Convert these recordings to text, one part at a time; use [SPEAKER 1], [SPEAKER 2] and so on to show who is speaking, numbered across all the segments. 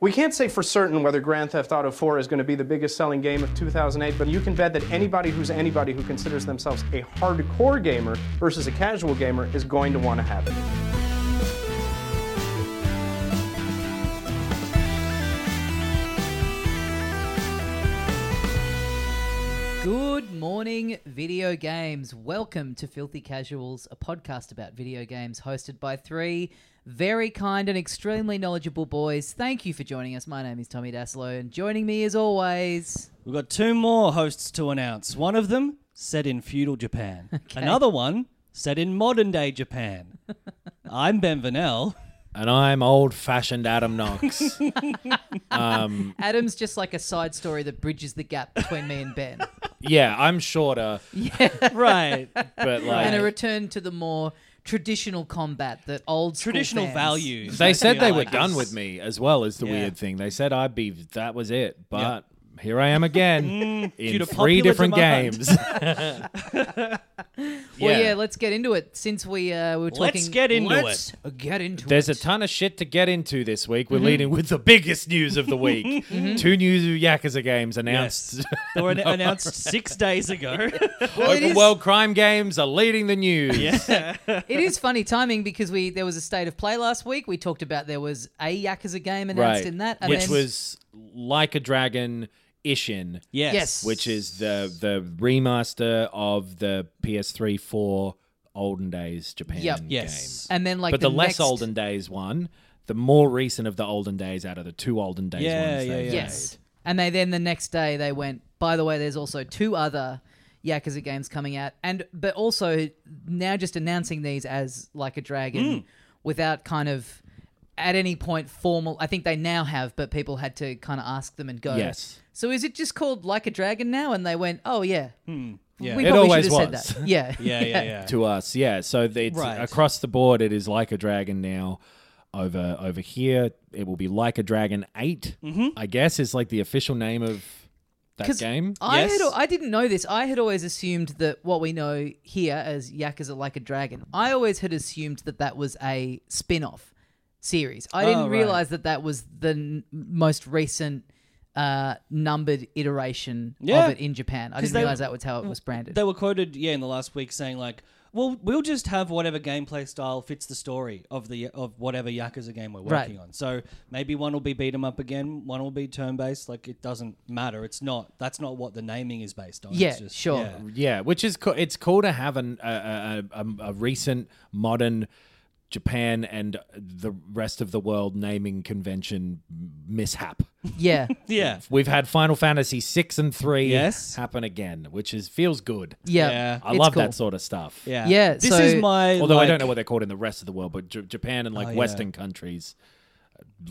[SPEAKER 1] We can't say for certain whether Grand Theft Auto 4 is going to be the biggest selling game of 2008, but you can bet that anybody who's anybody who considers themselves a hardcore gamer versus a casual gamer is going to want to have it.
[SPEAKER 2] Good morning, video games. Welcome to Filthy Casuals, a podcast about video games hosted by three very kind and extremely knowledgeable boys. Thank you for joining us. My name is Tommy Daslow, and joining me as always.
[SPEAKER 3] We've got two more hosts to announce. One of them set in feudal Japan. Another one set in modern day Japan. I'm Ben Vanel.
[SPEAKER 4] and I'm old fashioned Adam Knox.
[SPEAKER 2] Adam's just like a side story that bridges the gap between me and Ben,
[SPEAKER 4] yeah, I'm shorter,
[SPEAKER 3] Right.
[SPEAKER 4] but
[SPEAKER 2] and a
[SPEAKER 4] like
[SPEAKER 2] return to the more traditional combat that old school
[SPEAKER 3] Traditional
[SPEAKER 2] fans-
[SPEAKER 3] values.
[SPEAKER 4] they
[SPEAKER 3] I
[SPEAKER 4] said
[SPEAKER 3] feel
[SPEAKER 4] they were
[SPEAKER 3] like
[SPEAKER 4] done
[SPEAKER 3] is-
[SPEAKER 4] with me as well as the
[SPEAKER 3] Yeah.
[SPEAKER 4] weird thing. They said I'd be that was it, but here I am
[SPEAKER 2] Mm,
[SPEAKER 4] again
[SPEAKER 3] due
[SPEAKER 4] in
[SPEAKER 3] to popular
[SPEAKER 4] three different
[SPEAKER 3] demand.
[SPEAKER 4] games.
[SPEAKER 2] Well, yeah.
[SPEAKER 4] Yeah.
[SPEAKER 2] let's get into it. Since we uh, we were talking,
[SPEAKER 3] Let's get into
[SPEAKER 2] let's it. Get into
[SPEAKER 4] There's a
[SPEAKER 2] it.
[SPEAKER 4] ton of shit to get into this week.
[SPEAKER 2] Mm-hmm.
[SPEAKER 4] We're leading with the biggest news of the week. Two new Yakuza games announced.
[SPEAKER 3] Yes. They were an- announced six days ago.
[SPEAKER 2] Well, it
[SPEAKER 4] Open
[SPEAKER 2] is-
[SPEAKER 4] world crime games are leading the news.
[SPEAKER 2] It is funny timing because we there was a state of play last week. We talked about there was a Yakuza game announced
[SPEAKER 4] Right.
[SPEAKER 2] in that,
[SPEAKER 4] which
[SPEAKER 2] then-
[SPEAKER 4] was like a dragon Ishin.
[SPEAKER 3] yes.
[SPEAKER 2] Yes.
[SPEAKER 4] which is the the remaster of the PS3 4 olden days Japan
[SPEAKER 2] Yep.
[SPEAKER 3] Yes.
[SPEAKER 4] game.
[SPEAKER 2] and then like
[SPEAKER 4] but the, less
[SPEAKER 2] next-
[SPEAKER 4] olden days one, the more recent of the olden days out of the two olden days
[SPEAKER 3] Yeah,
[SPEAKER 4] ones.
[SPEAKER 3] yeah,
[SPEAKER 4] they've
[SPEAKER 3] yeah.
[SPEAKER 4] made.
[SPEAKER 2] Yes, and they then the next day they went. By the way, there's also two other Yakuza games coming out, and but also now just announcing these as like a dragon
[SPEAKER 4] Hmm.
[SPEAKER 2] without kind of at any point formal. I think they now have, but people had to kind of ask them and go.
[SPEAKER 4] Yes.
[SPEAKER 2] So is it just called like a dragon now? And they went, oh yeah, we
[SPEAKER 3] Yeah.
[SPEAKER 4] Hmm. It
[SPEAKER 2] probably
[SPEAKER 4] always
[SPEAKER 2] should have
[SPEAKER 4] was.
[SPEAKER 2] said that. Yeah,
[SPEAKER 3] yeah, yeah, yeah.
[SPEAKER 4] To us, yeah. So th- it's
[SPEAKER 3] Right.
[SPEAKER 4] across the board. It is like a dragon now. Over over here, it will be like a dragon 8
[SPEAKER 3] Mm-hmm.
[SPEAKER 4] I guess is like the official name of that
[SPEAKER 2] 'Cause
[SPEAKER 4] game.
[SPEAKER 2] I
[SPEAKER 3] Yes.
[SPEAKER 2] had I didn't know this. I had always assumed that what we know here as Yakuza Like a Dragon. I always had assumed that that was a spin-off series. I didn't
[SPEAKER 3] Oh, right.
[SPEAKER 2] realize that that was the n- most recent uh, numbered iteration
[SPEAKER 3] Yeah.
[SPEAKER 2] of it in Japan. I didn't
[SPEAKER 3] they-
[SPEAKER 2] realize that was how it was branded.
[SPEAKER 3] They were quoted, yeah, in the last week saying like, "Well, we'll just have whatever gameplay style fits the story of the of whatever Yakuza game we're
[SPEAKER 2] Right.
[SPEAKER 3] working on." So maybe one will be beat 'em up again, one will be turn based. Like it doesn't matter. It's not. That's not what the naming is based on. It's
[SPEAKER 2] Yeah,
[SPEAKER 3] just-
[SPEAKER 2] sure.
[SPEAKER 3] yeah.
[SPEAKER 4] Yeah, which is cool. It's cool to have an, a, a, a, a recent modern Japan and the rest of the world naming convention mishap.
[SPEAKER 2] yeah,
[SPEAKER 3] Yeah.
[SPEAKER 4] We've had Final Fantasy six and three
[SPEAKER 3] Yes.
[SPEAKER 4] happen again, which is feels good.
[SPEAKER 2] yeah.
[SPEAKER 3] Yeah.
[SPEAKER 4] I
[SPEAKER 2] It's
[SPEAKER 4] love
[SPEAKER 2] cool.
[SPEAKER 4] that sort of stuff.
[SPEAKER 3] Yeah.
[SPEAKER 2] Yeah,
[SPEAKER 3] This
[SPEAKER 2] so-
[SPEAKER 3] is my.
[SPEAKER 4] Although I
[SPEAKER 3] like- Oh,
[SPEAKER 4] don't know what they're called in the rest of the world, but J- Japan and like
[SPEAKER 3] yeah.
[SPEAKER 4] Western countries,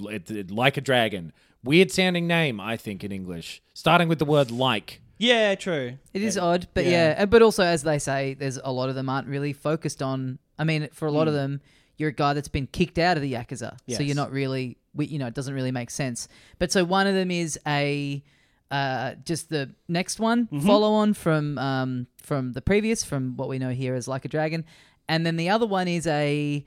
[SPEAKER 4] it, it- like a dragon, weird sounding name, I think in English, starting with the word like.
[SPEAKER 3] Yeah. True.
[SPEAKER 2] It is odd, but yeah.
[SPEAKER 3] Yeah.
[SPEAKER 2] and- but also as they say, there's a lot of them aren't really focused on. I mean, for a lot of them, you're a guy that's been kicked out of the yakuza, so you're
[SPEAKER 3] Hmm. Yes.
[SPEAKER 2] not really, we- you know, it doesn't really make sense. But so one of them is a uh, just the next one
[SPEAKER 3] Mm-hmm.
[SPEAKER 2] follow on from um, from the previous, from what we know here as like a dragon, and then the other one is a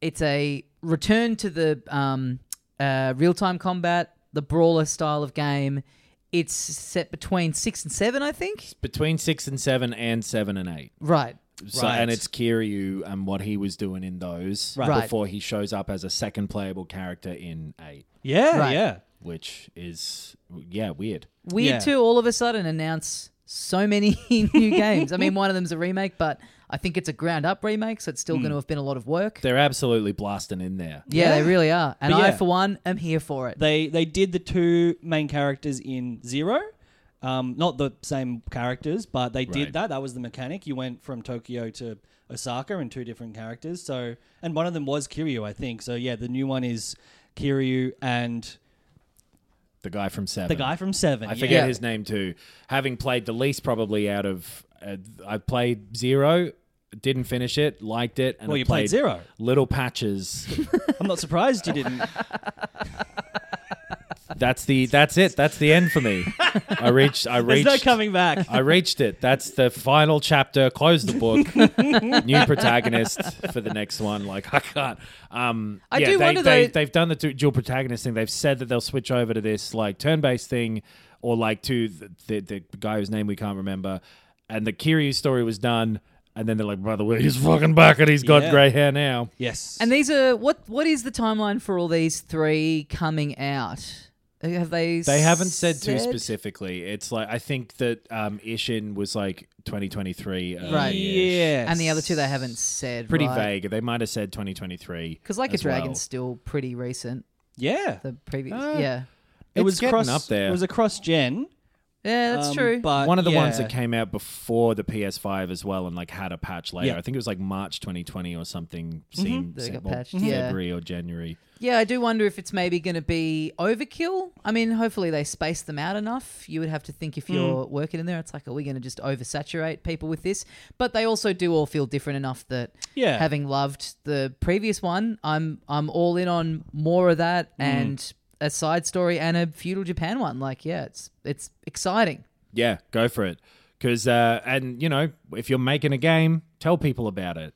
[SPEAKER 2] it's a return to the um, uh, real time combat, the brawler style of game. It's set between six and seven, I think.
[SPEAKER 4] Between six and seven, and seven and eight.
[SPEAKER 2] Right.
[SPEAKER 4] So,
[SPEAKER 3] Right.
[SPEAKER 4] and it's Kiryu and what he was doing in those
[SPEAKER 2] Right.
[SPEAKER 4] before he shows up as a second playable character in eight,
[SPEAKER 3] Yeah.
[SPEAKER 2] Right.
[SPEAKER 3] Yeah.
[SPEAKER 4] which is yeah weird.
[SPEAKER 2] Weird
[SPEAKER 3] Yeah.
[SPEAKER 2] to all of a sudden announce so many new games. I mean, one of them's a remake, but I think it's a ground up remake, so it's
[SPEAKER 4] Hmm.
[SPEAKER 2] still going to have been a lot of work.
[SPEAKER 4] They're absolutely blasting in there.
[SPEAKER 2] yeah, they
[SPEAKER 3] Yeah.
[SPEAKER 2] really are. And
[SPEAKER 3] But
[SPEAKER 2] I,
[SPEAKER 3] yeah.
[SPEAKER 2] for one, am here for it.
[SPEAKER 3] They they did the two main characters in Zero. Um, not the same characters, but they did
[SPEAKER 4] Right.
[SPEAKER 3] that. That was the mechanic. You went from Tokyo to Osaka in two different characters. So, and one of them was Kiryu, I think. So yeah, the new one is Kiryu and
[SPEAKER 4] the guy from Seven.
[SPEAKER 3] The guy from Seven.
[SPEAKER 4] I
[SPEAKER 3] yeah.
[SPEAKER 4] forget
[SPEAKER 2] Yeah.
[SPEAKER 4] his name too. Having played the least probably out of, uh, I played zero, didn't finish it, liked it, and
[SPEAKER 3] Well,
[SPEAKER 4] I
[SPEAKER 3] you played Zero.
[SPEAKER 4] Little patches.
[SPEAKER 3] I'm not surprised you didn't.
[SPEAKER 4] that's the that's it. That's the end for me. I reached. I
[SPEAKER 3] There's
[SPEAKER 4] reached.
[SPEAKER 3] no coming back.
[SPEAKER 4] I reached it. That's the final chapter. Close the book. New protagonist for the next one. Like I can't. Um,
[SPEAKER 2] I
[SPEAKER 4] yeah,
[SPEAKER 2] do
[SPEAKER 4] they,
[SPEAKER 2] wonder
[SPEAKER 4] they,
[SPEAKER 2] though-
[SPEAKER 4] They've done the du- dual protagonist thing. They've said that they'll switch over to this like turn-based thing, or like to the, the, the guy whose name we can't remember. And the Kiryu story was done, and then they're like, "By the way, he's fucking back, and he's got
[SPEAKER 3] Yeah.
[SPEAKER 4] gray hair now."
[SPEAKER 3] yes.
[SPEAKER 2] And these are what? What is the timeline for all these three coming out? Have they?
[SPEAKER 4] They haven't said too specifically. It's like I think that um, Ishin was like 2023, uh,
[SPEAKER 2] Right.
[SPEAKER 3] Yes.
[SPEAKER 2] And the other two they haven't said.
[SPEAKER 4] pretty vague. They might have said 2023
[SPEAKER 2] Because like a
[SPEAKER 4] as well.
[SPEAKER 2] dragon's still pretty recent.
[SPEAKER 3] yeah.
[SPEAKER 2] The previous,
[SPEAKER 4] Uh,
[SPEAKER 2] yeah,
[SPEAKER 4] It's
[SPEAKER 3] it was
[SPEAKER 4] getting
[SPEAKER 3] cross
[SPEAKER 4] up there.
[SPEAKER 3] It was a cross gen. Um,
[SPEAKER 2] yeah,
[SPEAKER 4] um,
[SPEAKER 2] that's true.
[SPEAKER 3] But
[SPEAKER 4] One of the ones
[SPEAKER 3] Uh, yeah.
[SPEAKER 4] that came out before the PS5 as well, and like had a patch later.
[SPEAKER 3] Yeah.
[SPEAKER 4] I think it was like March 2020 or something. Seemed
[SPEAKER 2] Mm-hmm. They got
[SPEAKER 4] well,
[SPEAKER 2] patched, yeah.
[SPEAKER 4] February or January.
[SPEAKER 2] Yeah, I do wonder if it's maybe going to be overkill. I mean, hopefully they space them out enough. You would have to think
[SPEAKER 3] Hmm.
[SPEAKER 2] if you're working in there, it's like, are we going to just oversaturate people with this? But they also do all feel different enough that,
[SPEAKER 3] Yeah.
[SPEAKER 2] having loved the previous one, I'm I'm all in on more of that
[SPEAKER 3] Hmm.
[SPEAKER 2] and a side story and a feudal Japan one. Like, yeah, it's it's exciting.
[SPEAKER 4] Yeah, go for it. Because uh, and you know, if you're making a game, tell people about it,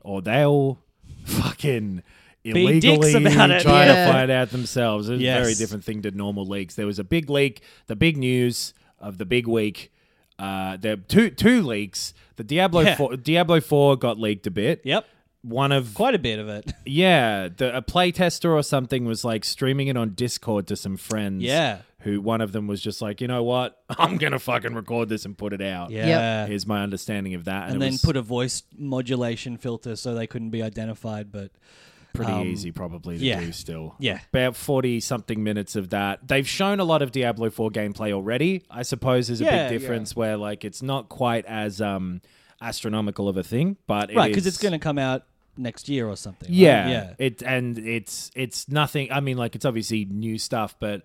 [SPEAKER 4] or they'll fucking
[SPEAKER 3] Mm-hmm. Be dicks
[SPEAKER 4] illegally
[SPEAKER 3] about it.
[SPEAKER 4] try
[SPEAKER 2] Yeah.
[SPEAKER 4] to find out themselves. It's
[SPEAKER 3] Yes.
[SPEAKER 4] a very different thing to normal leaks. There was a big leak. The big news of the big week. Uh, there two two leaks. The Diablo
[SPEAKER 3] Yeah.
[SPEAKER 4] four, Diablo four got leaked a bit.
[SPEAKER 3] Yep.
[SPEAKER 4] One of
[SPEAKER 3] Quite a bit of it.
[SPEAKER 4] yeah, the, a playtester or something was like streaming it on Discord to some friends.
[SPEAKER 3] Yeah.
[SPEAKER 4] Who one of them was just like, you know what? I'm going to fucking record this and put it out.
[SPEAKER 3] Yeah.
[SPEAKER 4] Here's my understanding of that. And,
[SPEAKER 3] And
[SPEAKER 4] it
[SPEAKER 3] then
[SPEAKER 4] was
[SPEAKER 3] put a voice modulation filter so they couldn't be identified. But
[SPEAKER 4] pretty easy probably to
[SPEAKER 3] um, yeah.
[SPEAKER 4] do still.
[SPEAKER 3] Yeah.
[SPEAKER 4] About 40 something minutes of that. They've shown a lot of Diablo 4 gameplay already. I suppose there's a
[SPEAKER 3] Yeah,
[SPEAKER 4] big difference where like it's not quite as um astronomical of a thing, but it
[SPEAKER 3] right, because it's
[SPEAKER 4] is-
[SPEAKER 3] going to come out next year or something. right?
[SPEAKER 4] Yeah,
[SPEAKER 3] Yeah.
[SPEAKER 4] It and it's it's nothing. I mean, like it's obviously new stuff, but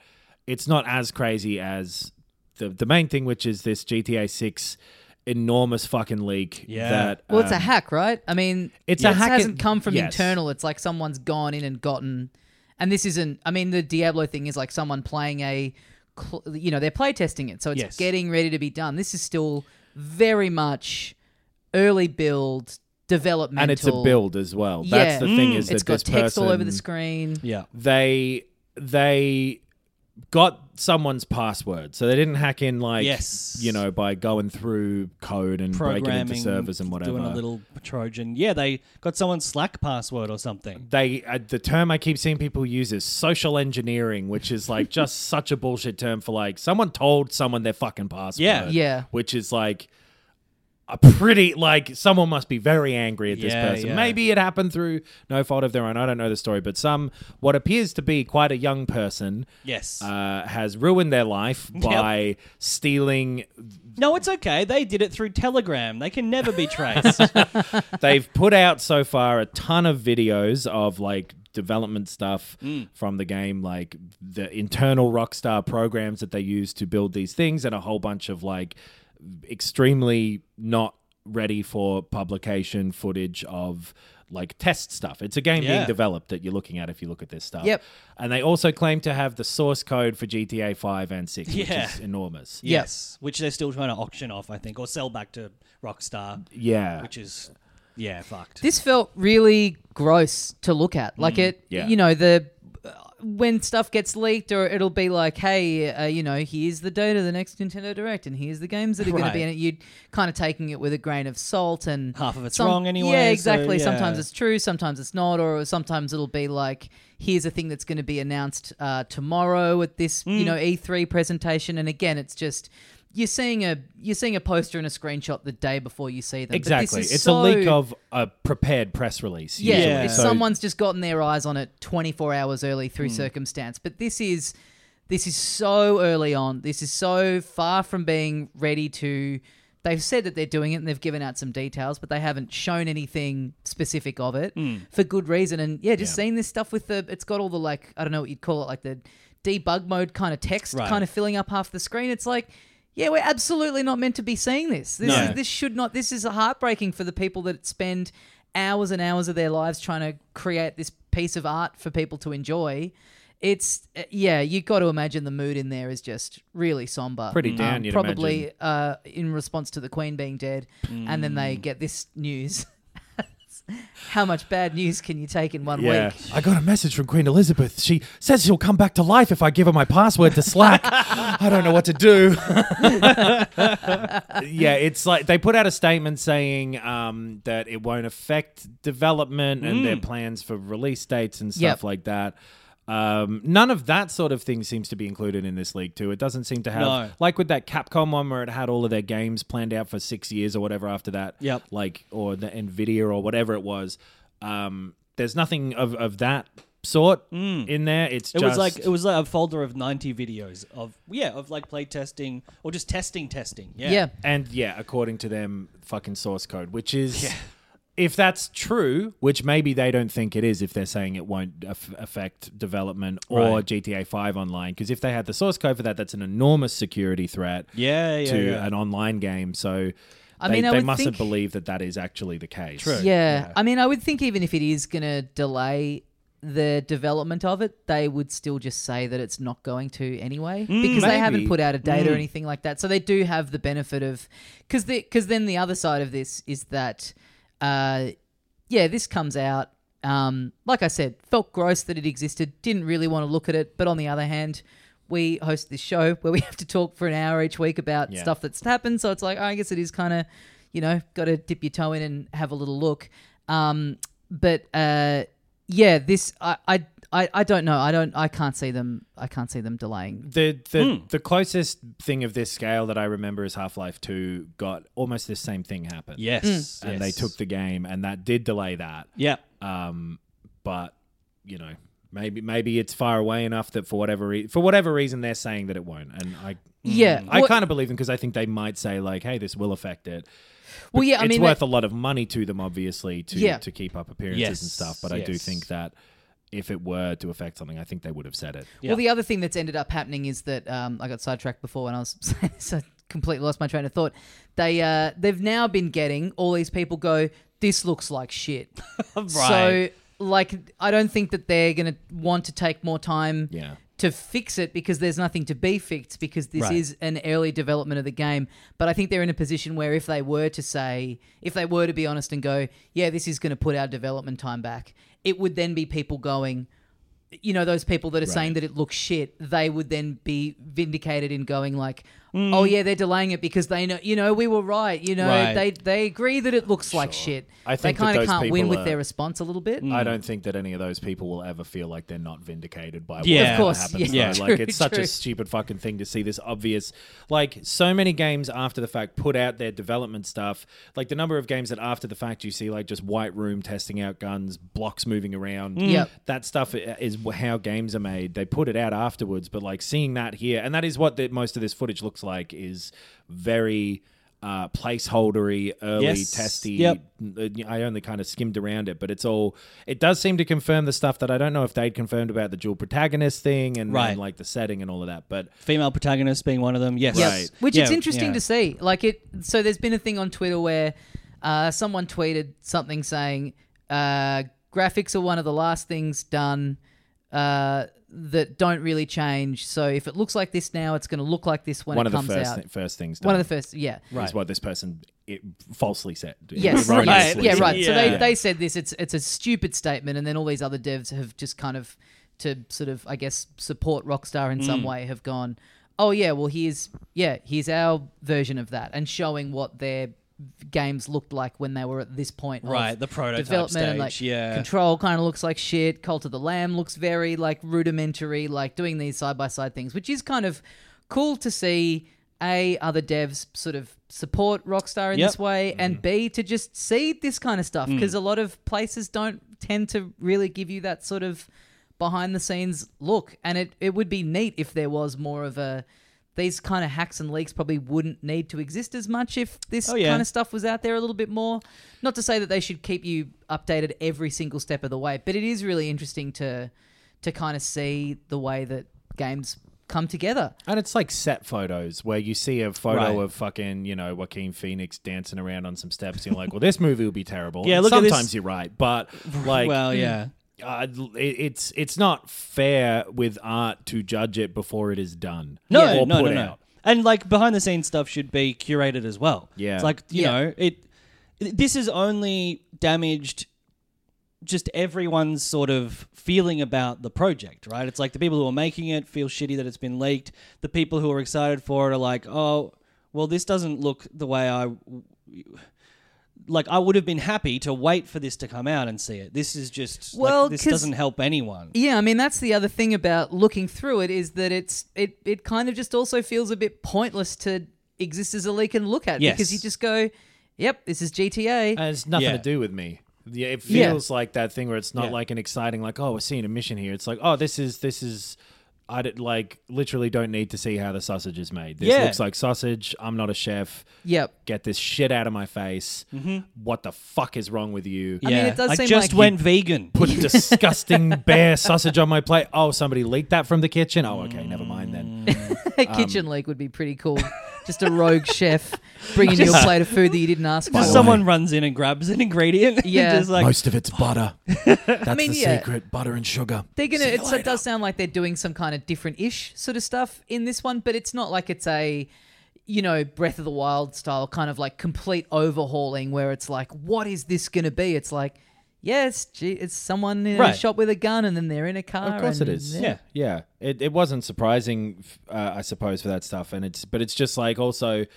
[SPEAKER 4] it's not as crazy as the the main thing, which is this GTA Six enormous fucking leak.
[SPEAKER 3] Yeah.
[SPEAKER 4] that,
[SPEAKER 2] Well, it's a
[SPEAKER 4] um,
[SPEAKER 2] hack, right? I mean,
[SPEAKER 4] It's a
[SPEAKER 2] it
[SPEAKER 4] hack
[SPEAKER 2] hasn't
[SPEAKER 4] and-
[SPEAKER 2] come from
[SPEAKER 4] yes.
[SPEAKER 2] internal. It's like someone's gone in and gotten, and this isn't. I mean, the Diablo thing is like someone playing a, cl- you know, they're playtesting it, so it's
[SPEAKER 3] Yes.
[SPEAKER 2] getting ready to be done. This is still very much early build developmental,
[SPEAKER 4] and it's a build as well. That's the
[SPEAKER 2] Yeah. Mm.
[SPEAKER 3] Mm.
[SPEAKER 4] thing is that
[SPEAKER 2] It's got
[SPEAKER 4] this
[SPEAKER 2] text all over the
[SPEAKER 4] person-
[SPEAKER 2] screen.
[SPEAKER 3] Yeah.
[SPEAKER 4] They they got someone's password, so they didn't hack in like
[SPEAKER 3] Yes.
[SPEAKER 4] you know by going through code and breaking into
[SPEAKER 3] Programming
[SPEAKER 4] servers and whatever.
[SPEAKER 3] Doing a little Trojan. Yeah, they got someone's Slack password or something.
[SPEAKER 4] they uh, the term I keep seeing people use is social engineering, which is like just such a bullshit term for like someone told someone their fucking password.
[SPEAKER 3] Yeah.
[SPEAKER 2] Yeah.
[SPEAKER 4] Which is like a pretty like someone must be very angry at this
[SPEAKER 3] Yeah,
[SPEAKER 4] person.
[SPEAKER 3] yeah.
[SPEAKER 4] Maybe it happened through no fault of their own. I don't know the story, but some what appears to be quite a young person
[SPEAKER 3] Yes.
[SPEAKER 4] uh, has ruined their life by stealing
[SPEAKER 3] no, it's okay. They did it through Telegram. They can never be traced.
[SPEAKER 4] They've put out so far a ton of videos of like development stuff
[SPEAKER 2] Mm.
[SPEAKER 4] from the game, like the internal Rockstar programs that they use to build these things, and a whole bunch of like extremely not ready for publication footage of like test stuff. It's a game
[SPEAKER 3] Yeah.
[SPEAKER 4] being developed that you're looking at if you look at this stuff.
[SPEAKER 2] Yep.
[SPEAKER 4] And they also claim to have the source code for GTA 5 and 6,
[SPEAKER 3] Yeah.
[SPEAKER 4] which is enormous.
[SPEAKER 3] yes. Which they're still trying to auction off, I think, or sell back to Rockstar,
[SPEAKER 4] Yeah.
[SPEAKER 3] which is, yeah, fucked.
[SPEAKER 2] This felt really gross to look at. Like
[SPEAKER 3] Mm,
[SPEAKER 2] it,
[SPEAKER 4] yeah.
[SPEAKER 2] you know, the when stuff gets leaked, or it'll be like, hey, uh, you know, here's the date of the next Nintendo Direct, and here's the games that are going to
[SPEAKER 3] Right.
[SPEAKER 2] be in it. You're kind of taking it with a grain of salt, and
[SPEAKER 3] Half of it's wrong anyway,
[SPEAKER 2] Yeah,
[SPEAKER 3] so,
[SPEAKER 2] exactly. Sometimes
[SPEAKER 3] yeah.
[SPEAKER 2] it's true, sometimes it's not, or sometimes it'll be like, here's a thing that's going to be announced uh, tomorrow at this,
[SPEAKER 3] Mm.
[SPEAKER 2] you know, E3 presentation, and again, it's just. You're seeing a you're seeing a poster and a screenshot the day before you see them. But this
[SPEAKER 4] Exactly.
[SPEAKER 2] is
[SPEAKER 4] It's
[SPEAKER 2] so-
[SPEAKER 4] a leak of a prepared press release.
[SPEAKER 2] yeah,
[SPEAKER 4] usually.
[SPEAKER 2] if
[SPEAKER 4] So- Hmm.
[SPEAKER 2] someone's just gotten their eyes on it 24 hours early through circumstance. But this is this is so early on. This is so far from being ready to. They've said that they're doing it and they've given out some details, but they haven't shown anything specific
[SPEAKER 4] Hmm.
[SPEAKER 2] of it for good reason. And yeah, just seeing this stuff with the, it's got all the like, I don't know what you'd call it, like the debug mode kind of text
[SPEAKER 3] Right.
[SPEAKER 2] kind of filling up half the screen. It's like, yeah, we're absolutely not meant to be seeing this. This
[SPEAKER 3] No.
[SPEAKER 2] is, this should not. This is heartbreaking for the people that spend hours and hours of their lives trying to create this piece of art for people to enjoy. It's uh, yeah, you got to imagine the mood in there is just really somber,
[SPEAKER 4] Pretty down, you'd
[SPEAKER 2] probably uh, in response to the Queen being dead, and then they get this news. How much bad news can you take in one
[SPEAKER 4] Yeah.
[SPEAKER 2] week?
[SPEAKER 4] I got a message from Queen Elizabeth. She says she'll come back to life if I give her my password to Slack. I don't know what to do. yeah, it's like they put out a statement saying um, that it won't affect development and their plans for release dates and stuff
[SPEAKER 2] Yep.
[SPEAKER 4] like that. Um, none of that sort of thing seems to be included in this league too. It doesn't seem to have
[SPEAKER 3] No.
[SPEAKER 4] like with that Capcom one where it had all of their games planned out for six years or whatever after that
[SPEAKER 3] Yep.
[SPEAKER 4] like or the Nvidia or whatever it was. Um, there's nothing of, of that sort in there. It's
[SPEAKER 3] Hmm. It was
[SPEAKER 4] just
[SPEAKER 3] like it was like a folder of ninety videos of yeah of like play testing or just testing testing yeah
[SPEAKER 2] yeah.
[SPEAKER 4] and yeah, according to them, fucking source code, which is. If that's true, which maybe they don't think it is, if they're saying it won't aff affect development or
[SPEAKER 3] Right.
[SPEAKER 4] GTA Five online, because if they had the source code for that, that's an enormous security threat
[SPEAKER 3] yeah yeah,
[SPEAKER 4] to
[SPEAKER 3] yeah.
[SPEAKER 4] an online game. So,
[SPEAKER 2] I
[SPEAKER 4] they,
[SPEAKER 2] mean, I
[SPEAKER 4] they
[SPEAKER 2] would
[SPEAKER 4] mustn't
[SPEAKER 2] think-
[SPEAKER 4] believe that that is actually the case. True.
[SPEAKER 2] Yeah. I mean, I would think even if it is going to delay the development of it, they would still just say that it's not going to anyway because they haven't
[SPEAKER 4] Mm, maybe. Mm.
[SPEAKER 2] put out a date or anything like that. So they do have the benefit of because because then the other side of this is that uh, yeah, this comes out. Um, like I said, felt gross that it existed. Didn't really want to look at it. But on the other hand, we host this show where we have to talk for an hour each week about
[SPEAKER 4] Yeah.
[SPEAKER 2] stuff that's happened. So it's like, I guess it is kind of, you know, got to dip your toe in and have a little look. Um, but uh, yeah, this I, I I I don't know. I don't. I can't see them. I can't see them delaying.
[SPEAKER 4] the the,
[SPEAKER 2] Hmm.
[SPEAKER 4] the closest thing of this scale that I remember is Half Life Two got almost this same thing happened.
[SPEAKER 2] Hmm.
[SPEAKER 3] yes
[SPEAKER 4] and
[SPEAKER 3] yes.
[SPEAKER 4] they took the game, and that did delay that.
[SPEAKER 3] yeah
[SPEAKER 4] Um, but you know, maybe maybe it's far away enough that for whatever re- for whatever reason they're saying that it won't, and I.
[SPEAKER 2] Yeah,
[SPEAKER 4] Mm. I
[SPEAKER 2] Well-
[SPEAKER 4] kind of believe them because I think they might say like, "Hey, this will affect it."
[SPEAKER 2] Well, yeah. I
[SPEAKER 4] it's
[SPEAKER 2] mean,
[SPEAKER 4] worth a lot of money to them, obviously, to
[SPEAKER 2] Yeah.
[SPEAKER 4] to keep up appearances and
[SPEAKER 3] Yes,
[SPEAKER 4] stuff. But I do
[SPEAKER 3] yes.
[SPEAKER 4] think that if it were to affect something, I think they would have said it.
[SPEAKER 3] Yeah.
[SPEAKER 2] Well, the other thing that's ended up happening is that um, I got sidetracked before when I was saying this. I completely lost my train of thought. They uh, they've now been getting all these people go. This looks like shit. So
[SPEAKER 3] Right.
[SPEAKER 2] like, I don't think that they're gonna want to take more time.
[SPEAKER 4] Yeah.
[SPEAKER 2] To fix it because there's nothing to be fixed because this
[SPEAKER 3] Right.
[SPEAKER 2] is an early development of the game. But I think they're in a position where if they were to say, if they were to be honest and go, yeah, this is going to put our development time back, it would then be people going, you know those people that are saying that it looks shit they would then be vindicated in going like
[SPEAKER 4] Mm.
[SPEAKER 2] oh yeah they're delaying it because they know you know we were right you know
[SPEAKER 3] Right.
[SPEAKER 2] they they agree that it looks like shit
[SPEAKER 4] I think
[SPEAKER 2] they
[SPEAKER 4] that
[SPEAKER 2] kind of
[SPEAKER 4] those
[SPEAKER 2] can't win
[SPEAKER 4] people
[SPEAKER 2] with
[SPEAKER 4] are- Mm.
[SPEAKER 2] their response a little bit
[SPEAKER 4] I don't think that any of those people will ever feel like they're not vindicated by
[SPEAKER 3] Yeah.
[SPEAKER 4] yeah,
[SPEAKER 3] Of
[SPEAKER 4] of
[SPEAKER 3] course,
[SPEAKER 4] course, happens.
[SPEAKER 2] yeah.
[SPEAKER 4] though.
[SPEAKER 2] Yeah.
[SPEAKER 4] Like
[SPEAKER 2] True,
[SPEAKER 4] it's such
[SPEAKER 2] true.
[SPEAKER 4] a stupid fucking thing to see this obvious. Like so many games after the fact put out their development stuff. Like the number of games that after the fact you see like just white room testing out guns, blocks moving around.
[SPEAKER 2] Mm. Yep.
[SPEAKER 4] that stuff i- is wh- how games are made. They put it out afterwards, but like seeing that here, and that is what the, most of this footage looks like is very. Uh, placeholdery, early,
[SPEAKER 3] Yes.
[SPEAKER 4] testy,
[SPEAKER 3] Yep.
[SPEAKER 4] uh, I only kind of skimmed around it, but it's all. It does seem to confirm the stuff that I don't know if they'd confirmed about the dual protagonist thing and,
[SPEAKER 3] Right.
[SPEAKER 4] and like the setting and all of that. But
[SPEAKER 3] female protagonist being one of them yes
[SPEAKER 2] Yes.
[SPEAKER 4] Right.
[SPEAKER 2] Which
[SPEAKER 3] Yeah,
[SPEAKER 2] it's interesting
[SPEAKER 3] yeah.
[SPEAKER 2] to see. Like it. So there's been a thing on Twitter where uh, someone tweeted something saying uh, graphics are one of the last things done uh, that don't really change. So if it looks like this now, it's going to look like this when
[SPEAKER 4] one
[SPEAKER 2] it
[SPEAKER 4] of the
[SPEAKER 2] comes
[SPEAKER 4] first
[SPEAKER 2] out.
[SPEAKER 4] thi- first things done
[SPEAKER 2] one of the first. Yeah.
[SPEAKER 4] is what this person it falsely said.
[SPEAKER 2] Yes. yes.
[SPEAKER 4] erroneously
[SPEAKER 2] Yeah.
[SPEAKER 4] said.
[SPEAKER 2] Right. So they,
[SPEAKER 3] Yeah.
[SPEAKER 2] they said this. It's it's a stupid statement, and then all these other devs have just kind of to sort of I guess support Rockstar in
[SPEAKER 3] Mm.
[SPEAKER 2] some way have gone. Oh yeah, well here's yeah here's our version of that, and showing what their games looked like when they were at this point. of
[SPEAKER 3] Right, the prototype
[SPEAKER 2] development and like
[SPEAKER 3] stage, yeah.
[SPEAKER 2] control kind of looks like shit. Cult of the Lamb looks very like rudimentary. Like doing these side by side things, which is kind of cool to see. A other devs sort of support Rockstar in
[SPEAKER 3] Yep. Mm.
[SPEAKER 2] this way, and B to just see this kind of stuff because a lot of places don't tend to really give you that sort of behind the scenes look. And it, it would be neat if there was more of a these kind of hacks and leaks probably wouldn't need to exist as much if this
[SPEAKER 3] Oh, yeah.
[SPEAKER 2] kind of stuff was out there a little bit more. Not to say that they should keep you updated every single step of the way, but it is really interesting to to kind of see the way that games come together.
[SPEAKER 4] And it's like set photos where you see a photo
[SPEAKER 3] Right.
[SPEAKER 4] of fucking, you know, Joaquin Phoenix dancing around on some steps. And you're like, well, this movie will be terrible.
[SPEAKER 3] Yeah,
[SPEAKER 4] And
[SPEAKER 3] look at this-
[SPEAKER 4] Sometimes you're right. But, like,
[SPEAKER 3] well,
[SPEAKER 2] Hmm.
[SPEAKER 3] yeah.
[SPEAKER 4] uh, it, it's it's not fair with art to judge it before it is done.
[SPEAKER 3] No,
[SPEAKER 4] or
[SPEAKER 3] no, no,
[SPEAKER 4] put
[SPEAKER 3] no.
[SPEAKER 4] out.
[SPEAKER 3] And like behind the scenes stuff should be curated as well.
[SPEAKER 4] Yeah.
[SPEAKER 3] It's like, you
[SPEAKER 2] Yeah.
[SPEAKER 3] know, it this has only damaged just everyone's sort of feeling about the project, right? It's like the people who are making it feel shitty that it's been leaked. The people who are excited for it are like, "Oh, well this doesn't look the way I like I would have been happy to wait for this to come out and see it. This is just well,
[SPEAKER 2] Well,
[SPEAKER 3] this
[SPEAKER 2] 'cause-
[SPEAKER 3] doesn't help anyone.
[SPEAKER 2] Yeah, I mean that's the other thing about looking through it is that it's it it kind of just also feels a bit pointless to exist as a leak and look at
[SPEAKER 3] Yes. Uh,
[SPEAKER 2] because you just go, "Yep, this is GTA."
[SPEAKER 4] And it's nothing
[SPEAKER 3] Yeah.
[SPEAKER 4] to do with me. Yeah, it
[SPEAKER 2] Yeah.
[SPEAKER 4] feels like that thing where it's not
[SPEAKER 3] Yeah.
[SPEAKER 4] like an exciting, like, oh, we're seeing a mission here. It's like, oh, this is this is. I did, like literally don't need to see how the sausage is made. This
[SPEAKER 3] Yeah.
[SPEAKER 4] looks like sausage. I'm not a chef.
[SPEAKER 2] yep.
[SPEAKER 4] Get this shit out of my face.
[SPEAKER 3] Mm-hmm.
[SPEAKER 4] What the fuck is wrong with you?
[SPEAKER 2] mean, it does
[SPEAKER 3] I
[SPEAKER 2] seem
[SPEAKER 3] just
[SPEAKER 2] like-
[SPEAKER 3] went vegan.
[SPEAKER 4] Put disgusting bare sausage on my plate. Oh, somebody leaked that from the kitchen. Oh, okay, never mind then.
[SPEAKER 2] A
[SPEAKER 3] um,
[SPEAKER 2] kitchen leak would be pretty cool. Just a rogue chef bringing you a plate of food that you didn't ask for.
[SPEAKER 4] the
[SPEAKER 3] Just
[SPEAKER 4] way.
[SPEAKER 3] someone runs in and grabs an ingredient. and
[SPEAKER 2] Yeah.
[SPEAKER 3] just like,
[SPEAKER 4] Most of it's butter. That's
[SPEAKER 2] mean,
[SPEAKER 4] the
[SPEAKER 2] Oh, yeah.
[SPEAKER 4] secret. Butter and sugar.
[SPEAKER 2] They're gonna. It's, it does sound like they're doing some kind of different-ish sort of stuff in this one, but it's not like it's a, you know, Breath of the Wild style kind of like complete overhauling where it's like, what is this gonna be? It's like, yes, gee, it's someone in
[SPEAKER 3] Right.
[SPEAKER 2] a shop with a gun, and then they're in a car.
[SPEAKER 4] Of course it
[SPEAKER 2] and-
[SPEAKER 4] is.
[SPEAKER 3] Yeah.
[SPEAKER 4] yeah. It, it wasn't surprising, f- uh, I suppose, for that stuff. And it's but it's just like also, i-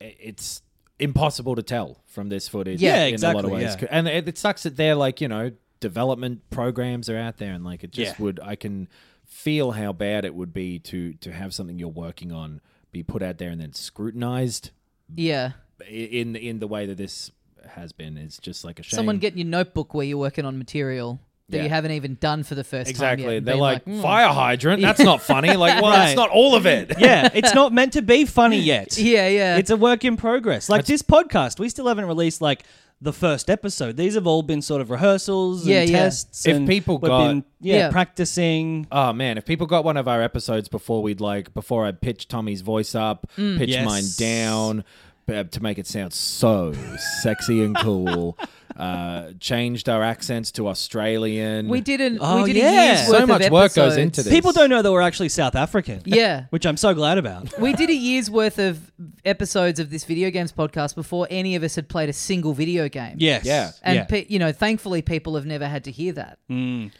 [SPEAKER 4] it's impossible to tell from this footage.
[SPEAKER 2] Yeah,
[SPEAKER 4] in a lot
[SPEAKER 3] exactly,
[SPEAKER 4] of ways.
[SPEAKER 3] yeah.
[SPEAKER 4] And it, it sucks that they're like you know development programs are out there, and like it just
[SPEAKER 3] Yeah.
[SPEAKER 4] would I can feel how bad it would be to to have something you're working on be put out there and then scrutinized
[SPEAKER 2] Yeah.
[SPEAKER 4] i- in in the way that this has been. It's just like a shame.
[SPEAKER 2] Someone getting your notebook where you're working on material that
[SPEAKER 4] Yeah.
[SPEAKER 2] you haven't even done for the first
[SPEAKER 4] Exactly.
[SPEAKER 2] time. yet and
[SPEAKER 4] They're
[SPEAKER 2] being
[SPEAKER 4] like,
[SPEAKER 2] "Mm,
[SPEAKER 4] fire hydrant. That's not funny. Like, well,
[SPEAKER 3] Right.
[SPEAKER 4] that's not all of it.
[SPEAKER 3] yeah, it's not meant to be funny yet.
[SPEAKER 2] Yeah, yeah.
[SPEAKER 3] It's a work in progress. Like this podcast, we still haven't released like the first episode. These have all been sort of rehearsals
[SPEAKER 2] Yeah,
[SPEAKER 3] and
[SPEAKER 2] yeah.
[SPEAKER 3] tests.
[SPEAKER 4] If
[SPEAKER 3] and
[SPEAKER 4] people
[SPEAKER 3] we've
[SPEAKER 4] got-
[SPEAKER 3] been, yeah,
[SPEAKER 2] Yeah.
[SPEAKER 3] practicing.
[SPEAKER 4] Oh man, if people got one of our episodes before we'd like before I pitched Tommy's voice up,
[SPEAKER 2] Mm.
[SPEAKER 4] pitch
[SPEAKER 3] Yes.
[SPEAKER 4] mine down uh, to make it sound so sexy and cool, uh, changed our accents to Australian.
[SPEAKER 2] we did an.
[SPEAKER 3] Oh,
[SPEAKER 2] we did
[SPEAKER 3] yeah.
[SPEAKER 2] a year's
[SPEAKER 4] So
[SPEAKER 2] worth
[SPEAKER 4] much
[SPEAKER 2] of
[SPEAKER 4] work goes
[SPEAKER 2] episodes.
[SPEAKER 4] into this.
[SPEAKER 3] People don't know that we're actually South African.
[SPEAKER 2] Yeah.
[SPEAKER 3] which I'm so glad about.
[SPEAKER 2] We did a year's worth of episodes of this video games podcast before any of us had played a single video game.
[SPEAKER 3] Yes.
[SPEAKER 4] Yeah.
[SPEAKER 2] And,
[SPEAKER 3] yeah.
[SPEAKER 2] pe- you know, thankfully people have never had to hear that. Um,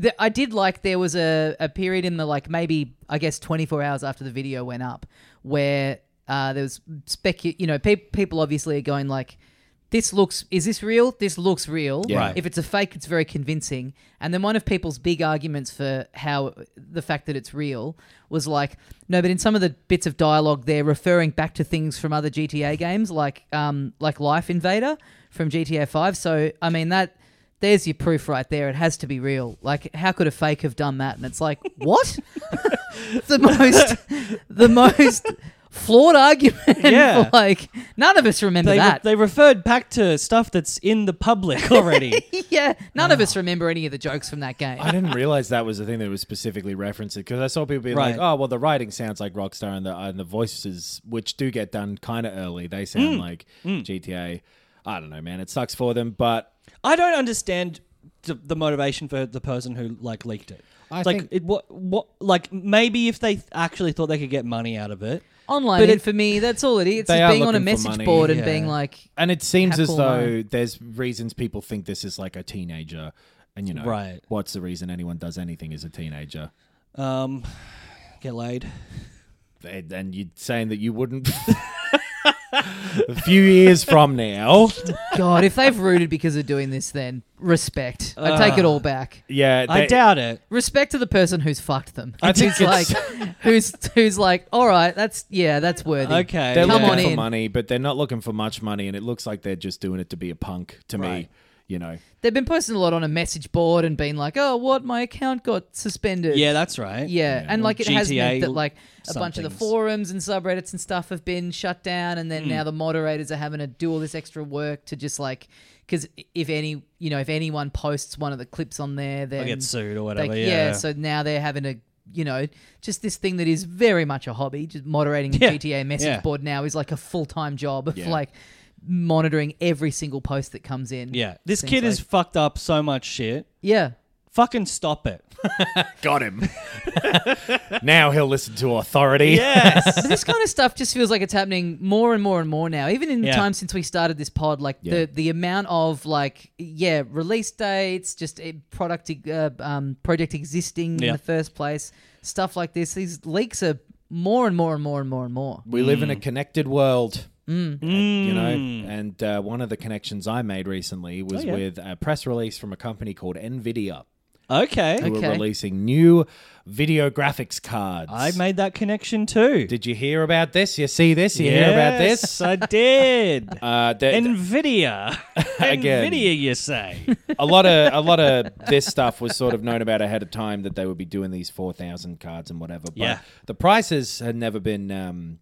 [SPEAKER 2] th- I did like there was a, a period in the, like, maybe, I guess, 24 hours after the video went up where uh, there was spec, you know, pe- people obviously are going, like, this looks, is this real? This looks real.
[SPEAKER 4] Yeah. Right.
[SPEAKER 2] If it's a fake, it's very convincing. And then one of people's big arguments for how the fact that it's real was like, no, but in some of the bits of dialogue, they're referring back to things from other GTA games, like um, like Life Invader from GTA Five. So I mean that. There's your proof right there. It has to be real. Like, how could a fake have done that? And it's like, what? the most, the most flawed argument.
[SPEAKER 3] Yeah.
[SPEAKER 2] For like, none of us remember
[SPEAKER 3] They, re-
[SPEAKER 2] that.
[SPEAKER 3] they referred back to stuff that's in the public already.
[SPEAKER 2] Yeah, none
[SPEAKER 3] Ah.
[SPEAKER 2] of us remember any of the jokes from that game.
[SPEAKER 4] I didn't realize that was the thing that was specifically referenced because I saw people being like,
[SPEAKER 3] Right.
[SPEAKER 4] "Oh, well, the writing sounds like Rockstar, and the and the voices, which do get done kind of early, they sound
[SPEAKER 2] Mm.
[SPEAKER 4] like GTA." I don't know, man. It sucks for them, but
[SPEAKER 3] I don't understand the, the motivation for the person who like leaked it.
[SPEAKER 4] I
[SPEAKER 3] like
[SPEAKER 4] think-
[SPEAKER 3] it, what what like maybe if they th- actually thought they could get money out of it.
[SPEAKER 2] Online
[SPEAKER 3] But it-
[SPEAKER 2] for me, that's all it is. It's
[SPEAKER 4] They
[SPEAKER 2] just
[SPEAKER 4] are
[SPEAKER 2] being on a
[SPEAKER 4] looking for
[SPEAKER 2] message
[SPEAKER 4] money,
[SPEAKER 2] board and
[SPEAKER 3] yeah.
[SPEAKER 2] being like,
[SPEAKER 4] And it seems as
[SPEAKER 2] Heckle
[SPEAKER 4] though
[SPEAKER 2] line.
[SPEAKER 4] there's reasons people think this is like a teenager, and you know,
[SPEAKER 3] Right.
[SPEAKER 4] What's the reason anyone does anything as a teenager?
[SPEAKER 3] Um, get laid.
[SPEAKER 4] And, and you're saying that you wouldn't. a few years from now,
[SPEAKER 2] God, if they've rooted because of doing this, then respect. I take it
[SPEAKER 4] Ah.
[SPEAKER 2] all back.
[SPEAKER 4] yeah,
[SPEAKER 3] I
[SPEAKER 4] they-
[SPEAKER 3] doubt it.
[SPEAKER 2] Respect to the person who's fucked them.
[SPEAKER 4] I think
[SPEAKER 2] who's like,
[SPEAKER 4] it's-
[SPEAKER 2] who's who's like, all right, that's yeah, that's worthy.
[SPEAKER 3] Okay.
[SPEAKER 4] They're
[SPEAKER 3] yeah.
[SPEAKER 2] Come
[SPEAKER 4] looking
[SPEAKER 2] on
[SPEAKER 4] for
[SPEAKER 2] in.
[SPEAKER 4] money, but they're not looking for much money, and it looks like they're just doing it to be a punk to
[SPEAKER 3] Right.
[SPEAKER 4] me. You know,
[SPEAKER 2] They've been posting a lot on a message board and being like, oh, what, my account got suspended.
[SPEAKER 3] Yeah, that's right.
[SPEAKER 2] Yeah, and like it has
[SPEAKER 3] GTA
[SPEAKER 2] meant that like a bunch of the
[SPEAKER 3] somethings. Hmm.
[SPEAKER 2] forums and subreddits and stuff have been shut down, and then now the moderators are having to do all this extra work to just like because if any you know if anyone posts one of the clips on there, then
[SPEAKER 3] get sued or
[SPEAKER 2] they-
[SPEAKER 3] whatever, yeah.
[SPEAKER 2] so now they're having to you know, just this thing that is very much a hobby. Just moderating
[SPEAKER 3] Yeah.
[SPEAKER 2] the GTA message
[SPEAKER 3] Yeah.
[SPEAKER 2] board now is like a full time job of
[SPEAKER 4] Yeah.
[SPEAKER 2] like monitoring every single post that comes in.
[SPEAKER 3] Yeah, this
[SPEAKER 2] Seems
[SPEAKER 3] kid has
[SPEAKER 2] like-
[SPEAKER 3] fucked up so much shit.
[SPEAKER 2] Yeah.
[SPEAKER 3] Fucking stop it.
[SPEAKER 4] Got him. now he'll listen to authority.
[SPEAKER 3] Yes.
[SPEAKER 2] But this kind of stuff just feels like it's happening more and more and more now. Even in the
[SPEAKER 3] Yeah.
[SPEAKER 2] time since we started this pod, like
[SPEAKER 4] Yeah.
[SPEAKER 2] the the amount of like yeah release dates, just eh, product uh, um, project existing in
[SPEAKER 3] Yeah.
[SPEAKER 2] the first place, stuff like this. These leaks are more and more and more and more and more.
[SPEAKER 4] We live
[SPEAKER 3] Mm.
[SPEAKER 4] in a connected world. And, you know, and uh, one of the connections I made recently was
[SPEAKER 3] Oh, yeah.
[SPEAKER 4] with a press release from a company called Nvidia,
[SPEAKER 3] okay.
[SPEAKER 4] who
[SPEAKER 2] Okay.
[SPEAKER 4] are releasing new video graphics cards.
[SPEAKER 3] I made that connection too.
[SPEAKER 4] Did you hear about this? You see this? You hear about
[SPEAKER 3] Yes,
[SPEAKER 4] this?
[SPEAKER 3] I did.
[SPEAKER 4] Uh, the-
[SPEAKER 3] Nvidia.
[SPEAKER 4] Again.
[SPEAKER 3] Nvidia, you say?
[SPEAKER 4] a lot of a lot of this stuff was sort of known about ahead of time that they would be doing these four thousand cards and whatever. But
[SPEAKER 3] Yeah.
[SPEAKER 4] the prices had never been um,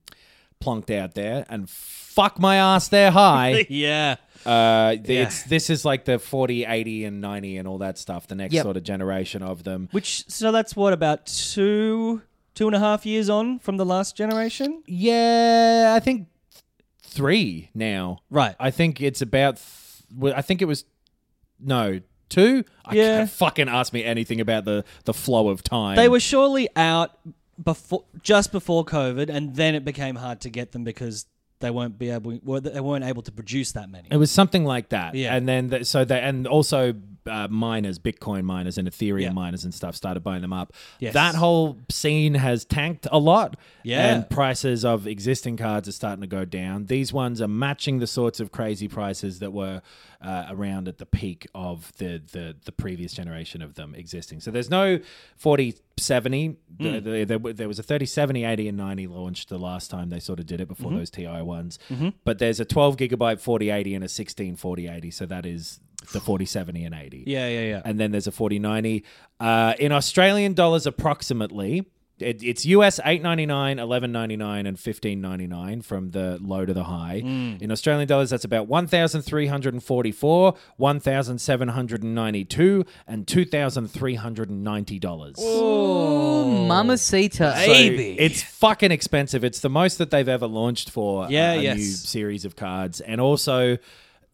[SPEAKER 4] plunked out there, and fuck my ass, they're high.
[SPEAKER 3] yeah.
[SPEAKER 4] uh, th- it's, this is like the 40, 80, and ninety, and all that stuff. The next
[SPEAKER 2] Yep.
[SPEAKER 4] sort of generation of them.
[SPEAKER 3] Which so that's what about two two and a half years on from the last generation?
[SPEAKER 4] Yeah, I think three now.
[SPEAKER 3] Right.
[SPEAKER 4] I think it's about. Th- well, I think it was no two. I
[SPEAKER 3] Yeah.
[SPEAKER 4] can't fucking ask me anything about the the flow of time.
[SPEAKER 3] They were surely out before just before COVID, and then it became hard to get them because they weren't be able were- they weren't able to produce that many.
[SPEAKER 4] It was something like that.
[SPEAKER 3] Yeah.
[SPEAKER 4] And then th- so they and also uh, miners, Bitcoin miners and Ethereum
[SPEAKER 3] Yeah.
[SPEAKER 4] miners and stuff started buying them up.
[SPEAKER 3] Yes.
[SPEAKER 4] That whole scene has tanked a lot.
[SPEAKER 3] Yeah.
[SPEAKER 4] And prices of existing cards are starting to go down. These ones are matching the sorts of crazy prices that were uh, around at the peak of the, the the previous generation of them existing. So there's no 40 70. Th- th- there, w- there was a 30 70, 80 and 90 launched the last time they sort of did it before those TI ones. But there's a 12 gigabyte 4080 and a 16 4080. So that is the 40 70 and 80
[SPEAKER 3] yeah, yeah, yeah.
[SPEAKER 4] and then there's a 4090 uh, in australian dollars approximately it, it's us 899 1199 and 1599 from the low to the high in australian dollars that's about 1344 1792 and 2390 dollars
[SPEAKER 2] Oh, mamacita.
[SPEAKER 3] Baby.
[SPEAKER 4] it's fucking expensive. It's the most that they've ever launched for uh,
[SPEAKER 3] Yeah,
[SPEAKER 4] a
[SPEAKER 3] yes.
[SPEAKER 4] new series of cards, and also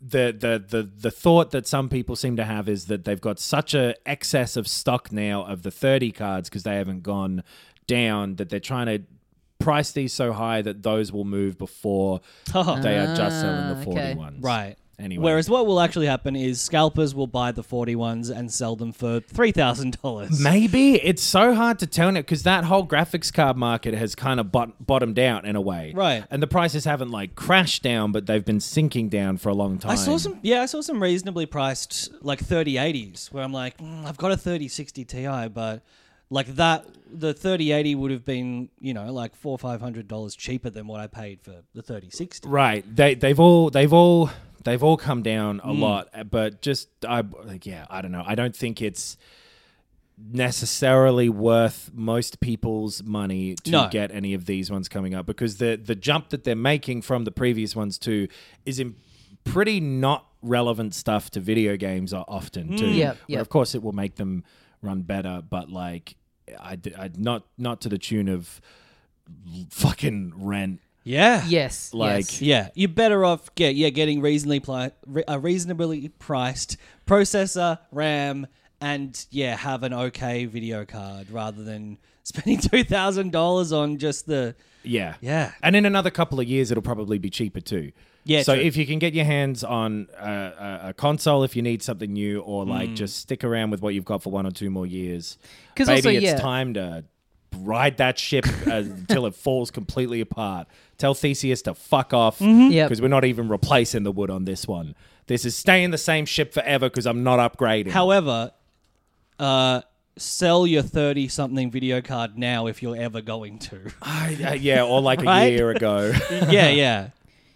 [SPEAKER 4] the, the the the thought that some people seem to have is that they've got such a excess of stock now of the thirty cards because they haven't gone down that they're trying to price these so high that those will move before they are just selling the
[SPEAKER 2] Ah,
[SPEAKER 4] forty
[SPEAKER 2] okay.
[SPEAKER 4] ones.
[SPEAKER 3] Right.
[SPEAKER 4] Anyway.
[SPEAKER 3] Whereas what will actually happen is scalpers will buy the 40 ones and sell them for $3,000.
[SPEAKER 4] Maybe it's so hard to tell now because that whole graphics card market has kind of bot- bottomed out in a way,
[SPEAKER 3] Right.
[SPEAKER 4] And the prices haven't like crashed down, but they've been sinking down for a long time.
[SPEAKER 3] I saw some, yeah, I saw some reasonably priced like 3080s where I'm like, "Mm, I've got a 3060 Ti, but like that, the 3080 would have been, you know, like four or five hundred dollars cheaper than what I paid for the 3060.
[SPEAKER 4] right? They they've all they've all they've all come down a lot, uh, but just I like, yeah, I don't know. I don't think it's necessarily worth most people's money to
[SPEAKER 3] No.
[SPEAKER 4] get any of these ones coming up because the the jump that they're making from the previous ones too is in pretty not relevant stuff to video games are often too.
[SPEAKER 2] Yep,
[SPEAKER 4] Where,
[SPEAKER 2] yep.
[SPEAKER 4] Of course, it will make them run better, but like I, d- I- not not to the tune of fucking rent.
[SPEAKER 3] Yeah.
[SPEAKER 2] Yes.
[SPEAKER 4] Like-
[SPEAKER 2] yes.
[SPEAKER 3] Yeah, you're better off get yeah getting reasonably pli- re- a reasonably priced processor, RAM, and yeah have an okay video card rather than spending two thousand dollars on just the
[SPEAKER 4] Yeah.
[SPEAKER 3] yeah
[SPEAKER 4] And in another couple of years, it'll probably be cheaper too.
[SPEAKER 3] Yeah,
[SPEAKER 4] So
[SPEAKER 3] true.
[SPEAKER 4] if you can get your hands on a, a, a console, if you need something new, or like just stick around with what you've got for one or two more years,
[SPEAKER 2] 'Cause
[SPEAKER 4] maybe
[SPEAKER 2] also,
[SPEAKER 4] it's
[SPEAKER 2] yeah.
[SPEAKER 4] time to ride that ship uh, until it falls completely apart. Tell Theseus to fuck off because
[SPEAKER 2] Yep.
[SPEAKER 4] we're not even replacing the wood on this one. This is staying the same ship forever because I'm not upgrading.
[SPEAKER 3] However, uh, sell your 30 something video card now if you're ever going to.
[SPEAKER 4] Uh, yeah, or like a
[SPEAKER 3] Right?
[SPEAKER 4] year ago.
[SPEAKER 3] yeah, yeah.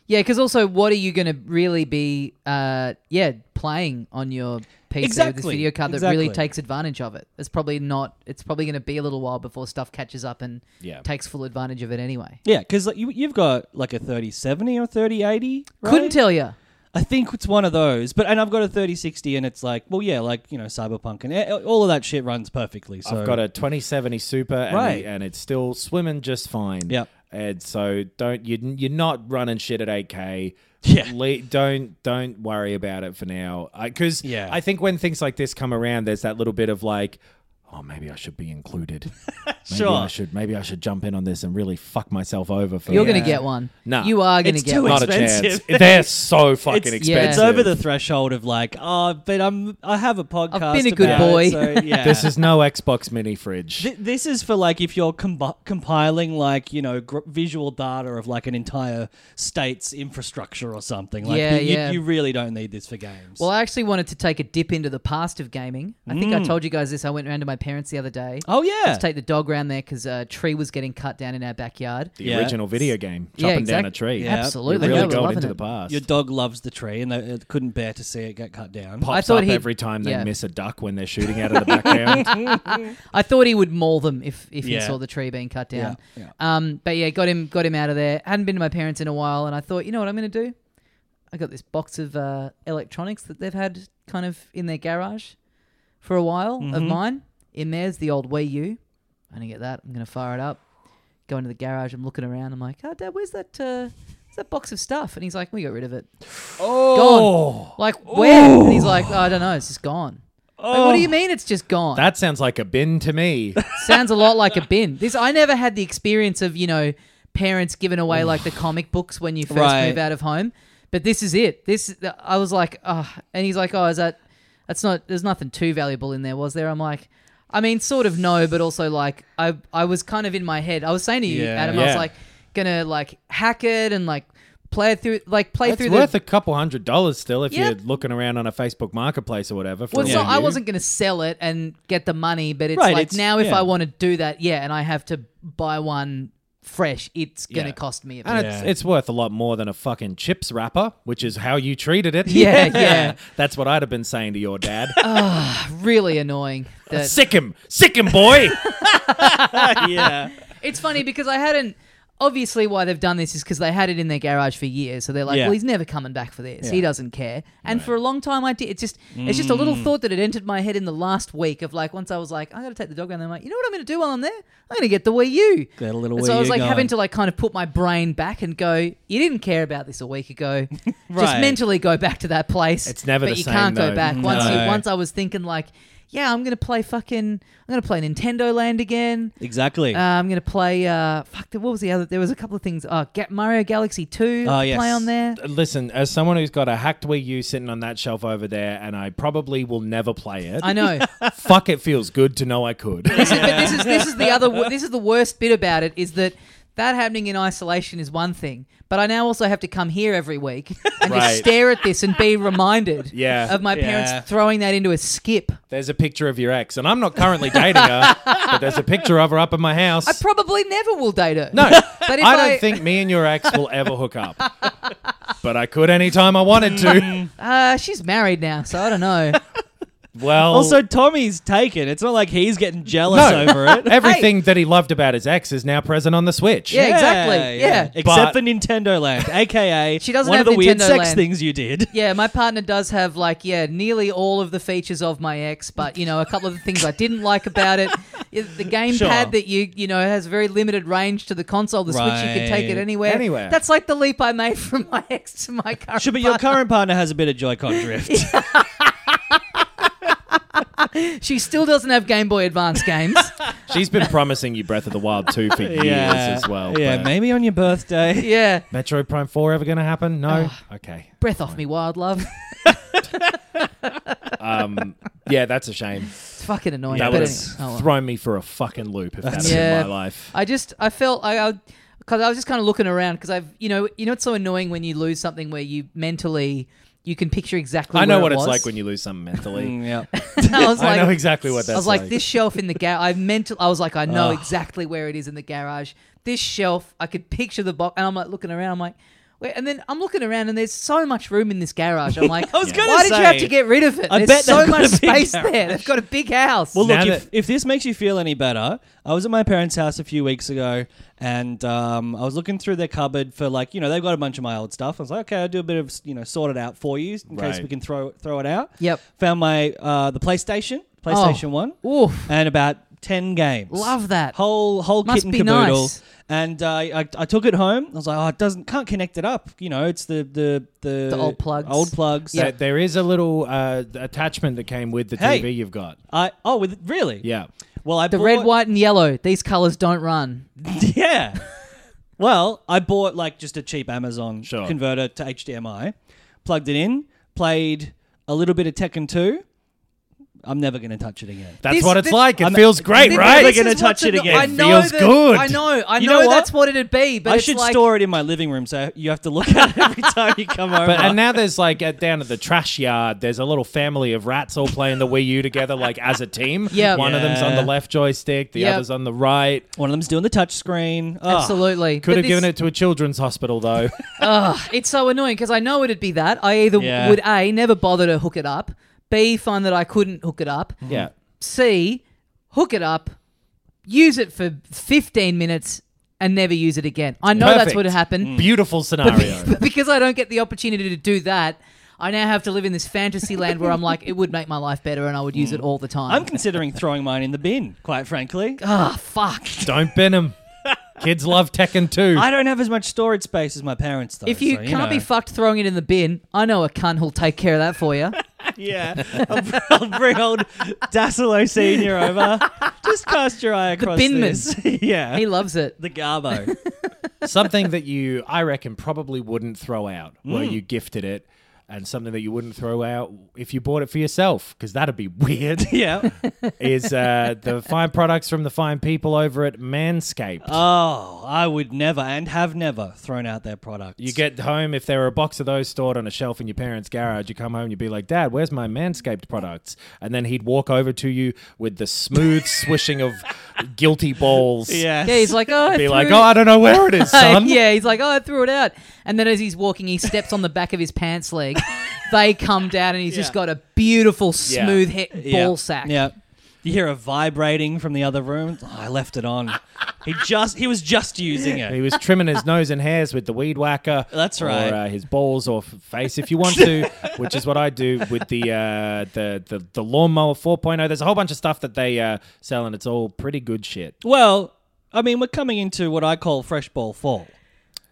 [SPEAKER 2] Yeah, because also, what are you going to really be, uh, yeah, playing on your PC with this
[SPEAKER 3] Exactly,
[SPEAKER 2] video card that really
[SPEAKER 3] exactly.
[SPEAKER 2] takes advantage of it? It's probably not. It's probably going to be a little while before stuff catches up and
[SPEAKER 4] Yeah.
[SPEAKER 2] takes full advantage of it anyway.
[SPEAKER 3] Yeah, because like, you, you've got like a 3070 or 3080. Right?
[SPEAKER 2] Couldn't tell you.
[SPEAKER 3] I think it's one of those. But and I've got a 3060 and it's like, well yeah, like, you know, Cyberpunk and eh, all of that shit runs perfectly. So
[SPEAKER 4] I've got a 2070 Super, and,
[SPEAKER 3] Right.
[SPEAKER 4] and it's still swimming just fine.
[SPEAKER 3] Yep.
[SPEAKER 4] And so don't you you're not running shit at 8K.
[SPEAKER 3] Yeah.
[SPEAKER 4] Le- don't don't worry about it for now. Because
[SPEAKER 3] Yeah.
[SPEAKER 4] I think when things like this come around, there's that little bit of like, oh, maybe I should be included. maybe I
[SPEAKER 3] Sure.
[SPEAKER 4] should maybe I should jump in on this and really fuck myself over for
[SPEAKER 2] You're
[SPEAKER 4] yeah.
[SPEAKER 2] gonna get one.
[SPEAKER 4] Nah.
[SPEAKER 2] you are gonna
[SPEAKER 3] It's
[SPEAKER 2] get
[SPEAKER 3] too
[SPEAKER 2] one.
[SPEAKER 4] not
[SPEAKER 3] expensive.
[SPEAKER 4] a chance. They're so fucking
[SPEAKER 3] It's-
[SPEAKER 4] expensive.
[SPEAKER 2] yeah.
[SPEAKER 3] it's over the threshold of like, oh, but I'm I have a podcast.
[SPEAKER 2] been a good
[SPEAKER 3] about it,
[SPEAKER 2] boy.
[SPEAKER 3] so, yeah.
[SPEAKER 4] This is no Xbox mini fridge.
[SPEAKER 3] Th- this is for like if you're comp- compiling like you know gr- visual data of like an entire state's infrastructure or something. Like
[SPEAKER 2] Yeah,
[SPEAKER 3] you, you-
[SPEAKER 2] yeah.
[SPEAKER 3] You, really don't need this for games.
[SPEAKER 2] Well, I actually wanted to take a dip into the past of gaming. I think I told you guys this. I went round to my parents the other day.
[SPEAKER 3] Mm. oh yeah,
[SPEAKER 2] Just take the dog round there because a tree was getting cut down in our backyard.
[SPEAKER 4] the
[SPEAKER 3] Yeah.
[SPEAKER 4] original video game, chopping
[SPEAKER 2] exact-
[SPEAKER 4] down a tree.
[SPEAKER 3] Yeah.
[SPEAKER 2] Absolutely,
[SPEAKER 4] You're
[SPEAKER 2] they
[SPEAKER 4] really
[SPEAKER 2] were
[SPEAKER 4] going
[SPEAKER 2] loving
[SPEAKER 4] into
[SPEAKER 2] it.
[SPEAKER 4] the past.
[SPEAKER 3] your dog loves the tree and they, it couldn't bear to see it get cut down.
[SPEAKER 4] pops
[SPEAKER 2] I thought
[SPEAKER 4] up
[SPEAKER 2] he'd-
[SPEAKER 4] every time they
[SPEAKER 2] yeah.
[SPEAKER 4] miss a duck when they're shooting out of the background.
[SPEAKER 2] I thought he would maul them if, if he
[SPEAKER 3] Yeah.
[SPEAKER 2] saw the tree being cut
[SPEAKER 3] Yeah,
[SPEAKER 2] down. Um, but yeah, got him got him out of there. Hadn't been to my parents in a while, and I thought, you know what I'm going to do? I got this box of uh, electronics that they've had kind of in their garage for a while of mine. In there's the old Wii U. I'm going to get that. I'm going to fire it up. Go into the garage. I'm looking around. I'm like, oh, Dad, where's that? Uh, where's that box of stuff? And he's like, we got rid of it. Oh, gone. Like where? And he's like, oh, I don't know. It's just gone. Like, what do you mean it's just gone?
[SPEAKER 4] that sounds like a bin to me.
[SPEAKER 2] Sounds a lot like a bin. This I never had the experience of you know parents giving away like the comic books when you first
[SPEAKER 3] Right.
[SPEAKER 2] move out of home, but this is it. This I was like, oh, and he's like, oh, is that? That's not. There's nothing too valuable in there, was there? I'm like, I mean, sort of no, but also like I I was kind of in my head. I was saying to you,
[SPEAKER 3] Yeah.
[SPEAKER 2] Adam, I was
[SPEAKER 4] Yeah.
[SPEAKER 2] like gonna like hack it and like play it through like play
[SPEAKER 4] It's
[SPEAKER 2] through
[SPEAKER 4] worth
[SPEAKER 2] the.
[SPEAKER 4] a couple hundred dollars still if
[SPEAKER 2] Yeah.
[SPEAKER 4] you're looking around on a Facebook marketplace or whatever. For
[SPEAKER 2] well,
[SPEAKER 4] a
[SPEAKER 2] it's not,
[SPEAKER 4] Wii
[SPEAKER 2] I
[SPEAKER 4] U.
[SPEAKER 2] wasn't going to sell it and get the money, but it's
[SPEAKER 3] Right,
[SPEAKER 2] like
[SPEAKER 3] it's-
[SPEAKER 2] now if
[SPEAKER 3] yeah.
[SPEAKER 2] I want to do that, yeah, and I have to buy one fresh, it's going to
[SPEAKER 4] Yeah.
[SPEAKER 2] cost me a bit.
[SPEAKER 4] And it's,
[SPEAKER 3] Yeah.
[SPEAKER 4] it's worth a lot more than a fucking chips wrapper, which is how you treated it.
[SPEAKER 2] Yeah, yeah. Uh,
[SPEAKER 4] That's what I'd have been saying to your dad.
[SPEAKER 2] really annoying. That
[SPEAKER 4] Sick him, sick him, boy.
[SPEAKER 3] yeah,
[SPEAKER 2] it's funny because I hadn't. Obviously, why they've done this is because they had it in their garage for years. So they're like,
[SPEAKER 3] Yeah.
[SPEAKER 2] "Well, he's never coming back for this. He doesn't care." And for a long time, I did. It's just, it's just a
[SPEAKER 3] Mm.
[SPEAKER 2] little thought that had entered my head in the last week of like, once I was like, "I got to take the dog around." I'm like, "You know what I'm going to do while I'm there? I'm going to get the Wii U."
[SPEAKER 3] Get a little
[SPEAKER 2] And so
[SPEAKER 3] Wii
[SPEAKER 2] I was
[SPEAKER 3] U
[SPEAKER 2] like having
[SPEAKER 3] going.
[SPEAKER 2] to like kind of put my brain back and go, "You didn't care about this a week ago." Just
[SPEAKER 3] Right.
[SPEAKER 2] mentally go back to that place.
[SPEAKER 4] It's never
[SPEAKER 2] but
[SPEAKER 4] the
[SPEAKER 2] you
[SPEAKER 4] same,
[SPEAKER 2] can't go
[SPEAKER 4] though.
[SPEAKER 2] back once you
[SPEAKER 3] No.
[SPEAKER 2] once I was thinking like, "Yeah, I'm going to play fucking, I'm going to play Nintendo Land again."
[SPEAKER 3] exactly.
[SPEAKER 2] Uh, I'm gonna play. Uh, fuck. What was the other? There was a couple of things. Uh, get Mario Galaxy Two.
[SPEAKER 3] Oh,
[SPEAKER 2] I could Play
[SPEAKER 3] yes.
[SPEAKER 2] on there.
[SPEAKER 4] Listen, as someone who's got a hacked Wii U sitting on that shelf over there, and I probably will never play it.
[SPEAKER 2] I know.
[SPEAKER 4] Fuck, it feels good to know I could.
[SPEAKER 2] This is- But this is this is the other. wo- This is the worst bit about it is that that happening in isolation is one thing, but I now also have to come here every week and just
[SPEAKER 4] Right.
[SPEAKER 2] stare at this and be reminded
[SPEAKER 4] Yeah.
[SPEAKER 2] of my parents
[SPEAKER 3] Yeah.
[SPEAKER 2] throwing that into a skip.
[SPEAKER 4] There's a picture of your ex, and I'm not currently dating her, but there's a picture of her up in my house.
[SPEAKER 2] I probably never will date her.
[SPEAKER 4] no,
[SPEAKER 2] but if
[SPEAKER 4] I don't
[SPEAKER 2] I-
[SPEAKER 4] think me and your ex will ever hook up. but I could anytime I wanted to.
[SPEAKER 2] Uh, she's married now, so I don't know.
[SPEAKER 4] Well,
[SPEAKER 3] also, Tommy's taken. It's not like he's getting jealous
[SPEAKER 4] No.
[SPEAKER 3] over it.
[SPEAKER 4] everything that he loved about his ex is now present on the Switch.
[SPEAKER 2] Yeah. exactly. Yeah.
[SPEAKER 3] Except
[SPEAKER 4] But-
[SPEAKER 3] for Nintendo Land, aka
[SPEAKER 2] She doesn't
[SPEAKER 3] one
[SPEAKER 2] have
[SPEAKER 3] of the weird
[SPEAKER 2] Nintendo
[SPEAKER 3] sex
[SPEAKER 2] Land.
[SPEAKER 3] things you did.
[SPEAKER 2] Yeah, my partner does have like yeah, nearly all of the features of my ex, but you know, a couple of the things I didn't like about it, is the gamepad
[SPEAKER 3] Sure.
[SPEAKER 2] pad that you you know has very limited range to the console, the Switch you can take it
[SPEAKER 3] Right.
[SPEAKER 2] anywhere.
[SPEAKER 4] Anywhere.
[SPEAKER 2] That's like the leap I made from my ex to my current.
[SPEAKER 3] Sure, but your
[SPEAKER 2] partner.
[SPEAKER 3] current partner has a bit of Joy-Con drift.
[SPEAKER 2] She still doesn't have Game Boy Advance games.
[SPEAKER 4] She's been promising you Breath of the Wild 2 for years as well.
[SPEAKER 3] Yeah,
[SPEAKER 4] but-
[SPEAKER 3] maybe on your birthday.
[SPEAKER 2] yeah,
[SPEAKER 4] Metro Prime 4 ever going to happen? No? okay.
[SPEAKER 2] breath off me, wild love.
[SPEAKER 4] Um, yeah, that's a shame.
[SPEAKER 2] It's fucking annoying.
[SPEAKER 4] That
[SPEAKER 2] but
[SPEAKER 4] would
[SPEAKER 2] anyway.
[SPEAKER 4] have
[SPEAKER 2] Oh, well.
[SPEAKER 4] thrown me for a fucking loop if that had
[SPEAKER 2] Yeah.
[SPEAKER 4] been my life.
[SPEAKER 2] I just I felt I because I, was just kind of looking around because I've you know you know it's so annoying when you lose something where you mentally. You can picture exactly.
[SPEAKER 4] I know
[SPEAKER 2] where
[SPEAKER 4] what
[SPEAKER 2] it
[SPEAKER 4] it's
[SPEAKER 2] was.
[SPEAKER 4] like when you lose something
[SPEAKER 2] Mm,
[SPEAKER 4] mentally.
[SPEAKER 3] yeah.
[SPEAKER 2] I was like,
[SPEAKER 4] I know exactly what that's
[SPEAKER 2] I was like, this shelf in the garage. I meant, I was like, I know exactly where it is in the garage. This shelf, I could picture the box, and I'm like looking around. I'm like, Wait, and then I'm looking around, and there's so much room in this garage. I'm like,
[SPEAKER 3] I was gonna
[SPEAKER 2] why did you have
[SPEAKER 3] say,
[SPEAKER 2] to get rid of it?
[SPEAKER 3] I
[SPEAKER 2] there's
[SPEAKER 3] bet
[SPEAKER 2] so
[SPEAKER 3] they've got
[SPEAKER 2] much
[SPEAKER 3] a big
[SPEAKER 2] space there.
[SPEAKER 3] garage.
[SPEAKER 2] They've got a big house.
[SPEAKER 3] Well,
[SPEAKER 4] Now
[SPEAKER 3] look, if,
[SPEAKER 4] that-
[SPEAKER 3] if this makes you feel any better, I was at my parents' house a few weeks ago and um, I was looking through their cupboard for, like, you know, they've got a bunch of my old stuff. I was like, okay, I'll do a bit of, you know, sort it out for you in case
[SPEAKER 4] Right.
[SPEAKER 3] we can throw, throw it out.
[SPEAKER 2] Yep.
[SPEAKER 3] Found my, uh, the PlayStation, PlayStation 1,
[SPEAKER 2] Oof.
[SPEAKER 3] and about 10 games.
[SPEAKER 2] Love that.
[SPEAKER 3] Whole, whole
[SPEAKER 2] Must
[SPEAKER 3] kit and
[SPEAKER 2] be
[SPEAKER 3] caboodle.
[SPEAKER 2] nice.
[SPEAKER 3] And uh, I, I took it home. I was like, oh, it doesn't, can't connect it up. You know, it's the, the, the,
[SPEAKER 2] The old plugs.
[SPEAKER 3] Old plugs.
[SPEAKER 4] There- there is a little uh, attachment that came with the
[SPEAKER 3] Hey.
[SPEAKER 4] TV you've got.
[SPEAKER 3] I, oh, with, really?
[SPEAKER 4] Yeah.
[SPEAKER 3] Well, I
[SPEAKER 2] the red, white, and yellow. These colors don't run.
[SPEAKER 3] Yeah. well, I bought like just a cheap Amazon
[SPEAKER 4] Sure.
[SPEAKER 3] converter to HDMI, plugged it in, played a little bit of Tekken 2. I'm never going to touch it again.
[SPEAKER 4] That's
[SPEAKER 2] This-
[SPEAKER 4] what it's
[SPEAKER 2] this-
[SPEAKER 4] like. It
[SPEAKER 3] I'm-
[SPEAKER 4] feels great,
[SPEAKER 2] Th-
[SPEAKER 4] right?
[SPEAKER 3] never
[SPEAKER 2] this
[SPEAKER 3] gonna
[SPEAKER 2] is what
[SPEAKER 3] touch it
[SPEAKER 2] the-
[SPEAKER 3] again.
[SPEAKER 2] I
[SPEAKER 3] It
[SPEAKER 2] know
[SPEAKER 4] feels
[SPEAKER 2] that-
[SPEAKER 4] good.
[SPEAKER 2] I know. I
[SPEAKER 3] You
[SPEAKER 2] know,
[SPEAKER 3] know what?
[SPEAKER 2] that's what it'd be. But
[SPEAKER 3] I
[SPEAKER 2] it's
[SPEAKER 3] should
[SPEAKER 2] like,
[SPEAKER 3] store it in my living room so you have to look at it every time you come over.
[SPEAKER 4] But and now there's like at, down at the trash yard, there's a little family of rats all playing the Wii U together, like as a team.
[SPEAKER 2] Yep.
[SPEAKER 4] one of them's on the
[SPEAKER 3] Yeah.
[SPEAKER 4] left joystick, the
[SPEAKER 2] Yep.
[SPEAKER 4] other's on the right.
[SPEAKER 3] One of them's doing the touch screen. Oh,
[SPEAKER 2] Absolutely.
[SPEAKER 4] Could
[SPEAKER 2] But
[SPEAKER 4] have
[SPEAKER 2] this-
[SPEAKER 4] given it to a children's hospital though.
[SPEAKER 2] Ugh, it's so annoying because I know it'd be that. I either
[SPEAKER 3] Yeah.
[SPEAKER 2] would A, never bother to hook it up, B, find that I couldn't hook it up,
[SPEAKER 4] yeah.
[SPEAKER 2] C, hook it up, use it for 15 minutes, and never use it again. I know that's
[SPEAKER 4] Perfect. Mm.
[SPEAKER 2] what would happen.
[SPEAKER 4] Beautiful scenario.
[SPEAKER 2] But because I don't get the opportunity to do that, I now have to live in this fantasy land where I'm like, it would make my life better and I would use it all the time.
[SPEAKER 3] Ah, I'm considering throwing mine in the bin, quite frankly.
[SPEAKER 2] Ah, fuck.
[SPEAKER 4] Don't bin 'em. Kids love Tekken 2.
[SPEAKER 3] I don't have as much storage space as my parents, though.
[SPEAKER 2] If you
[SPEAKER 3] so,
[SPEAKER 2] can't be
[SPEAKER 3] know.
[SPEAKER 2] fucked throwing it in the bin, I know a cunt who'll take care of that for you.
[SPEAKER 3] Yeah, I'll, br- I'll bring old Dassilo Senior over. Just cast your eye across
[SPEAKER 2] binman.
[SPEAKER 3] this. yeah,
[SPEAKER 2] he loves it.
[SPEAKER 3] the Garbo.
[SPEAKER 4] something that you, I reckon, probably wouldn't throw out where
[SPEAKER 2] Hmm.
[SPEAKER 4] you gifted it, and something that you wouldn't throw out if you bought it for yourself, because that'd be weird.
[SPEAKER 3] yeah.
[SPEAKER 4] is uh, the fine products from the fine people over at Manscaped.
[SPEAKER 3] Oh, I would never and have never thrown out their products.
[SPEAKER 4] you get home, if there were a box of those stored on a shelf in your parents' garage, you come home, you'd be like, Dad, where's my Manscaped products? And then he'd walk over to you with the smooth swishing of guilty balls.
[SPEAKER 3] yes.
[SPEAKER 2] Yeah, he's like, oh, I
[SPEAKER 4] Be
[SPEAKER 2] threw
[SPEAKER 4] like,
[SPEAKER 2] it
[SPEAKER 4] oh, I don't know where it is, son.
[SPEAKER 2] yeah, he's like, oh, I threw it out. And then as he's walking, he steps on the back of his pants leg. They come down, and he's just got a beautiful,
[SPEAKER 4] Yeah.
[SPEAKER 2] smooth hit
[SPEAKER 3] Yeah.
[SPEAKER 2] ball sack.
[SPEAKER 3] Yeah. You hear a vibrating from the other room. Oh, I left it on. he just he was just using
[SPEAKER 4] He
[SPEAKER 3] it.
[SPEAKER 4] was trimming his nose and hairs with the weed whacker.
[SPEAKER 3] That's right.
[SPEAKER 4] Or uh, his balls or f- face, if you want to, which is what I do with the uh, the, the the lawnmower 4.0. There's a whole bunch of stuff that they uh, sell, and it's all pretty good shit.
[SPEAKER 3] Well, I mean, we're coming into what I call fresh ball fall.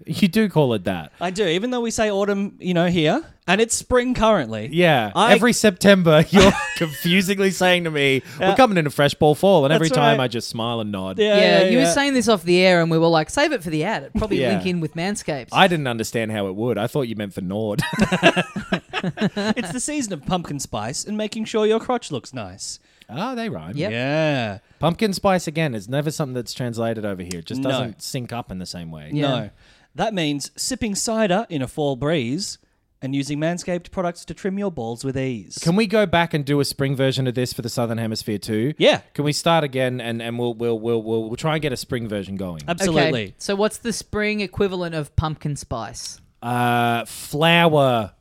[SPEAKER 4] You do call it that.
[SPEAKER 3] I do, even though we say autumn, you know, here, and it's spring currently.
[SPEAKER 4] Yeah.
[SPEAKER 3] I-
[SPEAKER 4] every September, you're confusingly saying to me, we're coming into fresh ball fall. And every
[SPEAKER 3] That's
[SPEAKER 4] time
[SPEAKER 3] right.
[SPEAKER 4] I just smile and nod.
[SPEAKER 3] Yeah,
[SPEAKER 2] Yeah,
[SPEAKER 3] yeah,
[SPEAKER 2] you
[SPEAKER 3] yeah.
[SPEAKER 2] were saying this off the air, and we were like, save it for the ad. It probably
[SPEAKER 4] Yeah.
[SPEAKER 2] link in with Manscaped.
[SPEAKER 4] I didn't understand how it would. I thought you meant for Nord.
[SPEAKER 3] it's the season of pumpkin spice and making sure your crotch looks nice.
[SPEAKER 4] oh, they rhyme.
[SPEAKER 2] Yep.
[SPEAKER 3] Yeah.
[SPEAKER 4] Pumpkin spice, again, is never something that's translated over here. It just
[SPEAKER 3] No.
[SPEAKER 4] doesn't sync up in the same way.
[SPEAKER 2] Yeah.
[SPEAKER 3] No. That means sipping cider in a fall breeze and using Manscaped products to trim your balls with ease.
[SPEAKER 4] Can we go back and do a spring version of this for the Southern Hemisphere too?
[SPEAKER 3] Yeah.
[SPEAKER 4] Can we start again and, and we'll, we'll we'll we'll we'll try and get a spring version going?
[SPEAKER 3] Absolutely.
[SPEAKER 2] Okay, so what's the spring equivalent of pumpkin spice?
[SPEAKER 4] Uh, flower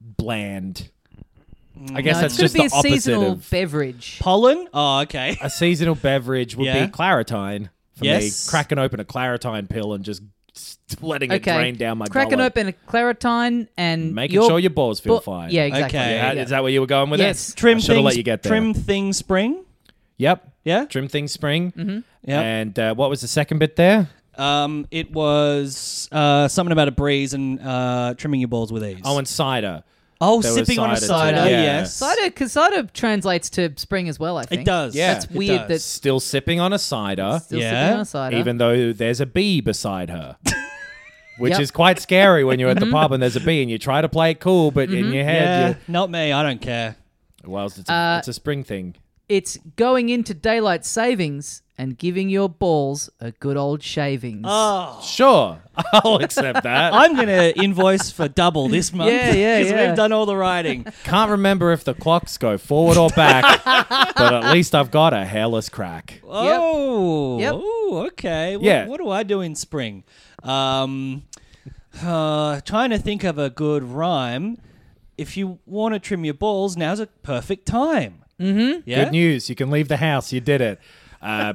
[SPEAKER 4] bland. I guess
[SPEAKER 2] No,
[SPEAKER 4] that's
[SPEAKER 2] Uh, it's
[SPEAKER 4] just
[SPEAKER 2] going
[SPEAKER 4] the
[SPEAKER 2] to be a
[SPEAKER 4] opposite
[SPEAKER 2] seasonal
[SPEAKER 4] of
[SPEAKER 2] beverage.
[SPEAKER 3] Pollen? Oh, okay.
[SPEAKER 4] a seasonal beverage would
[SPEAKER 3] Yeah.
[SPEAKER 4] be claritine for
[SPEAKER 3] Yes.
[SPEAKER 4] me. Cracking open a claritine pill and just s- letting it
[SPEAKER 2] Okay,
[SPEAKER 4] drain down my
[SPEAKER 2] cracking
[SPEAKER 4] gullet.
[SPEAKER 2] open a claritine and
[SPEAKER 4] making
[SPEAKER 2] your
[SPEAKER 4] sure your balls feel
[SPEAKER 2] bo-
[SPEAKER 4] fine.
[SPEAKER 2] Yeah, exactly.
[SPEAKER 3] Okay.
[SPEAKER 4] Yeah,
[SPEAKER 2] yeah.
[SPEAKER 4] Is that where you were going with
[SPEAKER 2] Yes.
[SPEAKER 4] it?
[SPEAKER 3] Trim
[SPEAKER 4] Should
[SPEAKER 3] things.
[SPEAKER 4] have let you get there.
[SPEAKER 3] Trim things spring.
[SPEAKER 4] Yep.
[SPEAKER 3] Yeah.
[SPEAKER 4] Trim things spring. Mm-hmm.
[SPEAKER 3] Yep.
[SPEAKER 4] And uh, what was the second bit there?
[SPEAKER 3] Um, it was uh, something about a breeze and uh, trimming your balls with ease.
[SPEAKER 4] Oh, and cider.
[SPEAKER 3] oh,
[SPEAKER 4] there was
[SPEAKER 3] sipping on a
[SPEAKER 4] cider
[SPEAKER 3] cider.
[SPEAKER 4] too. Yeah.
[SPEAKER 3] Yes.
[SPEAKER 2] Cider, because cider translates to spring as well, I think.
[SPEAKER 3] It does.
[SPEAKER 4] Yeah.
[SPEAKER 2] It's
[SPEAKER 4] It
[SPEAKER 2] weird
[SPEAKER 3] does.
[SPEAKER 2] that
[SPEAKER 4] Still sipping on a cider.
[SPEAKER 2] still
[SPEAKER 3] Yeah.
[SPEAKER 2] sipping on a cider.
[SPEAKER 4] even though there's a bee beside her. Which
[SPEAKER 2] Yep. Mm-hmm.
[SPEAKER 4] is quite scary when you're at the pub and there's a bee and you try to play it cool, but in
[SPEAKER 3] Yeah.
[SPEAKER 4] your head,
[SPEAKER 3] Not me. I don't care.
[SPEAKER 4] you well, it's a,
[SPEAKER 2] Uh,
[SPEAKER 4] it's a spring thing.
[SPEAKER 2] It's going into daylight savings and giving your balls a good old shavings.
[SPEAKER 3] Oh.
[SPEAKER 4] Sure, I'll accept that.
[SPEAKER 3] I'm gonna invoice for double this month.
[SPEAKER 2] Yeah, yeah,
[SPEAKER 3] 'cause
[SPEAKER 2] yeah.
[SPEAKER 3] We've done all the writing.
[SPEAKER 4] Can't remember if the clocks go forward or back, but at least I've got a hairless crack.
[SPEAKER 3] Oh,
[SPEAKER 2] Yep.
[SPEAKER 3] Ooh, okay. What,
[SPEAKER 4] Yeah.
[SPEAKER 3] what do I do in spring? Um, Uh, trying to think of a good rhyme. If you want to trim your balls, now's a perfect time. Mm-hmm. Yeah.
[SPEAKER 4] Good news. You can leave the house. You did it. Uh,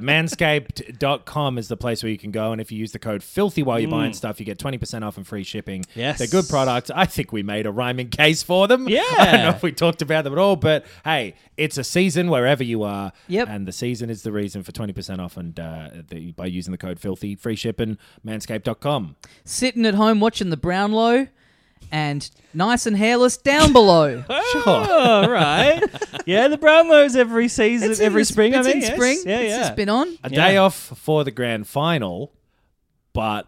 [SPEAKER 4] manscaped.com is the place where you can go. And if you use the code filthy while you're buying stuff, you get 20% off and free shipping.
[SPEAKER 3] Mm. Yes.
[SPEAKER 4] They're good products. I think we made a rhyming case for them.
[SPEAKER 3] Yeah.
[SPEAKER 4] I don't know if we talked about them at all, but hey, it's a season wherever you are.
[SPEAKER 2] Yep.
[SPEAKER 4] And the season is the reason for 20% off and uh, the, by using the code filthy, free shipping, manscaped.com.
[SPEAKER 2] Sitting at home watching the Brownlow and nice and hairless down below.
[SPEAKER 3] Ah. All right. yeah, the Brownlows every season,
[SPEAKER 2] It's in
[SPEAKER 3] every
[SPEAKER 2] the-
[SPEAKER 3] spring.
[SPEAKER 2] It's
[SPEAKER 3] I mean,
[SPEAKER 2] in
[SPEAKER 3] yes.
[SPEAKER 2] spring.
[SPEAKER 3] Yeah,
[SPEAKER 2] It's
[SPEAKER 3] yeah.
[SPEAKER 2] just been on.
[SPEAKER 4] A
[SPEAKER 3] Yeah.
[SPEAKER 4] day off for the grand final, but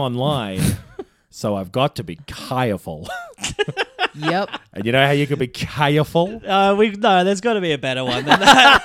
[SPEAKER 4] online, so I've got to be careful.
[SPEAKER 2] Yep.
[SPEAKER 4] and you know how you can be careful?
[SPEAKER 3] Uh, we no, there's got to be a better one than that.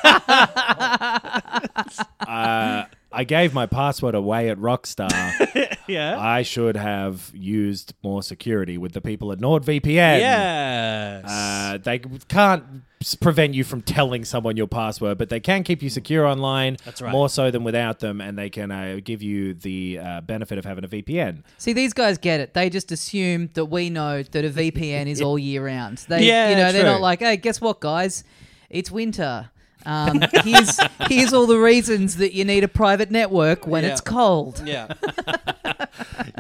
[SPEAKER 4] Uh, I gave my password away at Rockstar.
[SPEAKER 3] yeah.
[SPEAKER 4] I should have used more security with the people at NordVPN.
[SPEAKER 3] Yes.
[SPEAKER 4] Uh, they can't s- prevent you from telling someone your password, but they can keep you secure online. That's
[SPEAKER 3] right.
[SPEAKER 4] More so than without them, and they can uh, give you the uh, benefit of having a VPN.
[SPEAKER 2] See, these guys get it. They just assume that we know that a VPN is all year round. They,
[SPEAKER 3] Yeah,
[SPEAKER 2] you know, they're
[SPEAKER 3] true.
[SPEAKER 2] not like, hey, guess what, guys? It's winter. Um, here's here's all the reasons that you need a private network when
[SPEAKER 3] Yeah.
[SPEAKER 2] it's cold.
[SPEAKER 3] yeah.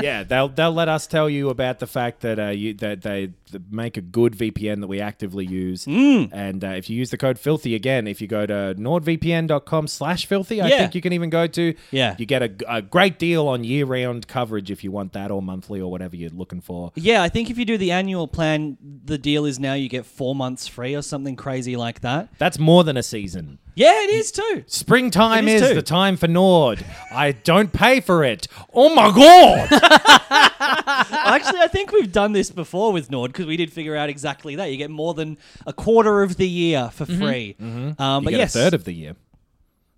[SPEAKER 4] yeah, they'll they'll let us tell you about the fact that uh, you that they th- make a good VPN that we actively use.
[SPEAKER 3] Hmm.
[SPEAKER 4] And uh, if you use the code filthy again, if you go to nordvpn.com slash filthy, I
[SPEAKER 3] Yeah.
[SPEAKER 4] think you can even go to.
[SPEAKER 3] Yeah.
[SPEAKER 4] you get a, g- a great deal on year round coverage if you want that or monthly or whatever you're looking for.
[SPEAKER 3] Yeah, I think if you do the annual plan, the deal is now you get four months free or something crazy like that.
[SPEAKER 4] That's more than a season.
[SPEAKER 3] Yeah, it is too.
[SPEAKER 4] Springtime
[SPEAKER 3] It is
[SPEAKER 4] is,
[SPEAKER 3] too.
[SPEAKER 4] the time for Nord. I don't pay for it. Oh my god!
[SPEAKER 3] Actually, I think we've done this before with Nord because we did figure out exactly that. You get more than a quarter of the year for
[SPEAKER 2] Mm-hmm.
[SPEAKER 3] free. Um,
[SPEAKER 4] Mm-hmm. you
[SPEAKER 3] but
[SPEAKER 4] get
[SPEAKER 3] yes, Uh,
[SPEAKER 4] a third of the year.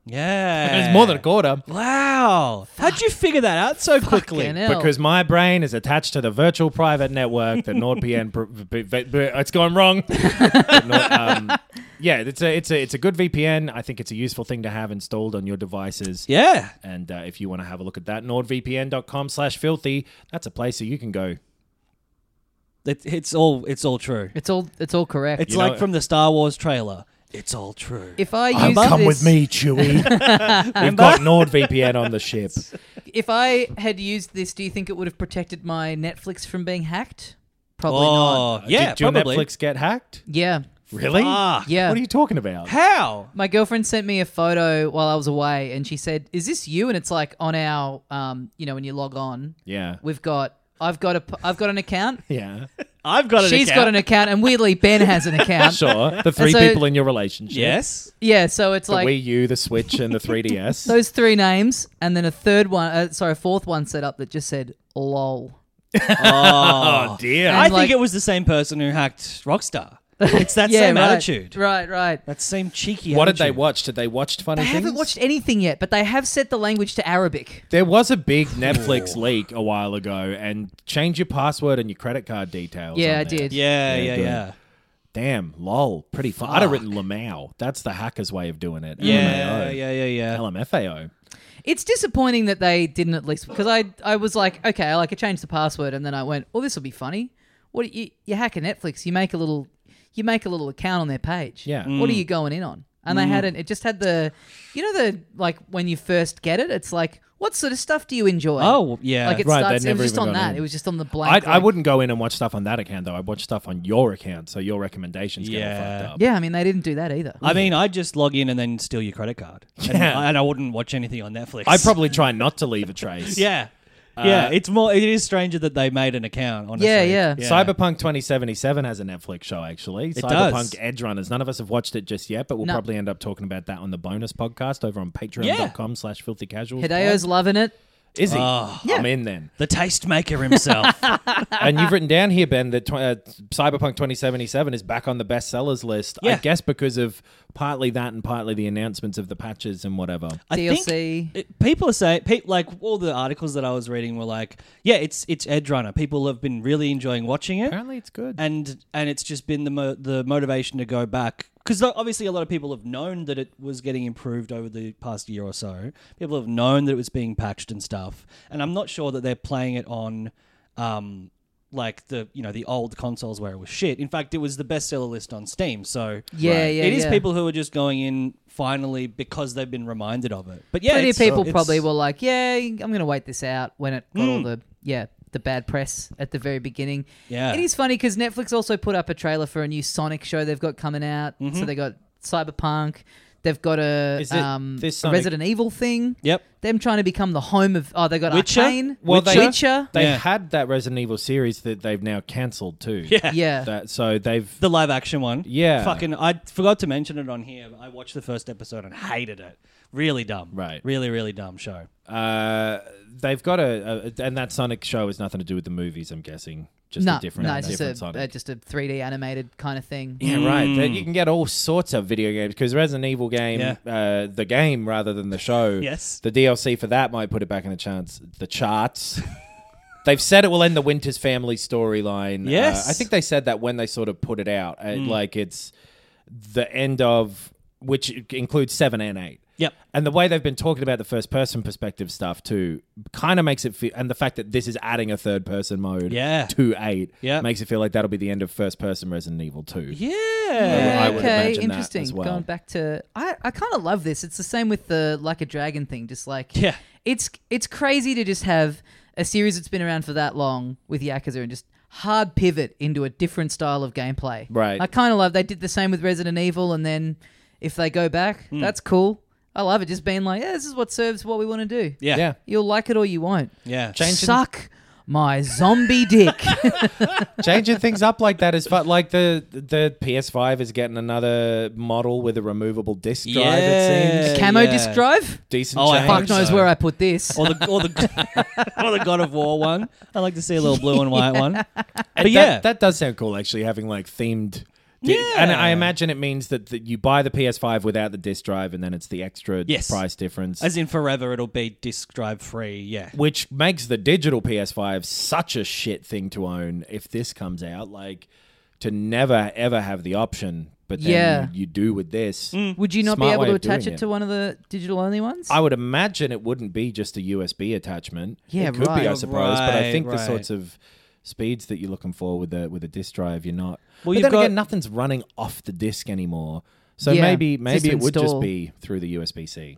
[SPEAKER 3] yeah,
[SPEAKER 4] It's more than a quarter.
[SPEAKER 3] Wow, how'd you figure that out so quickly?
[SPEAKER 2] Fucking hell.
[SPEAKER 4] Because my brain is attached to the virtual private network that NordVPN. pr- b- b- b- it's gone wrong. Nord- um, yeah, it's a it's a it's a good VPN. I think it's a useful thing to have installed on your devices.
[SPEAKER 3] Yeah,
[SPEAKER 4] And uh, if you want to have a look at that, nordvpn.com/filthy. That's a place that you can go.
[SPEAKER 3] it, it's all it's all true.
[SPEAKER 2] It's all it's all correct.
[SPEAKER 3] It's
[SPEAKER 4] You
[SPEAKER 3] like
[SPEAKER 4] know-
[SPEAKER 3] from the Star Wars trailer. It's all true.
[SPEAKER 2] if I use this,
[SPEAKER 4] Chewie. We've got NordVPN on the ship.
[SPEAKER 2] if I had used this, do you think it would have protected my Netflix from being hacked? Probably not.
[SPEAKER 3] oh, yeah,
[SPEAKER 4] Uh, Did your
[SPEAKER 3] probably.
[SPEAKER 4] Netflix get hacked?
[SPEAKER 2] Yeah,
[SPEAKER 4] Really?
[SPEAKER 3] Ah,
[SPEAKER 2] yeah.
[SPEAKER 4] What are you talking about?
[SPEAKER 3] how?
[SPEAKER 2] My girlfriend sent me a photo while I was away, and she said, "Is this you?" And it's like on our, um, you know, when you log on,
[SPEAKER 4] Yeah.
[SPEAKER 2] we've got, I've got a, p- I've got an account.
[SPEAKER 4] Yeah.
[SPEAKER 3] I've got an
[SPEAKER 2] She's
[SPEAKER 3] account.
[SPEAKER 2] got an account, and weirdly, Ben has an account.
[SPEAKER 4] Sure. The three
[SPEAKER 2] so-
[SPEAKER 4] people in your relationship.
[SPEAKER 3] yes.
[SPEAKER 2] Yeah, so it's
[SPEAKER 4] The
[SPEAKER 2] like
[SPEAKER 4] Wii U, the Switch, and the 3DS.
[SPEAKER 2] those three names, and then a third one, uh, sorry, a fourth one set up that just said "lol."
[SPEAKER 4] oh dear.
[SPEAKER 3] I
[SPEAKER 2] like-
[SPEAKER 3] think it was the same person who hacked Rockstar. It's that
[SPEAKER 2] yeah,
[SPEAKER 3] same
[SPEAKER 2] right,
[SPEAKER 3] attitude.
[SPEAKER 2] Right, right.
[SPEAKER 3] That same cheeky
[SPEAKER 4] What did
[SPEAKER 3] attitude.
[SPEAKER 4] they watch? Did they watch funny
[SPEAKER 2] They
[SPEAKER 4] things?
[SPEAKER 2] haven't watched anything yet, but they have set the language to Arabic.
[SPEAKER 4] there was a big Netflix leak a while ago, and change your password and your credit card details.
[SPEAKER 2] yeah,
[SPEAKER 4] on
[SPEAKER 2] I
[SPEAKER 4] there.
[SPEAKER 2] did.
[SPEAKER 3] Yeah,
[SPEAKER 4] Yeah,
[SPEAKER 3] yeah, yeah.
[SPEAKER 4] good. Damn, lol, pretty fun. I'd have written Lamau. That's the hacker's way of doing it.
[SPEAKER 3] Yeah, yeah,
[SPEAKER 4] LMAO.
[SPEAKER 3] yeah, yeah,
[SPEAKER 4] LMFAO.
[SPEAKER 2] It's disappointing that they didn't at least because I I was like, okay, like I changed the password and then I went, oh, this will be funny. What you you hack a Netflix, you make a little you make a little account on their page.
[SPEAKER 4] Yeah. Mm.
[SPEAKER 2] What are you going in on? And they hadn't. It just had the, you know, the like when you first get it, it's like, what sort of stuff do you enjoy?
[SPEAKER 3] Oh, yeah.
[SPEAKER 2] like it
[SPEAKER 4] Right,
[SPEAKER 2] starts. It
[SPEAKER 4] they'd
[SPEAKER 2] was
[SPEAKER 4] never
[SPEAKER 2] just
[SPEAKER 4] even
[SPEAKER 2] on
[SPEAKER 4] gone
[SPEAKER 2] that.
[SPEAKER 4] in.
[SPEAKER 2] It was just on the
[SPEAKER 4] I,
[SPEAKER 2] blank.
[SPEAKER 4] I
[SPEAKER 2] like-
[SPEAKER 4] wouldn't go in and watch stuff on that account though. I watch stuff on your account, so your recommendations
[SPEAKER 3] Yeah.
[SPEAKER 4] get fucked up.
[SPEAKER 2] Yeah, I mean, they didn't do that either.
[SPEAKER 3] I mean, I'd just log in and then steal your credit card. And,
[SPEAKER 4] Yeah.
[SPEAKER 3] and I wouldn't watch anything on Netflix.
[SPEAKER 4] I probably try not to leave a trace.
[SPEAKER 3] Yeah. yeah. It's more it is stranger that they made an account, honestly.
[SPEAKER 2] Yeah, yeah.
[SPEAKER 4] Cyberpunk 2077 has a Netflix show actually. It Cyberpunk
[SPEAKER 3] does.
[SPEAKER 4] Edge Runners. None of us have watched it just yet, but we'll
[SPEAKER 2] No.
[SPEAKER 4] probably end up talking about that on the bonus podcast over on patreon.com slash filthy casual.
[SPEAKER 2] Hideo's loving it.
[SPEAKER 4] Is he?
[SPEAKER 3] Oh.
[SPEAKER 2] Yeah.
[SPEAKER 4] I'm in then.
[SPEAKER 3] The tastemaker himself.
[SPEAKER 4] and you've written down here, Ben, that tw- uh, Cyberpunk 2077 is back on the bestsellers list. I
[SPEAKER 3] Yeah.
[SPEAKER 4] guess because of partly that and partly the announcements of the patches and whatever.
[SPEAKER 3] I
[SPEAKER 2] DLC.
[SPEAKER 3] Think it- people are saying, pe- like all the articles that I was reading were like, yeah, it's it's Edge Runner. People have been really enjoying watching it.
[SPEAKER 4] Apparently, it's good.
[SPEAKER 3] and and it's just been the mo- the motivation to go back because obviously a lot of people have known that it was getting improved over the past year or so. People have known that it was being patched and stuff, and I'm not sure that they're playing it on um, like the you know the old consoles where it was shit. In fact, it was the bestseller list on Steam. So
[SPEAKER 2] Yeah, Right. yeah,
[SPEAKER 3] it is
[SPEAKER 2] yeah.
[SPEAKER 3] people who are just going in finally because they've been reminded of it. But yeah,
[SPEAKER 2] Plenty of
[SPEAKER 3] it's-
[SPEAKER 2] people
[SPEAKER 3] it's-
[SPEAKER 2] probably were like, "Yeah, I'm going to wait this out." When it got
[SPEAKER 4] Hmm.
[SPEAKER 2] all the yeah the bad press at the very beginning.
[SPEAKER 3] Yeah.
[SPEAKER 2] it is funny because Netflix also put up a trailer for a new Sonic show they've got coming out. So they got Cyberpunk. They've got a,
[SPEAKER 4] Mm-hmm. Is it
[SPEAKER 2] um,
[SPEAKER 4] this
[SPEAKER 2] a
[SPEAKER 4] Sonic-
[SPEAKER 2] Resident Evil thing.
[SPEAKER 3] Yep.
[SPEAKER 2] Them trying to become the home of oh they got
[SPEAKER 3] Witcher?
[SPEAKER 2] Arcane.
[SPEAKER 4] Well,
[SPEAKER 2] Witcher.
[SPEAKER 4] they-
[SPEAKER 2] Witcher.
[SPEAKER 4] They
[SPEAKER 3] Yeah.
[SPEAKER 4] had that Resident Evil series that they've now cancelled too.
[SPEAKER 3] Yeah.
[SPEAKER 2] yeah.
[SPEAKER 4] That so they've
[SPEAKER 3] The live action one.
[SPEAKER 4] Yeah.
[SPEAKER 3] Fucking I forgot to mention it on here. But I watched the first episode and hated it. Really dumb.
[SPEAKER 4] Right.
[SPEAKER 3] Really, really dumb show.
[SPEAKER 4] uh they've got a, a and that Sonic show has nothing to do with the movies. I'm guessing just
[SPEAKER 2] no,
[SPEAKER 4] a different,
[SPEAKER 2] no,
[SPEAKER 4] a
[SPEAKER 2] it's just
[SPEAKER 4] different
[SPEAKER 2] a,
[SPEAKER 4] Sonic.
[SPEAKER 2] uh, just a 3D animated kind of thing.
[SPEAKER 4] Yeah, right. That- You can get all sorts of video games because Resident Evil game,
[SPEAKER 3] Yeah.
[SPEAKER 4] uh, the game rather than the show.
[SPEAKER 3] Yes.
[SPEAKER 4] the DLC for that might put it back in the chance the charts. They've said it will end the Winters family storyline. Uh,
[SPEAKER 3] Yes. Mm.
[SPEAKER 4] I think they said that when they sort of put it out, Uh, like it's the end of which includes seven and eight.
[SPEAKER 3] Yep.
[SPEAKER 4] And the way they've been talking about the first person perspective stuff too kind of makes it feel, and the fact that this is adding a third person mode
[SPEAKER 3] Yeah.
[SPEAKER 4] to eight
[SPEAKER 3] Yeah.
[SPEAKER 4] makes it feel like that'll be the end of first person Resident Evil 2.
[SPEAKER 3] Yeah.
[SPEAKER 4] I would
[SPEAKER 2] okay,
[SPEAKER 4] imagine that
[SPEAKER 2] interesting.
[SPEAKER 4] as well.
[SPEAKER 2] Going back to, I, I kind of love this. It's the same with the like a dragon thing. Just like
[SPEAKER 3] Yeah.
[SPEAKER 2] it's it's crazy to just have a series that's been around for that long with Yakuza and just hard pivot into a different style of gameplay.
[SPEAKER 4] Right.
[SPEAKER 2] I kind of love. They did the same with Resident Evil, and then if they go back,
[SPEAKER 4] Hmm.
[SPEAKER 2] that's cool. I love it. Just being like, yeah, this is what serves what we want to do.
[SPEAKER 3] Yeah.
[SPEAKER 4] Yeah.
[SPEAKER 2] You'll like it or you won't.
[SPEAKER 3] Yeah.
[SPEAKER 4] Changing- Uh,
[SPEAKER 2] Suck my zombie dick.
[SPEAKER 4] Changing things up like that is fun. Like the the PS5 is getting another model with a removable disc drive. It
[SPEAKER 3] Yeah.
[SPEAKER 4] seems
[SPEAKER 2] Camo
[SPEAKER 3] Yeah.
[SPEAKER 2] disc drive.
[SPEAKER 4] decent.
[SPEAKER 3] Oh, I
[SPEAKER 4] change.
[SPEAKER 2] Fuck knows
[SPEAKER 3] so.
[SPEAKER 2] where I put this.
[SPEAKER 3] or the or the or the God of War one. I like to see a little blue and white one. But
[SPEAKER 4] That-
[SPEAKER 3] yeah,
[SPEAKER 4] that, does sound cool. Actually, having like themed. di- And I
[SPEAKER 3] Yeah.
[SPEAKER 4] imagine it means that, that you buy the PS5 without the disc drive, and then it's the extra
[SPEAKER 3] Yes.
[SPEAKER 4] price difference,
[SPEAKER 3] as in forever, it'll be disc drive free. Yeah,
[SPEAKER 4] which makes the digital PS5 such a shit thing to own. If this comes out, like to never ever have the option, but then
[SPEAKER 2] Yeah.
[SPEAKER 4] you, you do with this.
[SPEAKER 3] Mm.
[SPEAKER 2] Would you not be
[SPEAKER 4] Smart
[SPEAKER 2] able
[SPEAKER 4] way
[SPEAKER 2] to
[SPEAKER 4] of doing
[SPEAKER 2] attach it,
[SPEAKER 4] it.
[SPEAKER 2] to one of the digital only ones?
[SPEAKER 4] I would imagine it wouldn't be just a USB attachment.
[SPEAKER 2] Yeah,
[SPEAKER 4] it could
[SPEAKER 2] right.
[SPEAKER 4] be, I suppose. but I
[SPEAKER 3] Right,
[SPEAKER 4] think the
[SPEAKER 3] right.
[SPEAKER 4] sorts of speeds that you're looking for with a with a disk drive, you're not.
[SPEAKER 3] Well,
[SPEAKER 4] but
[SPEAKER 3] you've
[SPEAKER 4] then
[SPEAKER 3] got-
[SPEAKER 4] again, nothing's running off the disk anymore. So
[SPEAKER 2] Yeah,
[SPEAKER 4] maybe
[SPEAKER 2] it's
[SPEAKER 4] maybe
[SPEAKER 2] just
[SPEAKER 4] it would
[SPEAKER 2] install.
[SPEAKER 4] just be through the USB C.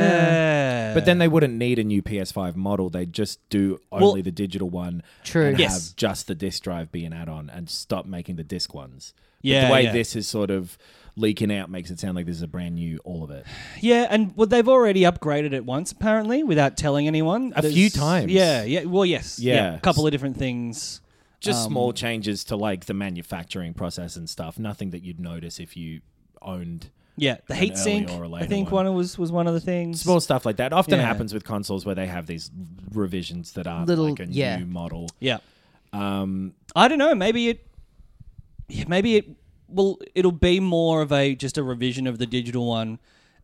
[SPEAKER 3] yeah.
[SPEAKER 4] But then they wouldn't need a new PS5 model. They'd just do only
[SPEAKER 3] Well-
[SPEAKER 4] the digital one.
[SPEAKER 2] True.
[SPEAKER 4] And
[SPEAKER 3] Yes.
[SPEAKER 4] Have just the disk drive be an add-on and stop making the disk ones. But
[SPEAKER 3] Yeah,
[SPEAKER 4] the way
[SPEAKER 3] yeah.
[SPEAKER 4] this is sort of leaking out makes it sound like this is a brand new all of it.
[SPEAKER 3] yeah, and well, they've already upgraded it once apparently without telling anyone.
[SPEAKER 4] A few times.
[SPEAKER 3] Yeah, yeah. Well, yes.
[SPEAKER 4] Yeah.
[SPEAKER 3] a couple of different things.
[SPEAKER 4] just small changes to like the manufacturing process and stuff. Nothing that you'd notice if you owned
[SPEAKER 3] Yeah, the heat sink.
[SPEAKER 4] earlier or a
[SPEAKER 3] I
[SPEAKER 4] later
[SPEAKER 3] think
[SPEAKER 4] one.
[SPEAKER 3] one was was one of the things.
[SPEAKER 4] small stuff like that. Often
[SPEAKER 3] Yeah.
[SPEAKER 4] happens with consoles where they have these revisions that aren't
[SPEAKER 2] Little-
[SPEAKER 4] like a
[SPEAKER 2] yeah.
[SPEAKER 4] new model.
[SPEAKER 3] yeah,
[SPEAKER 4] Um,
[SPEAKER 3] I don't know. Maybe it. yeah, Maybe it. Well, it'll be more of a just a revision of the digital one,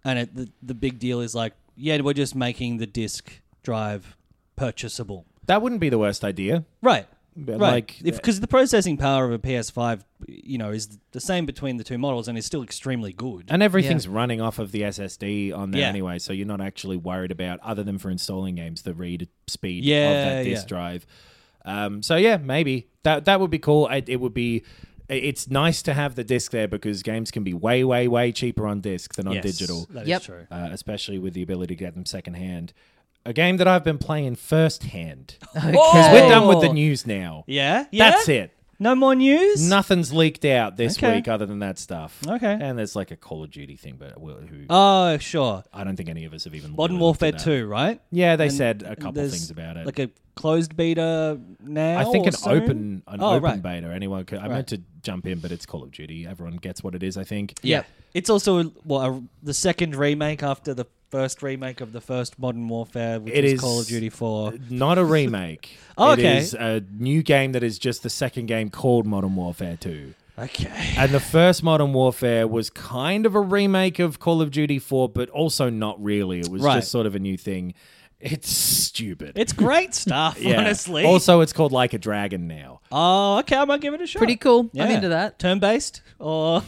[SPEAKER 3] and it, the the big deal is like, yeah, we're just making the disc drive purchasable.
[SPEAKER 4] that wouldn't be the worst idea.
[SPEAKER 3] Right.
[SPEAKER 4] But
[SPEAKER 3] right.
[SPEAKER 4] like- uh,
[SPEAKER 3] Because the processing power of a PS5, you know, is the same between the two models and is still extremely good.
[SPEAKER 4] And everything's running off of the SSD on there
[SPEAKER 3] Yeah.
[SPEAKER 4] anyway, so you're not actually worried about, other than for installing games, the read speed of
[SPEAKER 3] Yeah,
[SPEAKER 4] that disk
[SPEAKER 3] yeah.
[SPEAKER 4] drive. Um, so yeah, maybe that that would be cool. It, it would be. i- It's nice to have the disc there because games can be way, way, way cheaper on disc than on
[SPEAKER 3] Yes,
[SPEAKER 4] digital.
[SPEAKER 3] That is
[SPEAKER 2] Yep.
[SPEAKER 3] true.
[SPEAKER 4] uh, especially with the ability to get them secondhand. A game that I've been playing firsthand. 'Cause we're done with the news now.
[SPEAKER 3] Yeah? yeah?
[SPEAKER 4] That's it.
[SPEAKER 3] No more news?
[SPEAKER 4] Nothing's leaked out this
[SPEAKER 3] Okay.
[SPEAKER 4] week other than that stuff.
[SPEAKER 3] Okay.
[SPEAKER 4] And there's like a Call of Duty thing, but we'll- who,
[SPEAKER 3] Oh, sure.
[SPEAKER 4] I don't think any of us have even.
[SPEAKER 3] Modern
[SPEAKER 4] really looked
[SPEAKER 3] Warfare
[SPEAKER 4] at that.
[SPEAKER 3] 2, right?
[SPEAKER 4] Yeah, they
[SPEAKER 3] And
[SPEAKER 4] said a couple
[SPEAKER 3] there's
[SPEAKER 4] things about it.
[SPEAKER 3] Like a closed beta now?
[SPEAKER 4] I think
[SPEAKER 3] or
[SPEAKER 4] an
[SPEAKER 3] soon?
[SPEAKER 4] open an
[SPEAKER 3] Oh,
[SPEAKER 4] open
[SPEAKER 3] right.
[SPEAKER 4] beta. Anyone could. I
[SPEAKER 3] Right.
[SPEAKER 4] meant to jump in, but it's Call of Duty. Everyone gets what it is. I think.
[SPEAKER 3] Yeah.
[SPEAKER 2] Yeah.
[SPEAKER 3] It's also well, a, the second remake after the first remake of the first Modern Warfare, which
[SPEAKER 4] It
[SPEAKER 3] was
[SPEAKER 4] is-
[SPEAKER 3] Call of Duty 4.
[SPEAKER 4] Not a remake.
[SPEAKER 3] Oh,
[SPEAKER 4] It
[SPEAKER 3] okay.
[SPEAKER 4] is a new game that is just the second game called Modern Warfare 2.
[SPEAKER 3] Okay.
[SPEAKER 4] And the first Modern Warfare was kind of a remake of Call of Duty 4, but also not really. It was
[SPEAKER 3] Right.
[SPEAKER 4] just sort of a new thing. It's stupid.
[SPEAKER 3] It's great stuff,
[SPEAKER 4] Yeah.
[SPEAKER 3] honestly.
[SPEAKER 4] Also, it's called Like a Dragon now.
[SPEAKER 3] oh, okay. I might give it a shot.
[SPEAKER 2] Pretty cool. I'm
[SPEAKER 3] Yeah.
[SPEAKER 2] into that.
[SPEAKER 3] Turn based or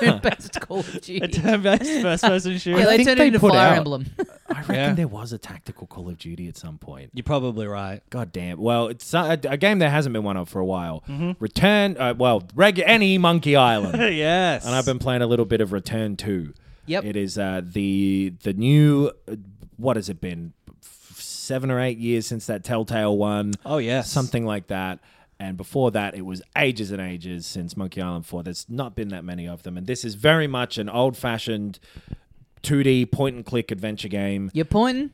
[SPEAKER 2] Turn-based Call of
[SPEAKER 3] a
[SPEAKER 2] Duty.
[SPEAKER 3] turn based first person shooter?
[SPEAKER 2] Yeah, they
[SPEAKER 4] uh, think
[SPEAKER 2] turned
[SPEAKER 4] they
[SPEAKER 2] it into
[SPEAKER 4] put
[SPEAKER 2] Fire
[SPEAKER 4] out-
[SPEAKER 2] Emblem.
[SPEAKER 4] I reckon
[SPEAKER 3] Yeah.
[SPEAKER 4] there was a tactical Call of Duty at some point.
[SPEAKER 3] You're probably right.
[SPEAKER 4] God damn. Well, it's a, a game that hasn't been one of for a while.
[SPEAKER 3] Mm-hmm.
[SPEAKER 4] Return, uh, well, regu- any Monkey Island.
[SPEAKER 3] yes.
[SPEAKER 4] and I've been playing a little bit of Return 2.
[SPEAKER 2] Yep.
[SPEAKER 4] It is uh, the the new, uh, what has it been? F- Seven or eight years since that Telltale one.
[SPEAKER 3] Oh yes.
[SPEAKER 4] something like that. And before that, it was ages and ages since Monkey Island 4. There's not been that many of them. And this is very much an old fashioned 2D point and click adventure game.
[SPEAKER 2] You're pointing.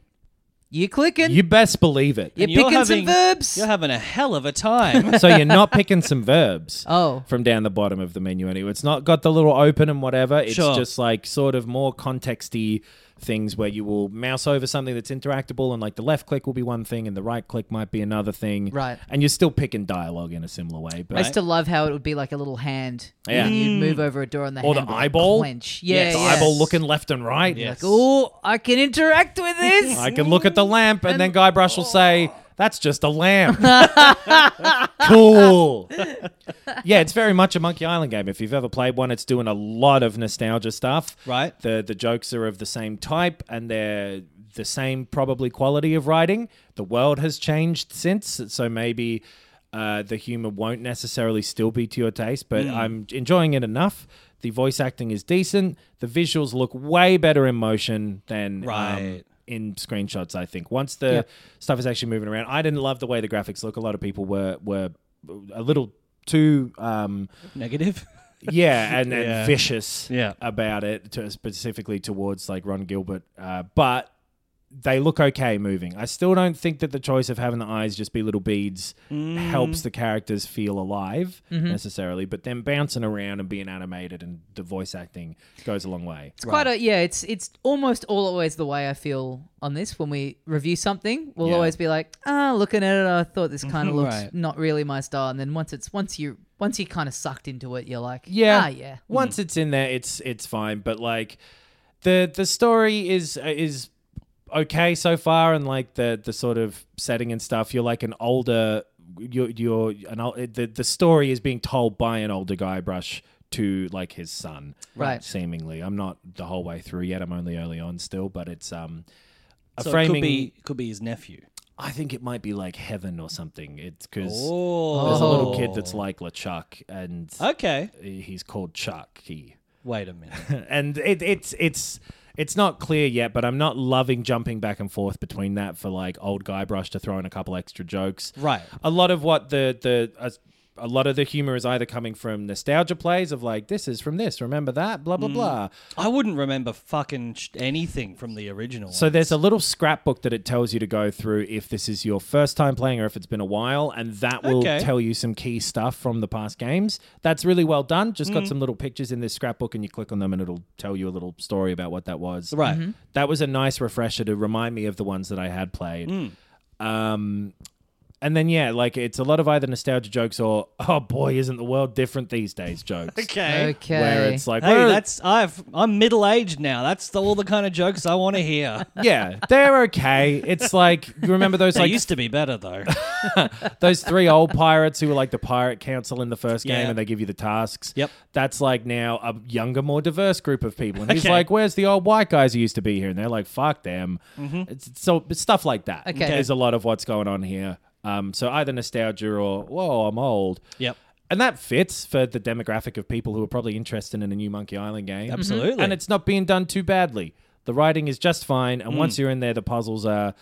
[SPEAKER 2] You're clicking.
[SPEAKER 4] You best believe it.
[SPEAKER 2] You're
[SPEAKER 3] And you're
[SPEAKER 2] picking some
[SPEAKER 3] having-
[SPEAKER 2] verbs.
[SPEAKER 3] You're having a hell of a time.
[SPEAKER 4] so you're not picking some verbs
[SPEAKER 2] Oh.
[SPEAKER 4] from down the bottom of the menu anyway. It's not got the little open and whatever. It's
[SPEAKER 3] Sure.
[SPEAKER 4] just like sort of more contexty things where you will mouse over something that's interactable and like the left click will be one thing and the right click might be another thing.
[SPEAKER 2] Right.
[SPEAKER 4] And you're still picking dialogue in a similar way. But
[SPEAKER 2] I still love how it would be like a little hand.
[SPEAKER 4] Yeah.
[SPEAKER 2] And you'd move over a door and the
[SPEAKER 4] or the
[SPEAKER 2] hand would
[SPEAKER 4] eyeball.
[SPEAKER 2] Clench. Yeah.
[SPEAKER 4] the
[SPEAKER 2] yeah.
[SPEAKER 4] eyeball looking left and right.
[SPEAKER 3] Yes.
[SPEAKER 2] Oh, I can interact with this.
[SPEAKER 4] I can look at the lamp, and then Guybrush will say, "That's just a lamp." cool. yeah, it's very much a Monkey Island game. If you've ever played one, it's doing a lot of nostalgia stuff.
[SPEAKER 3] Right.
[SPEAKER 4] The the jokes are of the same type, and they're the same probably quality of writing. The world has changed since, so maybe. Uh, the humor won't necessarily still be to your taste, but I'm enjoying it enough. The voice acting is decent. The visuals look way better in motion than um,
[SPEAKER 3] Right.
[SPEAKER 4] in screenshots. I think once the stuff is actually moving around, I didn't love the way the graphics look. A lot of people were were a little too um,
[SPEAKER 3] Negative.
[SPEAKER 4] yeah and,
[SPEAKER 3] Yeah.
[SPEAKER 4] and vicious
[SPEAKER 3] Yeah.
[SPEAKER 4] about it, to, specifically towards like Ron Gilbert. Uh, but they look okay moving. I still don't think that the choice of having the eyes just be little beads
[SPEAKER 3] Mm.
[SPEAKER 4] helps the characters feel alive
[SPEAKER 3] Mm-hmm.
[SPEAKER 4] necessarily. But them bouncing around and being animated and the voice acting goes a long way.
[SPEAKER 2] It's quite a yeah. It's it's almost always the way I feel on this when we review something. We'll
[SPEAKER 4] Yeah. Mm-hmm,
[SPEAKER 2] always be like, ah, looking at it, I thought this kind of looks
[SPEAKER 3] Right.
[SPEAKER 2] not really my style. And then once it's once you once you kind of sucked into it, you're like,
[SPEAKER 4] Yeah.
[SPEAKER 2] ah, yeah.
[SPEAKER 4] Once it's in there, it's it's fine. But like, the the story is uh, is okay so far, and like the the sort of setting and stuff. You're like an older. You're you're an ol- the the story is being told by an older guy brush to like his son,
[SPEAKER 2] Right.
[SPEAKER 4] Seemingly, I'm not the whole way through yet. I'm only early on still, but it's um. A
[SPEAKER 3] So
[SPEAKER 4] framing,
[SPEAKER 3] it could be could be his nephew.
[SPEAKER 4] I think it might be like heaven or something. It's because
[SPEAKER 3] Oh. Ah.
[SPEAKER 4] there's a little kid that's like LeChuck, and
[SPEAKER 3] Okay.
[SPEAKER 4] he's called Chucky
[SPEAKER 3] Wait a minute.
[SPEAKER 4] and it, it's it's it's not clear yet, but I'm not loving jumping back and forth between that for like old Guybrush to throw in a couple extra jokes.
[SPEAKER 3] Right.
[SPEAKER 4] A lot of what the the uh, a lot of the humor is either coming from nostalgia plays of like this is from this, remember that, blah blah
[SPEAKER 3] Mm.
[SPEAKER 4] blah.
[SPEAKER 3] I wouldn't remember fucking sh- anything from the original.
[SPEAKER 4] So
[SPEAKER 3] one.
[SPEAKER 4] there's a little scrapbook that it tells you to go through if this is your first time playing or if it's been a while, and that will
[SPEAKER 3] Okay.
[SPEAKER 4] tell you some key stuff from the past games. That's really well done. Just
[SPEAKER 3] Mm.
[SPEAKER 4] got some little pictures in this scrapbook, and you click on them, and it'll tell you a little story about what that was.
[SPEAKER 3] Right.
[SPEAKER 4] That was a nice refresher to remind me of the ones that I had played.
[SPEAKER 3] Hmm.
[SPEAKER 4] Um, and then yeah, like it's a lot of either nostalgia jokes or oh boy, isn't the world different these days jokes.
[SPEAKER 3] Okay.
[SPEAKER 2] Okay.
[SPEAKER 4] Where it's like,
[SPEAKER 3] Hey,
[SPEAKER 4] "We're-
[SPEAKER 3] that's I've I'm middle aged now. That's the, all the kind of jokes I want to hear.
[SPEAKER 4] yeah, they're okay. It's like you remember those
[SPEAKER 3] They
[SPEAKER 4] like
[SPEAKER 3] used to be better though.
[SPEAKER 4] those three old pirates who were like the pirate council in the first game
[SPEAKER 3] Yeah.
[SPEAKER 4] and they give you the tasks.
[SPEAKER 3] Yep.
[SPEAKER 4] That's like now a younger, more diverse group of people. And he's
[SPEAKER 3] Okay.
[SPEAKER 4] like, Where's the old white guys who used to be here? And they're like, Fuck them.
[SPEAKER 3] Mm-hmm.
[SPEAKER 4] It's, so it's stuff like that
[SPEAKER 2] Okay. Okay.
[SPEAKER 4] is a lot of what's going on here. Um, so either nostalgia or, Whoa, I'm old.
[SPEAKER 3] Yep.
[SPEAKER 4] And that fits for the demographic of people who are probably interested in a new Monkey Island
[SPEAKER 3] Mm-hmm.
[SPEAKER 4] game.
[SPEAKER 3] Absolutely.
[SPEAKER 4] And it's not being done too badly. The writing is just fine.
[SPEAKER 3] Hmm.
[SPEAKER 4] And once you're in there, the puzzles are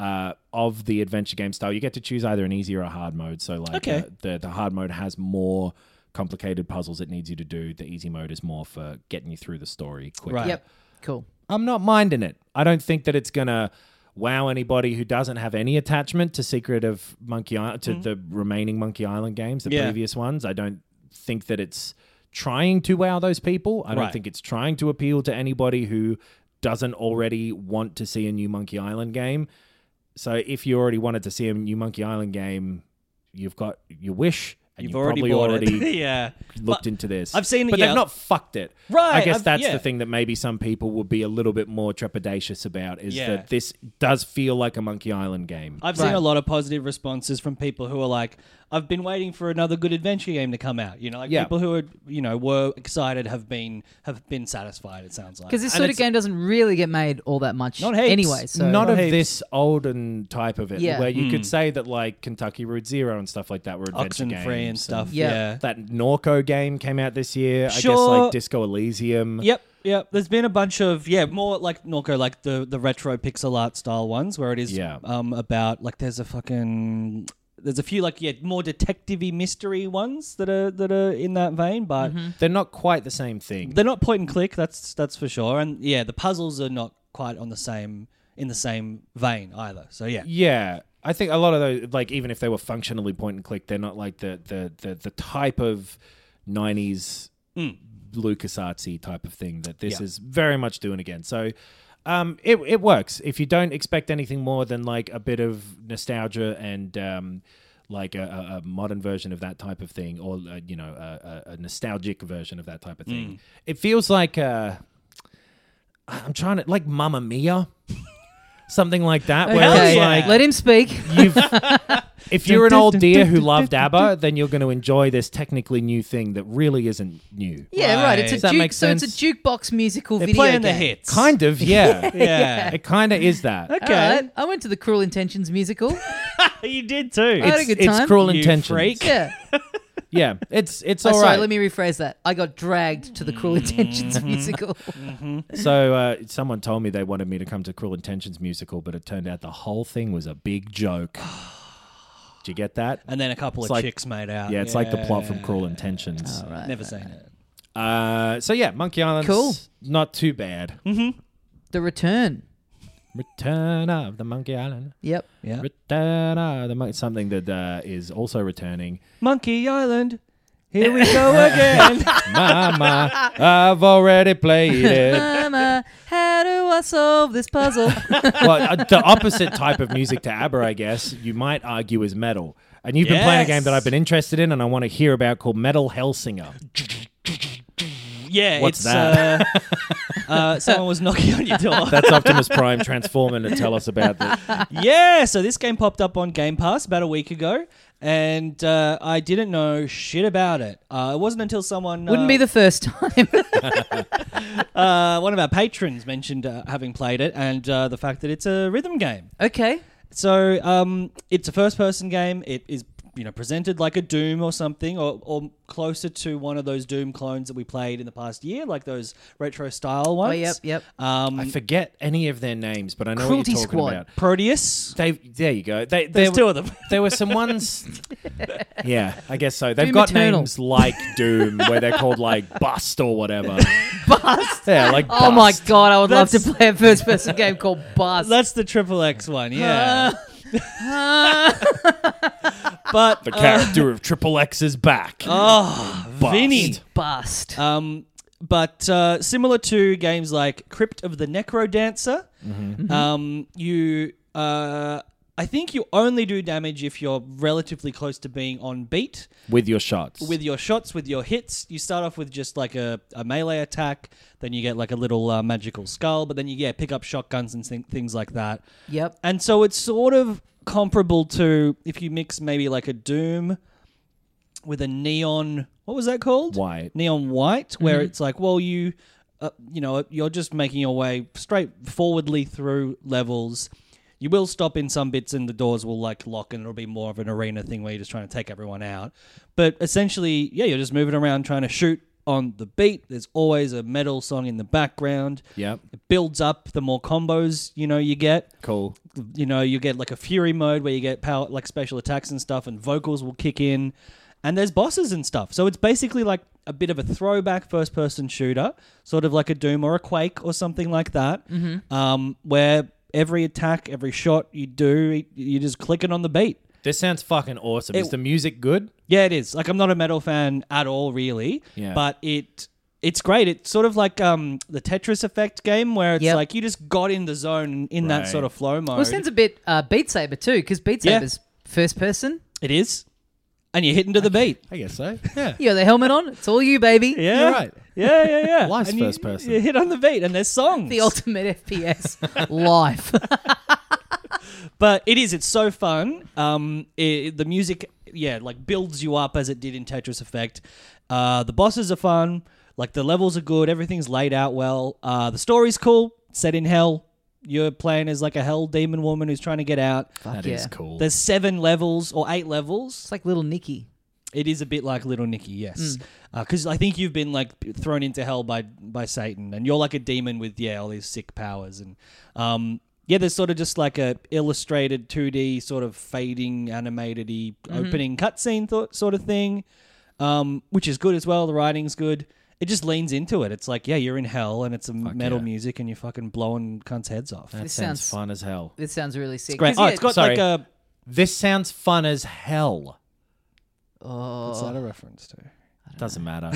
[SPEAKER 4] uh, of the adventure game style. You get to choose either an easy or a hard mode. So, like,
[SPEAKER 3] Okay.
[SPEAKER 4] uh, the, the hard mode has more complicated puzzles it needs you to do. The easy mode is more for getting you through the story quicker.
[SPEAKER 3] Right.
[SPEAKER 2] Yep. Cool.
[SPEAKER 4] I'm not minding it. I don't think that it's gonna wow anybody who doesn't have any attachment to Secret of Monkey Island to the remaining Monkey Island games, the
[SPEAKER 3] Mm-hmm. Yeah.
[SPEAKER 4] previous ones. I don't think that it's trying to wow those people. I don't
[SPEAKER 3] Right.
[SPEAKER 4] think it's trying to appeal to anybody who doesn't already want to see a new Monkey Island game. So if you already wanted to see a new Monkey Island game, you've got your wish and
[SPEAKER 3] You've already bought
[SPEAKER 4] probably
[SPEAKER 3] it.
[SPEAKER 4] already
[SPEAKER 3] yeah.
[SPEAKER 4] looked
[SPEAKER 3] But
[SPEAKER 4] into this.
[SPEAKER 3] I've seen it,
[SPEAKER 4] but
[SPEAKER 3] yeah.
[SPEAKER 4] they've not fucked it. I
[SPEAKER 3] Right,
[SPEAKER 4] guess
[SPEAKER 3] I've-
[SPEAKER 4] that's
[SPEAKER 3] yeah.
[SPEAKER 4] the thing that maybe some people would be a little bit more trepidatious about is
[SPEAKER 3] Yeah.
[SPEAKER 4] that this does feel like a Monkey Island game.
[SPEAKER 3] I've seen
[SPEAKER 2] Right.
[SPEAKER 3] a lot of positive responses from people who are like, "I've been waiting for another good adventure game to come out." You know, like
[SPEAKER 4] Yeah.
[SPEAKER 3] people who are, you know, were excited have been have been satisfied. It sounds like
[SPEAKER 2] Because this
[SPEAKER 4] And
[SPEAKER 2] sort of
[SPEAKER 4] it's-
[SPEAKER 2] game doesn't really get made all that much
[SPEAKER 3] Not heaps.
[SPEAKER 2] anyway. So
[SPEAKER 4] not of
[SPEAKER 3] heaps.
[SPEAKER 4] this olden type of it,
[SPEAKER 2] Yeah.
[SPEAKER 4] where you could say that like Kentucky Route Zero and stuff like that were adventure
[SPEAKER 3] Oxen
[SPEAKER 4] games
[SPEAKER 3] free and stuff.
[SPEAKER 2] Yeah.
[SPEAKER 3] Yeah.
[SPEAKER 4] That Norco game came out this year. I guess
[SPEAKER 3] Sure.
[SPEAKER 4] like Disco Elysium.
[SPEAKER 3] Yep. Yep. There's been a bunch of yeah, more like Norco, like the the retro pixel art style ones where it is
[SPEAKER 4] Yeah.
[SPEAKER 3] um about like there's a fucking there's a few like yeah more detective-y mystery ones that are that are in that vein, but
[SPEAKER 4] They're not quite the same thing.
[SPEAKER 3] they're not point and click. That's that's for sure. And yeah, the puzzles are not quite on the same in the same vein either. So yeah,
[SPEAKER 4] Yeah, I think a lot of those, like even if they were functionally point and click, they're not like the the the, the type of '90s LucasArtsy type of thing that this
[SPEAKER 3] Yeah.
[SPEAKER 4] is very much doing again. So. Um, it, it works if you don't expect anything more than like a bit of nostalgia and um, like a, a, a modern version of that type of thing, or uh, you know, a, a, a nostalgic version of that type of thing. It feels like uh, I'm trying to like Mamma Mia, something like that. Where
[SPEAKER 3] Hell
[SPEAKER 4] it's
[SPEAKER 3] yeah.
[SPEAKER 4] like
[SPEAKER 2] let him speak.
[SPEAKER 4] you've if you're an old deer who loved ABBA, then you're going to enjoy this technically new thing that really isn't new.
[SPEAKER 2] yeah, right. It's a
[SPEAKER 3] Does
[SPEAKER 4] that
[SPEAKER 2] juke,
[SPEAKER 4] make
[SPEAKER 2] so it's a
[SPEAKER 4] sense?
[SPEAKER 2] jukebox musical
[SPEAKER 3] they're
[SPEAKER 2] video
[SPEAKER 3] playing the
[SPEAKER 2] game.
[SPEAKER 3] hits.
[SPEAKER 4] Kind of, yeah.
[SPEAKER 3] Yeah.
[SPEAKER 4] It kind of is that.
[SPEAKER 2] All right, I went to the Cruel Intentions musical.
[SPEAKER 3] you did too.
[SPEAKER 2] had a
[SPEAKER 4] It's,
[SPEAKER 2] good
[SPEAKER 4] it's
[SPEAKER 2] time.
[SPEAKER 4] cruel
[SPEAKER 3] You
[SPEAKER 4] intentions.
[SPEAKER 3] freak.
[SPEAKER 2] yeah.
[SPEAKER 4] Yeah, it's it's
[SPEAKER 2] Oh,
[SPEAKER 4] all
[SPEAKER 2] sorry,
[SPEAKER 4] right.
[SPEAKER 2] let me rephrase that. I got dragged to the Cruel Intentions musical.
[SPEAKER 4] So uh, someone told me they wanted me to come to Cruel Intentions musical, but it turned out the whole thing was a big joke. Did you get that?
[SPEAKER 3] and then a couple
[SPEAKER 4] It's
[SPEAKER 3] of
[SPEAKER 4] like-
[SPEAKER 3] chicks made out.
[SPEAKER 4] Yeah, it's like the plot from Cruel Intentions.
[SPEAKER 3] Never seen it.
[SPEAKER 4] Uh, so yeah, Monkey Island's
[SPEAKER 2] Cool.
[SPEAKER 4] not too bad.
[SPEAKER 2] the Return.
[SPEAKER 4] Return of the Monkey Island.
[SPEAKER 2] Yep.
[SPEAKER 3] Yeah.
[SPEAKER 4] Return of the Monkey. Something that uh, is also returning.
[SPEAKER 3] Monkey Island. Here we go again.
[SPEAKER 4] Mama, I've already played it.
[SPEAKER 2] Mama, how do I solve this puzzle?
[SPEAKER 4] Well, uh, the opposite type of music to ABBA, I guess, you might argue is metal. And you've been playing a game that I've been interested in and I want to hear about called Metal Hellsinger.
[SPEAKER 3] yeah,
[SPEAKER 4] What's
[SPEAKER 3] it's Uh, uh, someone was knocking on your door.
[SPEAKER 4] That's Optimus Prime transforming to tell us about that.
[SPEAKER 3] yeah, so this game popped up on Game Pass about a week ago, and uh, I didn't know shit about it. Uh, it wasn't until someone
[SPEAKER 2] Wouldn't
[SPEAKER 3] uh,
[SPEAKER 2] be the first time.
[SPEAKER 3] uh, one of our patrons mentioned uh, having played it and uh, the fact that it's a rhythm game.
[SPEAKER 2] okay.
[SPEAKER 3] So um, it's a first-person game. It is you know presented like a Doom or something, or, or closer to one of those Doom clones that we played in the past year, like those retro style ones.
[SPEAKER 2] Oh, yep, yep.
[SPEAKER 3] Um,
[SPEAKER 4] I forget any of their names, but I know
[SPEAKER 2] Cruelty
[SPEAKER 4] what you're talking
[SPEAKER 2] Squad.
[SPEAKER 4] about.
[SPEAKER 3] Proteus.
[SPEAKER 4] They, there you go. They,
[SPEAKER 3] There's
[SPEAKER 4] there
[SPEAKER 3] two
[SPEAKER 4] were-
[SPEAKER 3] of them.
[SPEAKER 4] There were some ones. Yeah, I guess so. They've
[SPEAKER 2] Doom
[SPEAKER 4] got
[SPEAKER 2] Eternal.
[SPEAKER 4] names like Doom, where they're called like Bust or whatever. Bust. Yeah, like.
[SPEAKER 2] Oh my
[SPEAKER 4] Bust.
[SPEAKER 2] god, I would love to
[SPEAKER 3] That's-
[SPEAKER 2] play a first person game called Buzz.
[SPEAKER 3] That's the triple X one, yeah. but
[SPEAKER 4] The character of Triple X is back.
[SPEAKER 3] oh,
[SPEAKER 4] Bust.
[SPEAKER 3] Vinny.
[SPEAKER 2] Bust.
[SPEAKER 3] Um, but uh, similar to games like Crypt of the Necro Dancer, um, you uh, I think you only do damage if you're relatively close to being on beat
[SPEAKER 4] With your shots.
[SPEAKER 3] with your shots, with your hits. You start off with just like a, a melee attack, then you get like a little uh, magical skull, but then you yeah pick up shotguns and thing- things like that.
[SPEAKER 2] yep.
[SPEAKER 3] And so it's sort of comparable to if you mix maybe like a Doom with a neon. What was that called?
[SPEAKER 4] White.
[SPEAKER 3] Neon white, where it's like, well, you, uh, you know, you're just making your way straight forwardly through levels. You will stop in some bits, and the doors will like lock, and it'll be more of an arena thing where you're just trying to take everyone out. But essentially, yeah, you're just moving around trying to shoot on the beat. There's always a metal song in the background.
[SPEAKER 4] Yep.
[SPEAKER 3] It builds up the more combos you know you get
[SPEAKER 4] Cool.
[SPEAKER 3] you know you get like a fury mode where you get power like special attacks and stuff and vocals will kick in and there's bosses and stuff so it's basically like a bit of a throwback first person shooter sort of like a doom or a quake or something like that
[SPEAKER 4] Mm-hmm.
[SPEAKER 3] um, where every attack every shot you do you're just clicking on the beat
[SPEAKER 4] This sounds fucking awesome. Is
[SPEAKER 3] It-
[SPEAKER 4] the music good?
[SPEAKER 3] yeah, it is. Like I'm not a metal fan at all, really.
[SPEAKER 4] Yeah.
[SPEAKER 3] But it it's great. It's sort of like um the Tetris effect game where it's
[SPEAKER 2] Yep.
[SPEAKER 3] like you just got in the zone in
[SPEAKER 4] Right.
[SPEAKER 3] that sort of flow mode.
[SPEAKER 2] Well, it sounds a bit uh, Beat Saber too, because Beat
[SPEAKER 3] Yeah.
[SPEAKER 2] Saber's first person.
[SPEAKER 3] it is. and you're hitting to the beat.
[SPEAKER 4] I guess so. Yeah.
[SPEAKER 2] You got the helmet on. It's all you, baby.
[SPEAKER 3] Yeah,
[SPEAKER 4] You're right.
[SPEAKER 3] Yeah, yeah, yeah.
[SPEAKER 4] Life's
[SPEAKER 3] And you-
[SPEAKER 4] first person.
[SPEAKER 3] You hit on the beat, and there's songs.
[SPEAKER 2] The ultimate FPS life.
[SPEAKER 3] but it is. It's so fun. Um, it, the music, yeah, like builds you up as it did in Tetris Effect. Uh, the bosses are fun. Like the levels are good. Everything's laid out well. Uh, the story's cool. Set in hell. You're playing as like a hell demon woman who's trying to get out.
[SPEAKER 4] That is
[SPEAKER 2] yeah.
[SPEAKER 4] cool.
[SPEAKER 3] There's seven levels or eight levels.
[SPEAKER 2] it's like little Nicky.
[SPEAKER 3] It is a bit like Little Nicky, yes, because I think you've been like thrown into hell by by Satan, and you're like a demon with yeah all these sick powers, and um yeah, there's sort of just like a illustrated 2D sort of fading animated y opening cutscene th- sort of thing, um, which is good as well. The writing's good. It just leans into it. It's like yeah, you're in hell, and it's a metal
[SPEAKER 4] yeah.
[SPEAKER 3] music, and you're fucking blowing cunts' heads off.
[SPEAKER 4] that
[SPEAKER 2] This
[SPEAKER 4] sounds
[SPEAKER 2] sounds-
[SPEAKER 4] fun as hell.
[SPEAKER 2] This sounds really sick.
[SPEAKER 3] Great.
[SPEAKER 2] 'Cause,
[SPEAKER 3] Oh,
[SPEAKER 2] yeah,
[SPEAKER 3] it's got
[SPEAKER 4] sorry.
[SPEAKER 3] like a.
[SPEAKER 4] This sounds fun as hell.
[SPEAKER 3] What's that a reference to?
[SPEAKER 4] Doesn't matter.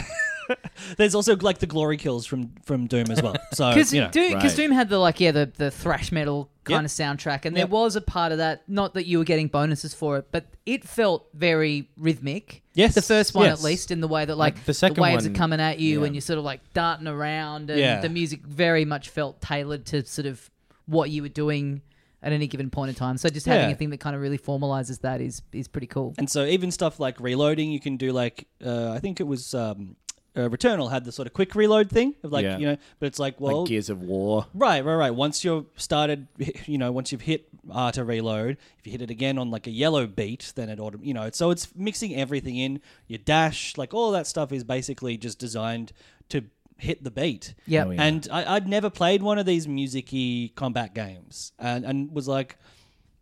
[SPEAKER 3] There's also like the glory kills from from Doom as well. So
[SPEAKER 2] Because
[SPEAKER 3] you know.
[SPEAKER 2] Doom, 'cause
[SPEAKER 4] Right.
[SPEAKER 2] Doom had the like yeah the, the thrash metal kind of soundtrack, and there
[SPEAKER 3] Yep.
[SPEAKER 2] was a part of that. Not that you were getting bonuses for it, but it felt very rhythmic.
[SPEAKER 3] Yes,
[SPEAKER 2] the first one
[SPEAKER 3] yes.
[SPEAKER 2] at least, in the way that like,
[SPEAKER 4] the second
[SPEAKER 2] waves
[SPEAKER 4] one-
[SPEAKER 2] are coming at you,
[SPEAKER 4] yeah.
[SPEAKER 2] and you're sort of like darting around, and
[SPEAKER 3] Yeah.
[SPEAKER 2] the music very much felt tailored to sort of what you were doing at any given point in time. So just having
[SPEAKER 3] Yeah.
[SPEAKER 2] a thing that kind of really formalizes that is is pretty cool.
[SPEAKER 3] And so even stuff like reloading, you can do like uh, I think it was um, uh, Returnal had the sort of quick reload thing of like
[SPEAKER 4] Yeah.
[SPEAKER 3] you know, but it's like well,
[SPEAKER 4] like Gears of War.
[SPEAKER 3] right, right, right. Once you're started, you know, once you've hit R to reload, if you hit it again on like a yellow beat, then it auto, you know, so it's mixing everything in. Your dash, like all that stuff, is basically just designed to hit the beat.
[SPEAKER 2] Yep. Oh,
[SPEAKER 4] yeah.
[SPEAKER 3] And I, I'd never played one of these musicy combat games, and and was like.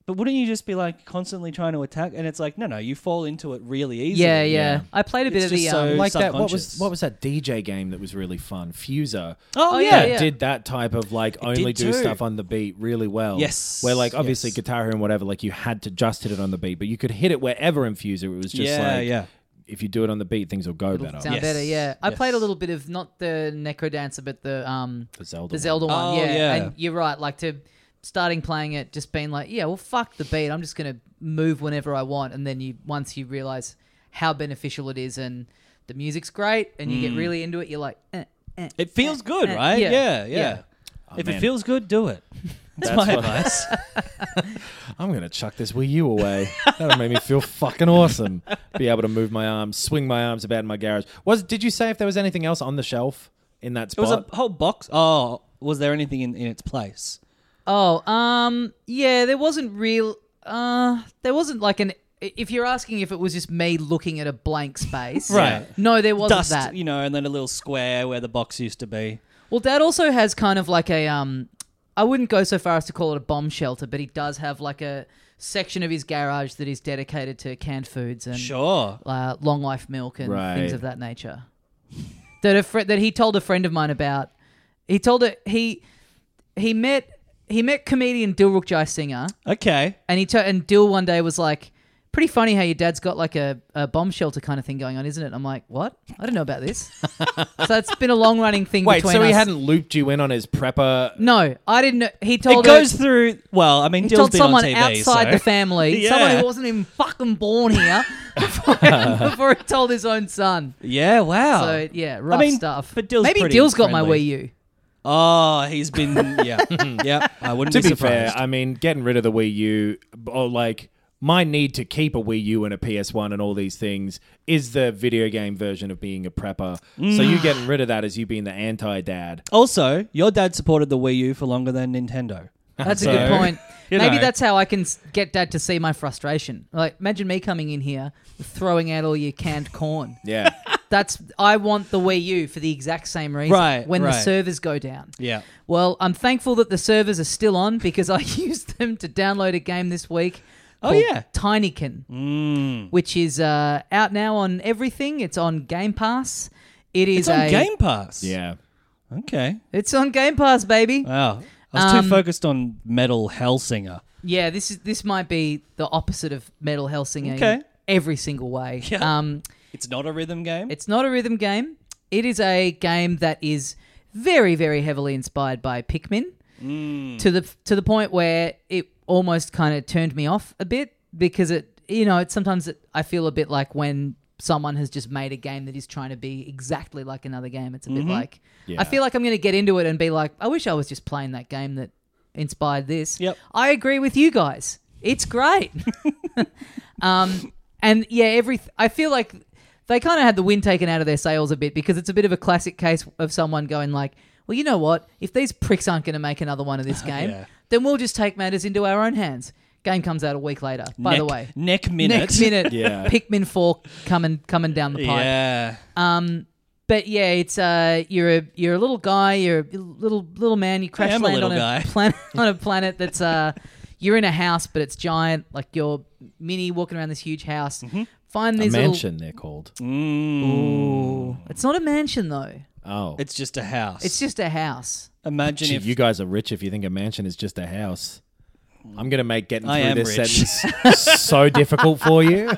[SPEAKER 3] But wouldn't you just be like constantly trying to attack? And it's like, no, no, you fall into it really easily.
[SPEAKER 2] Yeah, yeah, I played a bit
[SPEAKER 3] It's
[SPEAKER 2] of the
[SPEAKER 3] just so-
[SPEAKER 2] um,
[SPEAKER 4] Like that. What was
[SPEAKER 3] subconscious.
[SPEAKER 4] what was that DJ game that was really fun? Fuser.
[SPEAKER 3] Oh,
[SPEAKER 2] Oh,
[SPEAKER 3] yeah.
[SPEAKER 2] yeah.
[SPEAKER 4] that did that type of like only
[SPEAKER 3] did
[SPEAKER 4] do
[SPEAKER 3] too.
[SPEAKER 4] stuff on the beat really well.
[SPEAKER 3] Yes,
[SPEAKER 4] Where like obviously
[SPEAKER 3] yes.
[SPEAKER 4] guitar hero and whatever, like you had to just hit it on the beat, but you could hit it wherever in Fuser. It was just
[SPEAKER 3] Yeah,
[SPEAKER 4] like
[SPEAKER 3] yeah.
[SPEAKER 4] if you do it on the beat, things will go
[SPEAKER 2] It'll
[SPEAKER 4] better.
[SPEAKER 2] Sound
[SPEAKER 3] Yes.
[SPEAKER 2] better, yeah. I
[SPEAKER 3] Yes.
[SPEAKER 2] played a little bit of not the Necro Dancer, but the um
[SPEAKER 4] The Zelda
[SPEAKER 2] the Zelda
[SPEAKER 3] one.
[SPEAKER 2] one.
[SPEAKER 3] Oh,
[SPEAKER 2] yeah.
[SPEAKER 3] yeah.
[SPEAKER 2] and you're right. Like to starting playing it, just being like, yeah, well, fuck the beat. I'm just gonna move whenever I want, and then you once you realize how beneficial it is, and the music's great, and you get
[SPEAKER 3] Mm.
[SPEAKER 2] really into it, you're like, eh, eh.
[SPEAKER 3] It feels good,
[SPEAKER 2] uh,
[SPEAKER 3] right? Yeah,
[SPEAKER 2] yeah,
[SPEAKER 3] yeah.
[SPEAKER 2] yeah.
[SPEAKER 3] if it
[SPEAKER 4] Oh, man.
[SPEAKER 3] feels good, do it. That's,
[SPEAKER 4] That's
[SPEAKER 3] my
[SPEAKER 4] what-
[SPEAKER 3] advice.
[SPEAKER 4] I'm gonna chuck this Wii U away. That'll make me feel fucking awesome. Be able to move my arms, swing my arms about in my garage. Was did you say if there was anything else on the shelf in that
[SPEAKER 3] It was
[SPEAKER 4] spot?
[SPEAKER 3] a whole box. Oh, was there anything in, in its place?
[SPEAKER 2] Oh, um, yeah, there wasn't real. Uh, there wasn't like an. If you're asking if it was just me looking at a blank space,
[SPEAKER 3] Right.
[SPEAKER 2] No, there wasn't
[SPEAKER 3] Dust,
[SPEAKER 2] that.
[SPEAKER 3] you know, and then a little square where the box used to be.
[SPEAKER 2] Well, Dad also has kind of like a um, I wouldn't go so far as to call it a bomb shelter, but he does have like a section of his garage that is dedicated to canned foods and
[SPEAKER 3] Sure.
[SPEAKER 2] uh, long life milk and
[SPEAKER 4] Right.
[SPEAKER 2] things of that nature. that a fri that he told a friend of mine about. He told it he he met he met comedian Dilruk Jai Singer
[SPEAKER 3] Okay.
[SPEAKER 2] and he t- and Dill one day was like, "Pretty funny how your dad's got like a, a bomb shelter kind of thing going on, isn't it?" I'm like, "What? I don't know about this." so it's been a long running thing.
[SPEAKER 4] Wait,
[SPEAKER 2] between
[SPEAKER 4] so he
[SPEAKER 2] us.
[SPEAKER 4] hadn't looped you in on his prepper?
[SPEAKER 2] No, I didn't. know. He
[SPEAKER 3] It
[SPEAKER 2] told her-
[SPEAKER 3] goes through. Well, I mean,
[SPEAKER 2] he
[SPEAKER 3] Dill's
[SPEAKER 2] told
[SPEAKER 3] been
[SPEAKER 2] someone
[SPEAKER 3] on TV,
[SPEAKER 2] outside
[SPEAKER 3] so-
[SPEAKER 2] the family,
[SPEAKER 3] Yeah.
[SPEAKER 2] someone who wasn't even fucking born here, before, before he told his own son.
[SPEAKER 3] Yeah. Wow.
[SPEAKER 2] So yeah, rough
[SPEAKER 3] Oh. mean,
[SPEAKER 2] stuff.
[SPEAKER 3] but Dill's
[SPEAKER 2] maybe
[SPEAKER 3] pretty
[SPEAKER 2] Dill's got my
[SPEAKER 3] friendly.
[SPEAKER 2] Wii U.
[SPEAKER 3] oh, he's been. Yeah. yeah. I wouldn't
[SPEAKER 4] To
[SPEAKER 3] be,
[SPEAKER 4] be
[SPEAKER 3] surprised.
[SPEAKER 4] fair, I mean, getting rid of the Wii U or like my need to keep a Wii U and a PS1 and all these things is the video game version of being a prepper. So
[SPEAKER 2] Mm.
[SPEAKER 4] you getting rid of that as you being the anti-dad.
[SPEAKER 3] also, your dad supported the Wii U for longer than Nintendo.
[SPEAKER 2] That's
[SPEAKER 4] So,
[SPEAKER 2] a good point.
[SPEAKER 3] you
[SPEAKER 2] Maybe
[SPEAKER 3] know.
[SPEAKER 2] that's how I can s- get Dad to see my frustration. Like, imagine me coming in here, throwing out all your canned corn.
[SPEAKER 4] Yeah.
[SPEAKER 2] That's I want the Wii U for the exact same reason.
[SPEAKER 3] Right,
[SPEAKER 2] When the
[SPEAKER 3] right.
[SPEAKER 2] servers go down.
[SPEAKER 3] Yeah.
[SPEAKER 2] Well, I'm thankful that the servers are still on because I used them to download a game this week.
[SPEAKER 3] Oh,
[SPEAKER 2] called
[SPEAKER 3] yeah. Mm.
[SPEAKER 2] Tinykin, which is uh, out now on everything. It's on Game Pass. It is
[SPEAKER 3] It's on
[SPEAKER 2] a
[SPEAKER 3] Game Pass.
[SPEAKER 4] yeah.
[SPEAKER 3] Okay.
[SPEAKER 2] It's on Game Pass, baby.
[SPEAKER 3] Wow. I was too
[SPEAKER 2] Um,
[SPEAKER 3] focused on metal Hellsinger.
[SPEAKER 2] Yeah, this is this might be the opposite of Metal Hellsinger
[SPEAKER 3] Okay.
[SPEAKER 2] in every single way.
[SPEAKER 3] Yeah.
[SPEAKER 2] Um,
[SPEAKER 3] It's not a rhythm game.
[SPEAKER 2] it's not a rhythm game. It is a game that is very, very heavily inspired by Pikmin
[SPEAKER 3] Mm.
[SPEAKER 2] to the to the point where it almost kind of turned me off a bit because it you know, it's sometimes it, I feel a bit like when someone has just made a game that is trying to be exactly like another game. It's a
[SPEAKER 3] Mm-hmm.
[SPEAKER 2] bit like
[SPEAKER 4] Yeah.
[SPEAKER 2] I feel like I'm going to get into it and be like, I wish I was just playing that game that inspired this.
[SPEAKER 3] Yep.
[SPEAKER 2] I agree with you guys. It's great. um, and yeah, every I feel like they kind of had the wind taken out of their sails a bit because it's a bit of a classic case of someone going like, well, you know what? If these pricks aren't going to make another one of this game,
[SPEAKER 3] Yeah.
[SPEAKER 2] then we'll just take matters into our own hands. Game comes out a week later. By the
[SPEAKER 3] Neck-
[SPEAKER 2] way,
[SPEAKER 3] neck minute.
[SPEAKER 2] next minute,
[SPEAKER 4] Yeah.
[SPEAKER 2] Pikmin Four coming coming down the pipe.
[SPEAKER 3] Yeah.
[SPEAKER 2] But yeah, it's uh, you're a you're a little guy, you're a little little man. You crash
[SPEAKER 3] am a
[SPEAKER 2] land
[SPEAKER 3] little
[SPEAKER 2] on
[SPEAKER 3] guy.
[SPEAKER 2] a planet on a planet that's uh, you're in a house, but it's giant. Like you're mini walking around this huge house.
[SPEAKER 3] Mm-hmm.
[SPEAKER 2] Find
[SPEAKER 4] A
[SPEAKER 2] these little- Mm.
[SPEAKER 4] mansion, they're called.
[SPEAKER 2] It's not a mansion though.
[SPEAKER 4] Oh.
[SPEAKER 3] It's just a house.
[SPEAKER 2] It's just a house.
[SPEAKER 3] imagine
[SPEAKER 4] Gee,
[SPEAKER 3] if
[SPEAKER 4] you guys are rich if you think a mansion is just a house. I'm gonna make getting
[SPEAKER 3] I
[SPEAKER 4] through
[SPEAKER 3] am
[SPEAKER 4] this
[SPEAKER 3] rich.
[SPEAKER 4] sentence so difficult for you.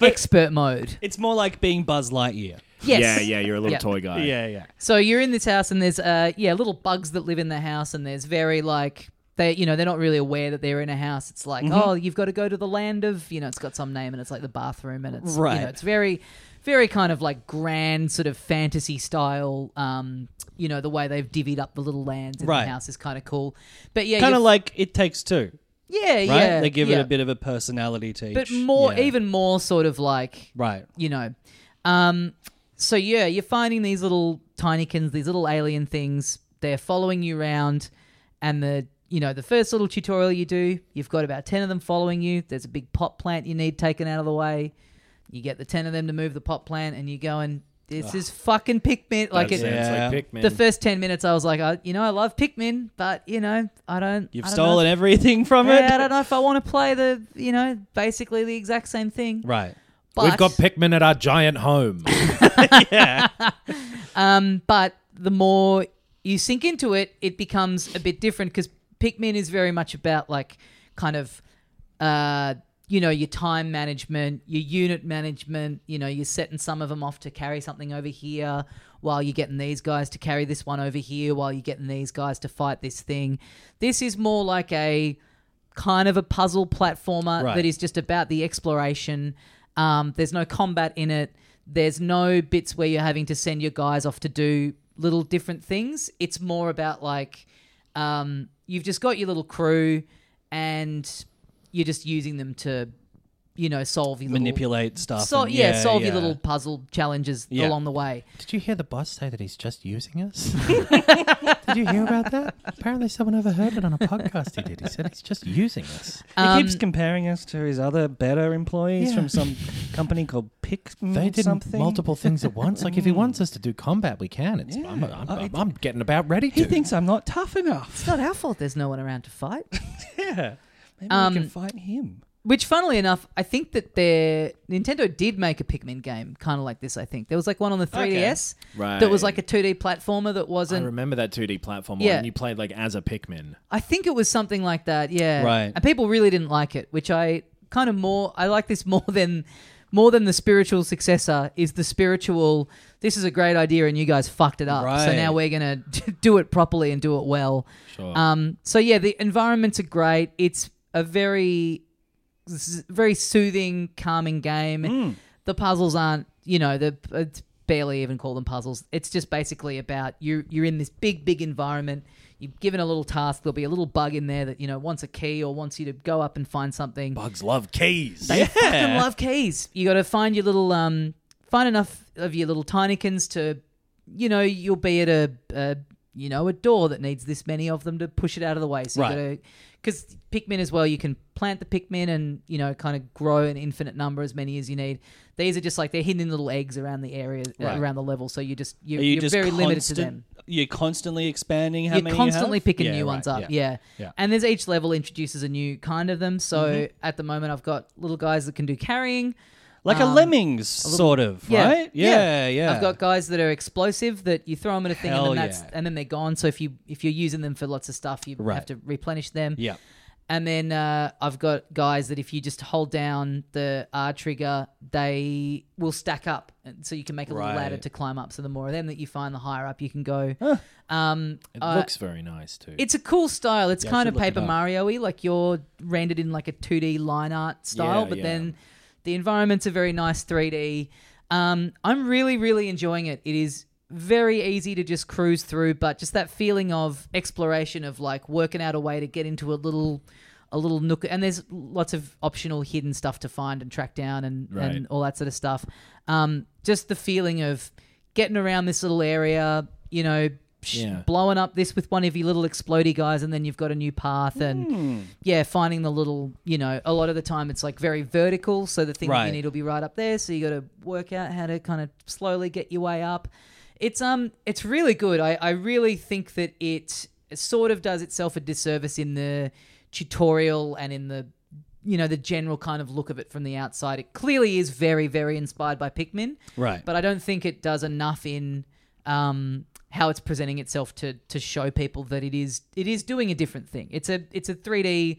[SPEAKER 2] Expert mode.
[SPEAKER 3] it's more like being Buzz Lightyear.
[SPEAKER 2] Yes.
[SPEAKER 4] Yeah, yeah, you're a little
[SPEAKER 2] Yeah.
[SPEAKER 4] toy guy.
[SPEAKER 3] yeah.
[SPEAKER 2] So you're in this house, and there's uh yeah little bugs that live in the house, and there's very like they you know they're not really aware that they're in a house. It's like
[SPEAKER 3] Mm-hmm.
[SPEAKER 2] oh you've got to go to the land of you know it's got some name, and it's like the bathroom, and it's you know,
[SPEAKER 3] Right.
[SPEAKER 2] it's very very kind of like grand sort of fantasy style. Um, you know the way they've divvied up the little lands in
[SPEAKER 3] Right.
[SPEAKER 2] the house is kind of cool. But yeah,
[SPEAKER 3] Kind of
[SPEAKER 2] you're-
[SPEAKER 3] like It Takes Two,
[SPEAKER 2] yeah
[SPEAKER 3] right?
[SPEAKER 2] yeah
[SPEAKER 3] they give
[SPEAKER 2] yeah.
[SPEAKER 3] it a bit of a personality to each.
[SPEAKER 2] but more
[SPEAKER 3] Yeah.
[SPEAKER 2] even more sort of like
[SPEAKER 3] Right.
[SPEAKER 2] you know. Um, so yeah, you're finding these little tinykins, these little alien things. They're following you around, and the you know the first little tutorial you do, you've got about ten of them following you. There's a big pot plant you need taken out of the way. You get the ten of them to move the pot plant, and you go and this is fucking Pikmin. Like
[SPEAKER 4] That
[SPEAKER 2] it,
[SPEAKER 4] sounds
[SPEAKER 3] Yeah.
[SPEAKER 4] like Pikmin.
[SPEAKER 2] the first ten minutes, I was like, I, you know, I love Pikmin, but you know, I don't.
[SPEAKER 3] You've
[SPEAKER 2] I don't know
[SPEAKER 3] stolen
[SPEAKER 2] if-
[SPEAKER 3] everything from it.
[SPEAKER 2] Yeah, I don't know if I want to play the, you know, basically the exact same thing.
[SPEAKER 3] Right.
[SPEAKER 2] But
[SPEAKER 4] We've got Pikmin at our giant home.
[SPEAKER 2] but the more you sink into it, it becomes a bit different because Pikmin is very much about like kind of, uh, you know, your time management, your unit management. You know, you're setting some of them off to carry something over here while you're getting these guys to carry this one over here while you're getting these guys to fight this thing. This is more like a kind of a puzzle platformer
[SPEAKER 3] Right.
[SPEAKER 2] that is just about the exploration. Um, there's no combat in it. There's no bits where you're having to send your guys off to do little different things. It's more about like um, you've just got your little crew and you're just using them to, you know, solve your little-
[SPEAKER 3] Manipulate stuff.
[SPEAKER 2] So,
[SPEAKER 3] and-
[SPEAKER 2] yeah, solve
[SPEAKER 3] yeah.
[SPEAKER 2] your little puzzle challenges
[SPEAKER 3] Yeah.
[SPEAKER 2] along the way.
[SPEAKER 4] Did you hear the boss say that he's just using us? did you hear about that? Apparently, someone overheard it on a podcast he did. He said he's just using us.
[SPEAKER 3] He keeps
[SPEAKER 2] um,
[SPEAKER 3] comparing us to his other better employees from some company called Pick.
[SPEAKER 4] They did
[SPEAKER 3] something. Mm.
[SPEAKER 4] multiple things at once. Like, if he wants us to do combat, we can. It's, I'm, I'm, I'm, I'm getting about ready to.
[SPEAKER 3] Oh, He thinks I'm not tough enough.
[SPEAKER 2] It's not our fault there's no one around to fight.
[SPEAKER 3] yeah. Maybe
[SPEAKER 2] Um,
[SPEAKER 3] we can fight him.
[SPEAKER 2] Which, funnily enough, I think that their Nintendo did make a Pikmin game kind of like this. I think there was like one on the 3DS
[SPEAKER 4] Right.
[SPEAKER 2] that was like a 2D platformer that
[SPEAKER 4] I
[SPEAKER 2] wasn't.
[SPEAKER 4] remember that 2D platform
[SPEAKER 2] Yeah.
[SPEAKER 4] when you played like as a Pikmin.
[SPEAKER 2] I think it was something like that. Yeah,
[SPEAKER 3] Right.
[SPEAKER 2] And people really didn't like it, which I kind of more. I like this more than more than the spiritual successor is the spiritual. This is a great idea, and you guys fucked it up. So
[SPEAKER 3] Right.
[SPEAKER 2] now we're gonna do it properly and do it well.
[SPEAKER 4] Sure.
[SPEAKER 2] Um, so yeah, the environments are great. It's a very, s- very soothing, calming game. The puzzles aren't, you know, the it's barely even call them puzzles. It's just basically about you. You're in this big, big environment. You're given a little task. There'll be a little bug in there that you know wants a key or wants you to go up and find something.
[SPEAKER 4] Bugs love keys.
[SPEAKER 2] They fucking love keys. You got to find your little um, find enough of your little tinykins to, you know, you'll be at a, a you know a door that needs this many of them to push it out of the way. So
[SPEAKER 3] Right.
[SPEAKER 2] you got to because Pikmin as well, you can plant the Pikmin and you know kind of grow an infinite number as many as you need. These are just like they're hidden in little eggs around the area uh,
[SPEAKER 3] Right.
[SPEAKER 2] around the level, so you just you,
[SPEAKER 3] Are
[SPEAKER 2] are
[SPEAKER 3] you
[SPEAKER 2] you are
[SPEAKER 3] just
[SPEAKER 2] very limited to
[SPEAKER 3] constant-
[SPEAKER 2] them.
[SPEAKER 3] You're constantly expanding how
[SPEAKER 2] You're
[SPEAKER 3] many
[SPEAKER 2] constantly
[SPEAKER 3] you have?
[SPEAKER 2] picking
[SPEAKER 3] Yeah,
[SPEAKER 2] new
[SPEAKER 3] right,
[SPEAKER 2] ones up,
[SPEAKER 3] yeah.
[SPEAKER 2] yeah.
[SPEAKER 3] Yeah. Mm-hmm.
[SPEAKER 2] And there's each level introduces a new kind of them. So at the moment, I've got little guys that can do carrying,
[SPEAKER 3] Like
[SPEAKER 2] Um,
[SPEAKER 3] a lemmings, sort of, right? Yeah, yeah.
[SPEAKER 2] I've got guys that are explosive that you throw them at a thing
[SPEAKER 3] Hell
[SPEAKER 2] and then that's
[SPEAKER 3] yeah.
[SPEAKER 2] and then they're gone. So if you if you're using them for lots of stuff, you
[SPEAKER 3] Right.
[SPEAKER 2] have to replenish them.
[SPEAKER 3] yeah.
[SPEAKER 2] And then uh, I've got guys that if you just hold down the R trigger, they will stack up, and so you can make a little ladder
[SPEAKER 3] Right.
[SPEAKER 2] to climb up. So the more of them that you find, the higher up you can go. Um,
[SPEAKER 4] It
[SPEAKER 2] uh,
[SPEAKER 4] looks very nice too.
[SPEAKER 2] it's a cool style. It's
[SPEAKER 3] Yeah, I
[SPEAKER 2] kind
[SPEAKER 3] should
[SPEAKER 2] of
[SPEAKER 3] look it
[SPEAKER 2] Paper
[SPEAKER 3] up.
[SPEAKER 2] Mario y, like you're rendered in like a 2D line art style,
[SPEAKER 4] Yeah,
[SPEAKER 2] but
[SPEAKER 4] yeah.
[SPEAKER 2] then the environments are very nice 3D. Um, I'm really, really enjoying it. It is very easy to just cruise through, but just that feeling of exploration of like working out a way to get into a little. A little nook, and there's lots of optional hidden stuff to find and track down, and,
[SPEAKER 4] Right.
[SPEAKER 2] and all that sort of stuff. Um, just the feeling of getting around this little area, you know, sh-
[SPEAKER 4] Yeah.
[SPEAKER 2] blowing up this with one of your little explodey guys, and then you've got a new path, and
[SPEAKER 4] Hmm.
[SPEAKER 2] yeah, finding the little, you know, a lot of the time it's like very vertical, so the thing that you
[SPEAKER 3] Right.
[SPEAKER 2] need will be right up there, so you got to work out how to kind of slowly get your way up. It's um, it's really good. I I really think that it sort of does itself a disservice in the tutorial and in the you know the general kind of look of it from the outside. It clearly is very very inspired by Pikmin,
[SPEAKER 3] Right.
[SPEAKER 2] but I don't think it does enough in um, how it's presenting itself to to show people that it is it is doing a different thing. It's a it's a 3D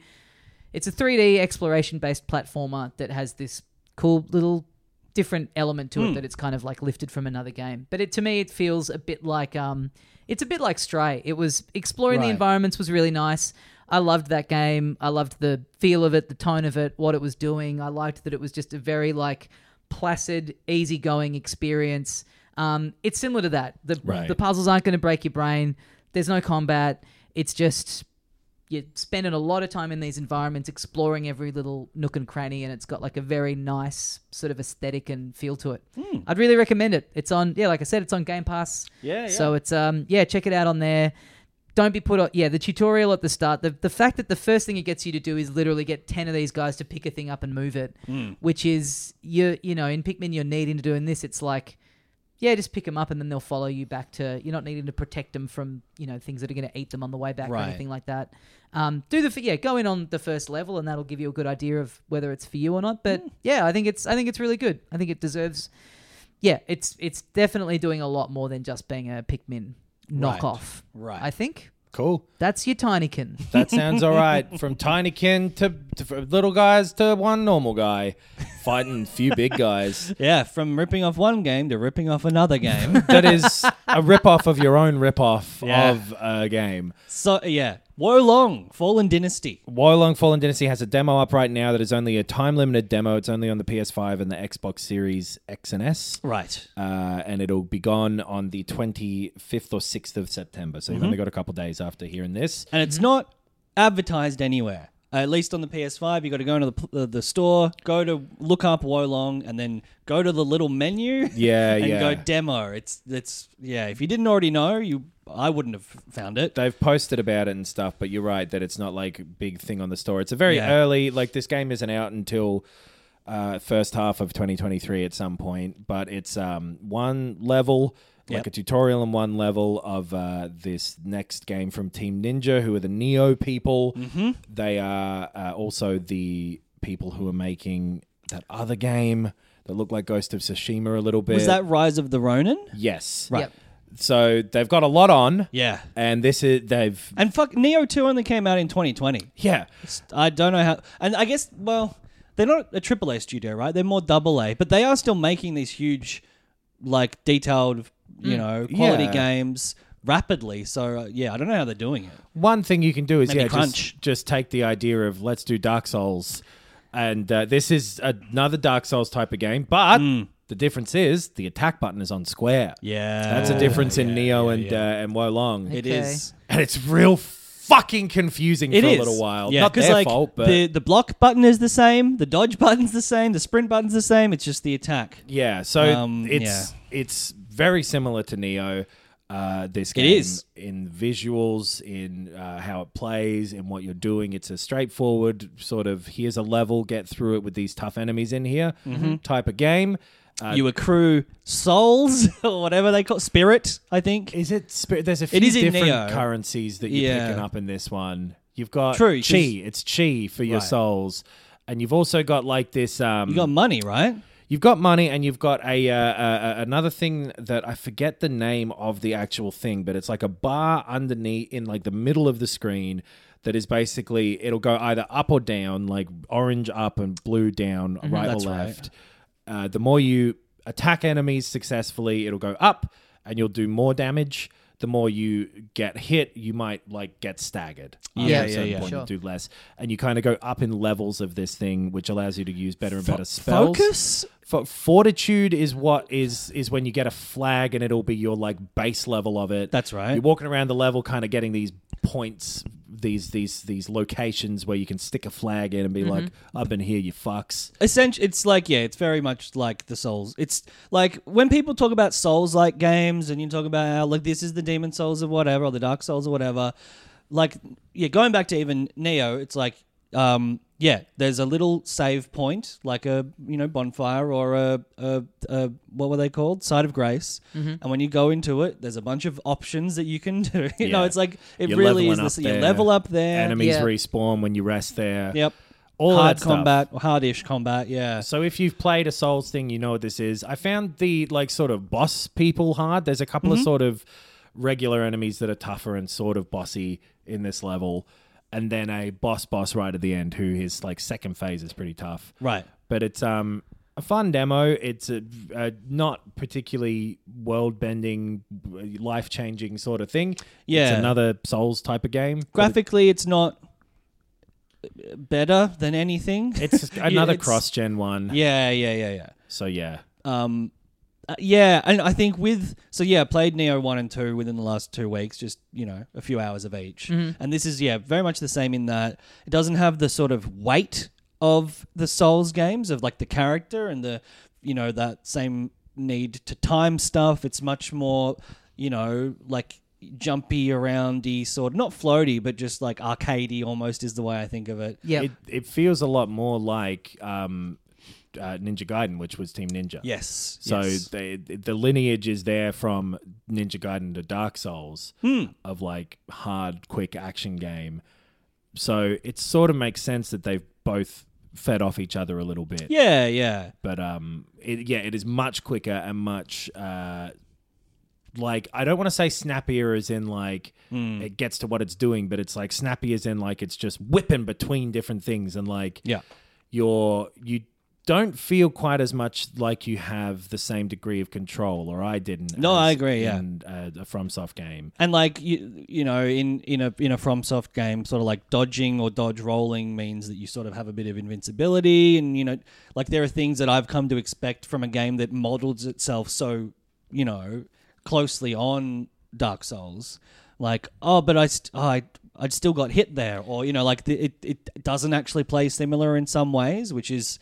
[SPEAKER 2] it's a 3D exploration based platformer that has this cool little different element to it that it's kind of like lifted from another game. But it to me it feels a bit like um it's a bit like Stray. It was exploring the
[SPEAKER 3] Right.
[SPEAKER 2] environments was really nice. I loved that game. I loved the feel of it, the tone of it, what it was doing. I liked that it was just a very like placid, easygoing experience. Um, it's similar to that. The
[SPEAKER 4] Right.
[SPEAKER 2] the puzzles aren't going to break your brain. There's no combat. It's just you're spending a lot of time in these environments exploring every little nook and cranny and it's got like a very nice sort of aesthetic and feel to it
[SPEAKER 3] Hmm.
[SPEAKER 2] i'd really recommend it it's on yeah like i said it's on game pass
[SPEAKER 3] Yeah, yeah.
[SPEAKER 2] so it's um yeah check it out on there don't be put on yeah the tutorial at the start the, the fact that the first thing it gets you to do is literally get 10 of these guys to pick a thing up and move it
[SPEAKER 3] Hmm.
[SPEAKER 2] which is you you know in pikmin you're needing to do in this it's like yeah, just pick them up and then they'll follow you back to. You're not needing to protect them from you know things that are going to eat them on the way back or
[SPEAKER 3] Right.
[SPEAKER 2] anything like that. Um, do the f- yeah, go in on the first level and that'll give you a good idea of whether it's for you or not.
[SPEAKER 3] Hmm.
[SPEAKER 2] But yeah, I think it's I think it's really good. I think it deserves. Yeah, it's it's definitely doing a lot more than just being a Pikmin knockoff.
[SPEAKER 3] Right.
[SPEAKER 2] I think
[SPEAKER 4] cool.
[SPEAKER 2] that's your Tinykin.
[SPEAKER 4] That sounds all right. From tinykin to, to from little guys to one normal guy, fighting few big guys.
[SPEAKER 3] Yeah, from ripping off one game to ripping off another game.
[SPEAKER 4] That is a ripoff of your own ripoff
[SPEAKER 3] Yeah.
[SPEAKER 4] of a game.
[SPEAKER 3] so yeah, Wolong, Fallen Dynasty.
[SPEAKER 4] Long Fallen Dynasty has a demo up right now that is only a time limited demo. It's only on the PS5 and the Xbox Series X and S.
[SPEAKER 3] Right.
[SPEAKER 4] Uh, and it'll be gone on the 25th or 6th of September. So you've only got a couple days after hearing this.
[SPEAKER 3] And
[SPEAKER 2] Mm-hmm.
[SPEAKER 3] it's not advertised anywhere. At least on the PS5, you got to go into the, pl- uh, the store, go to look up Wolong, and then go to the little menu.
[SPEAKER 4] Yeah,
[SPEAKER 3] and
[SPEAKER 4] yeah.
[SPEAKER 3] go demo. It's it's yeah. If you didn't already know, you I wouldn't have found it.
[SPEAKER 4] They've posted about it and stuff, but you're right that it's not like a big thing on the store. It's a very
[SPEAKER 3] Yeah.
[SPEAKER 4] early, like this game isn't out until uh, first half of 2023 at some point, but it's um, one level, like
[SPEAKER 3] Yep.
[SPEAKER 4] a tutorial and one level of uh, this next game from Team Ninja, who are the Neo people.
[SPEAKER 3] Mm-hmm.
[SPEAKER 4] They are uh, also the people who are making that other game that looked like Ghost of Tsushima a little bit.
[SPEAKER 3] Was that Rise of the Ronin?
[SPEAKER 4] Yes.
[SPEAKER 2] Right. Yep.
[SPEAKER 4] So they've got a lot on.
[SPEAKER 3] Yeah.
[SPEAKER 4] And this is they've
[SPEAKER 3] And fuck, Neo Two only came out in 2020.
[SPEAKER 4] yeah.
[SPEAKER 3] I don't know how. And I guess well, they're not a triple A studio, right? They're more double A, but they are still making these huge, like detailed, you know, quality
[SPEAKER 4] Mm. Yeah.
[SPEAKER 3] games rapidly. So uh, yeah, I don't know how they're doing it.
[SPEAKER 4] One thing you can do is
[SPEAKER 3] Maybe
[SPEAKER 4] yeah, just,
[SPEAKER 3] crunch.
[SPEAKER 4] just take the idea of let's do Dark Souls, and uh, this is another Dark Souls type of game, but the difference is the attack button is on square.
[SPEAKER 3] Hmm. Yeah,
[SPEAKER 4] that's a difference in Neo and Uh, and Wolong,
[SPEAKER 3] It
[SPEAKER 2] Okay.
[SPEAKER 3] is.
[SPEAKER 4] and it's real fucking confusing
[SPEAKER 3] It
[SPEAKER 4] for
[SPEAKER 3] is
[SPEAKER 4] a little while.
[SPEAKER 3] Yeah,
[SPEAKER 4] Not
[SPEAKER 3] 'cause,
[SPEAKER 4] their
[SPEAKER 3] like,
[SPEAKER 4] fault, but
[SPEAKER 3] the the block button is the same, the dodge button's the same, the sprint button's the same. It's just the attack.
[SPEAKER 4] yeah. So
[SPEAKER 3] Um,
[SPEAKER 4] it's it's very similar to Neo. Uh, this game
[SPEAKER 3] is.
[SPEAKER 4] in visuals, in uh, how it plays, in what you're doing. It's a straightforward sort of here's a level, get through it with these tough enemies in here
[SPEAKER 3] Mm-hmm.
[SPEAKER 4] type of game. Uh,
[SPEAKER 3] you accrue souls or whatever they call spirit. I think
[SPEAKER 4] is it? Spirit? There's a few
[SPEAKER 3] is in
[SPEAKER 4] different
[SPEAKER 3] Neo.
[SPEAKER 4] currencies that you're
[SPEAKER 3] Yeah.
[SPEAKER 4] picking up in this one. You've got
[SPEAKER 3] True, 'cause-
[SPEAKER 4] chi. It's chi for your
[SPEAKER 3] Right.
[SPEAKER 4] souls, and you've also got like this. Um,
[SPEAKER 3] you got money, right?
[SPEAKER 4] You've got money, and you've got a uh, uh, another thing that I forget the name of the actual thing, but it's like a bar underneath in like the middle of the screen that is basically it'll go either up or down, like orange up and blue down, right or
[SPEAKER 3] Mm-hmm. That's right.
[SPEAKER 4] left. Uh, the more you attack enemies successfully, it'll go up and you'll do more damage. The more you get hit, you might like get staggered. after
[SPEAKER 3] Yeah,
[SPEAKER 4] a
[SPEAKER 3] yeah,
[SPEAKER 4] certain
[SPEAKER 3] yeah.
[SPEAKER 4] point, you
[SPEAKER 2] Sure.
[SPEAKER 4] Do less, and you kind of go up in levels of this thing, which allows you to use better and better spells.
[SPEAKER 3] Focus.
[SPEAKER 4] Fo- fortitude is what is is when you get a flag and it'll be your like base level of it.
[SPEAKER 3] That's right.
[SPEAKER 4] You're walking around the level, kind of getting these points, these these these locations where you can stick a flag in and be like,
[SPEAKER 3] Mm-hmm.
[SPEAKER 4] "I've been here, you fucks."
[SPEAKER 3] Essentially, it's like yeah, it's very much like the Souls. It's like when people talk about Souls-like games, and you talk about how like this is the Demon Souls or whatever, or the Dark Souls or whatever. Like yeah, going back to even Neo, it's like um yeah, there's a little save point, like a you know bonfire or a, a, a what were they called? Side of Grace.
[SPEAKER 4] Mm-hmm.
[SPEAKER 3] And when you go into it, there's a bunch of options that you can do. you know,
[SPEAKER 4] Yeah.
[SPEAKER 3] it's like it
[SPEAKER 4] You're
[SPEAKER 3] really
[SPEAKER 4] leveling
[SPEAKER 3] is this.
[SPEAKER 4] up
[SPEAKER 3] You
[SPEAKER 4] there.
[SPEAKER 3] level up there.
[SPEAKER 4] Enemies
[SPEAKER 2] Yeah.
[SPEAKER 4] respawn when you rest there.
[SPEAKER 3] Yep.
[SPEAKER 4] All
[SPEAKER 3] hard
[SPEAKER 4] that stuff.
[SPEAKER 3] combat, hardish combat. Yeah.
[SPEAKER 4] So if you've played a Souls thing, you know what this is. I found the like sort of boss people hard. There's a couple
[SPEAKER 3] Mm-hmm.
[SPEAKER 4] of sort of regular enemies that are tougher and sort of bossy in this level, and then a boss boss right at the end who his like second phase is pretty tough.
[SPEAKER 3] Right.
[SPEAKER 4] But it's um a fun demo. It's a, a not particularly world bending, life changing sort of thing.
[SPEAKER 3] Yeah.
[SPEAKER 4] it's another Souls type of game. but
[SPEAKER 3] Graphically, it's not better than anything.
[SPEAKER 4] It's another
[SPEAKER 3] it's-
[SPEAKER 4] cross gen one.
[SPEAKER 3] yeah, yeah, yeah, yeah.
[SPEAKER 4] So yeah.
[SPEAKER 3] Um, uh, yeah, and I think with so yeah, I played Neo one and two within the last two weeks, just you know a few hours of each. And this is yeah, very much the same in that it doesn't have the sort of weight of the Souls games of like the character and the you know that same need to time stuff. It's much more you know like jumpy aroundy sort not floaty but just like arcadey almost is the way I think of it.
[SPEAKER 2] Yeah.
[SPEAKER 4] It, it feels a lot more like um, uh, Ninja Gaiden, which was Team Ninja.
[SPEAKER 3] Yes.
[SPEAKER 4] So
[SPEAKER 3] yes.
[SPEAKER 4] they, the lineage is there from Ninja Gaiden to Dark Souls of like hard, quick action game. So it sort of makes sense that they've both fed off each other a little bit.
[SPEAKER 3] yeah, yeah.
[SPEAKER 4] But um, it, yeah, it is much quicker and much uh, like I don't want to say snappier as in like
[SPEAKER 3] Hmm.
[SPEAKER 4] it gets to what it's doing, but it's like snappy as in like it's just whipping between different things and like
[SPEAKER 3] Yeah.
[SPEAKER 4] you're you don't feel quite as much like you have the same degree of control, or I didn't.
[SPEAKER 3] No,
[SPEAKER 4] as
[SPEAKER 3] I agree, yeah.
[SPEAKER 4] In uh, a FromSoft game,
[SPEAKER 3] And like you, you know, in in a in a FromSoft game, sort of like dodging or dodge rolling means that you sort of have a bit of invincibility, and you know, like there are things that I've come to expect from a game that models itself so, you know, closely on Dark Souls. Like, oh, but I, st- oh, I, I still got hit there, or you know, like the, it it doesn't actually play similar in some ways, which is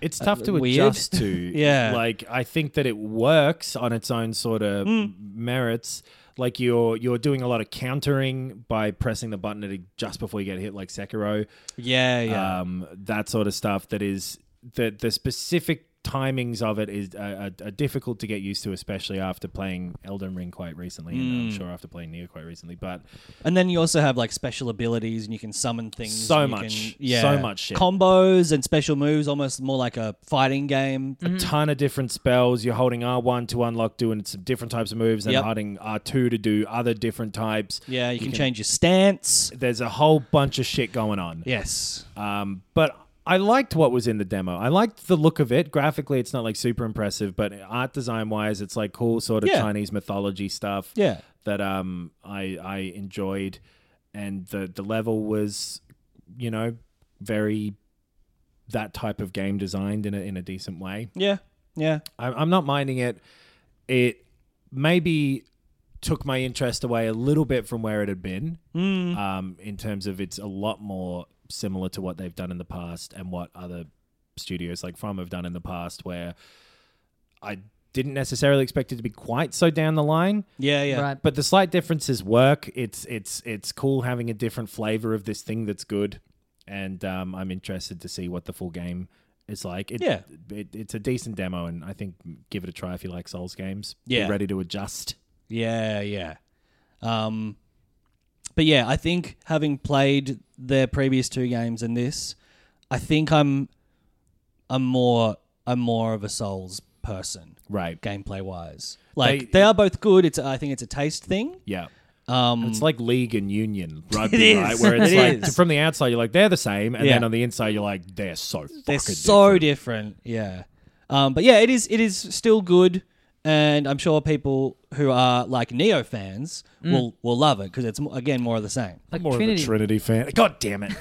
[SPEAKER 4] it's tough to
[SPEAKER 3] weird.
[SPEAKER 4] adjust Uh, to.
[SPEAKER 3] Yeah.
[SPEAKER 4] like I think that it works on its own sort of merits. Like you're you're doing a lot of countering by pressing the button at just before you get hit, like Sekiro.
[SPEAKER 3] yeah, yeah.
[SPEAKER 4] um, that sort of stuff that is the the specific timings of it is uh, are, are difficult to get used to especially after playing Elden Ring quite recently and I'm sure after playing Neo quite recently but
[SPEAKER 3] And then you also have like special abilities, and you can summon things.
[SPEAKER 4] So
[SPEAKER 3] and you
[SPEAKER 4] much.
[SPEAKER 3] can- yeah,
[SPEAKER 4] So much shit.
[SPEAKER 3] combos and special moves, almost more like a fighting game.
[SPEAKER 4] a ton of different spells you're holding R1 to unlock doing some different types of moves and
[SPEAKER 3] Yep.
[SPEAKER 4] holding R2 to do other different types
[SPEAKER 3] Yeah, you, can, change your stance.
[SPEAKER 4] there's a whole bunch of shit going on
[SPEAKER 3] Yes,
[SPEAKER 4] Um, but I liked what was in the demo. I liked the look of it. Graphically, it's not like super impressive, but art design wise, it's like cool sort of
[SPEAKER 3] Yeah.
[SPEAKER 4] Chinese mythology stuff.
[SPEAKER 3] Yeah.
[SPEAKER 4] that um I I enjoyed, and the the level was, you know, very that type of game designed in a in a decent way.
[SPEAKER 3] yeah, yeah.
[SPEAKER 4] I, I'm not minding it. It maybe took my interest away a little bit from where it had been. Um, in terms of it's a lot more similar to what they've done in the past and what other studios like From have done in the past, where I didn't necessarily expect it to be quite so down the line.
[SPEAKER 3] Yeah, yeah.
[SPEAKER 2] Right.
[SPEAKER 4] But the slight differences work. It's it's it's cool having a different flavor of this thing that's good, and um, I'm interested to see what the full game is like. It,
[SPEAKER 3] Yeah.
[SPEAKER 4] it, it's a decent demo, and I think give it a try if you like Souls games. Be
[SPEAKER 3] Yeah.
[SPEAKER 4] ready to adjust.
[SPEAKER 3] Yeah, yeah. Um, but yeah, I think having played their previous two games and this, I think I'm, I'm more, I'm more of a Souls person,
[SPEAKER 4] Right.
[SPEAKER 3] gameplay wise. Like
[SPEAKER 4] They-
[SPEAKER 3] they, are both good. It's I think it's a taste thing.
[SPEAKER 4] Yeah.
[SPEAKER 3] Um,
[SPEAKER 4] It's like league and union rugby,
[SPEAKER 3] It
[SPEAKER 4] right?
[SPEAKER 3] is.
[SPEAKER 4] Where it's
[SPEAKER 3] It
[SPEAKER 4] like
[SPEAKER 3] is.
[SPEAKER 4] from the outside you're like they're the same, and
[SPEAKER 3] Yeah.
[SPEAKER 4] then on the inside you're like they're so fucking
[SPEAKER 3] they're so different. Yeah. Um, but yeah, it is it is still good, and I'm sure people who are like Neo fans will will love it because it's mo- again more of the same.
[SPEAKER 2] Like
[SPEAKER 4] More
[SPEAKER 2] Trinity.
[SPEAKER 4] of a Trinity fan. God damn it!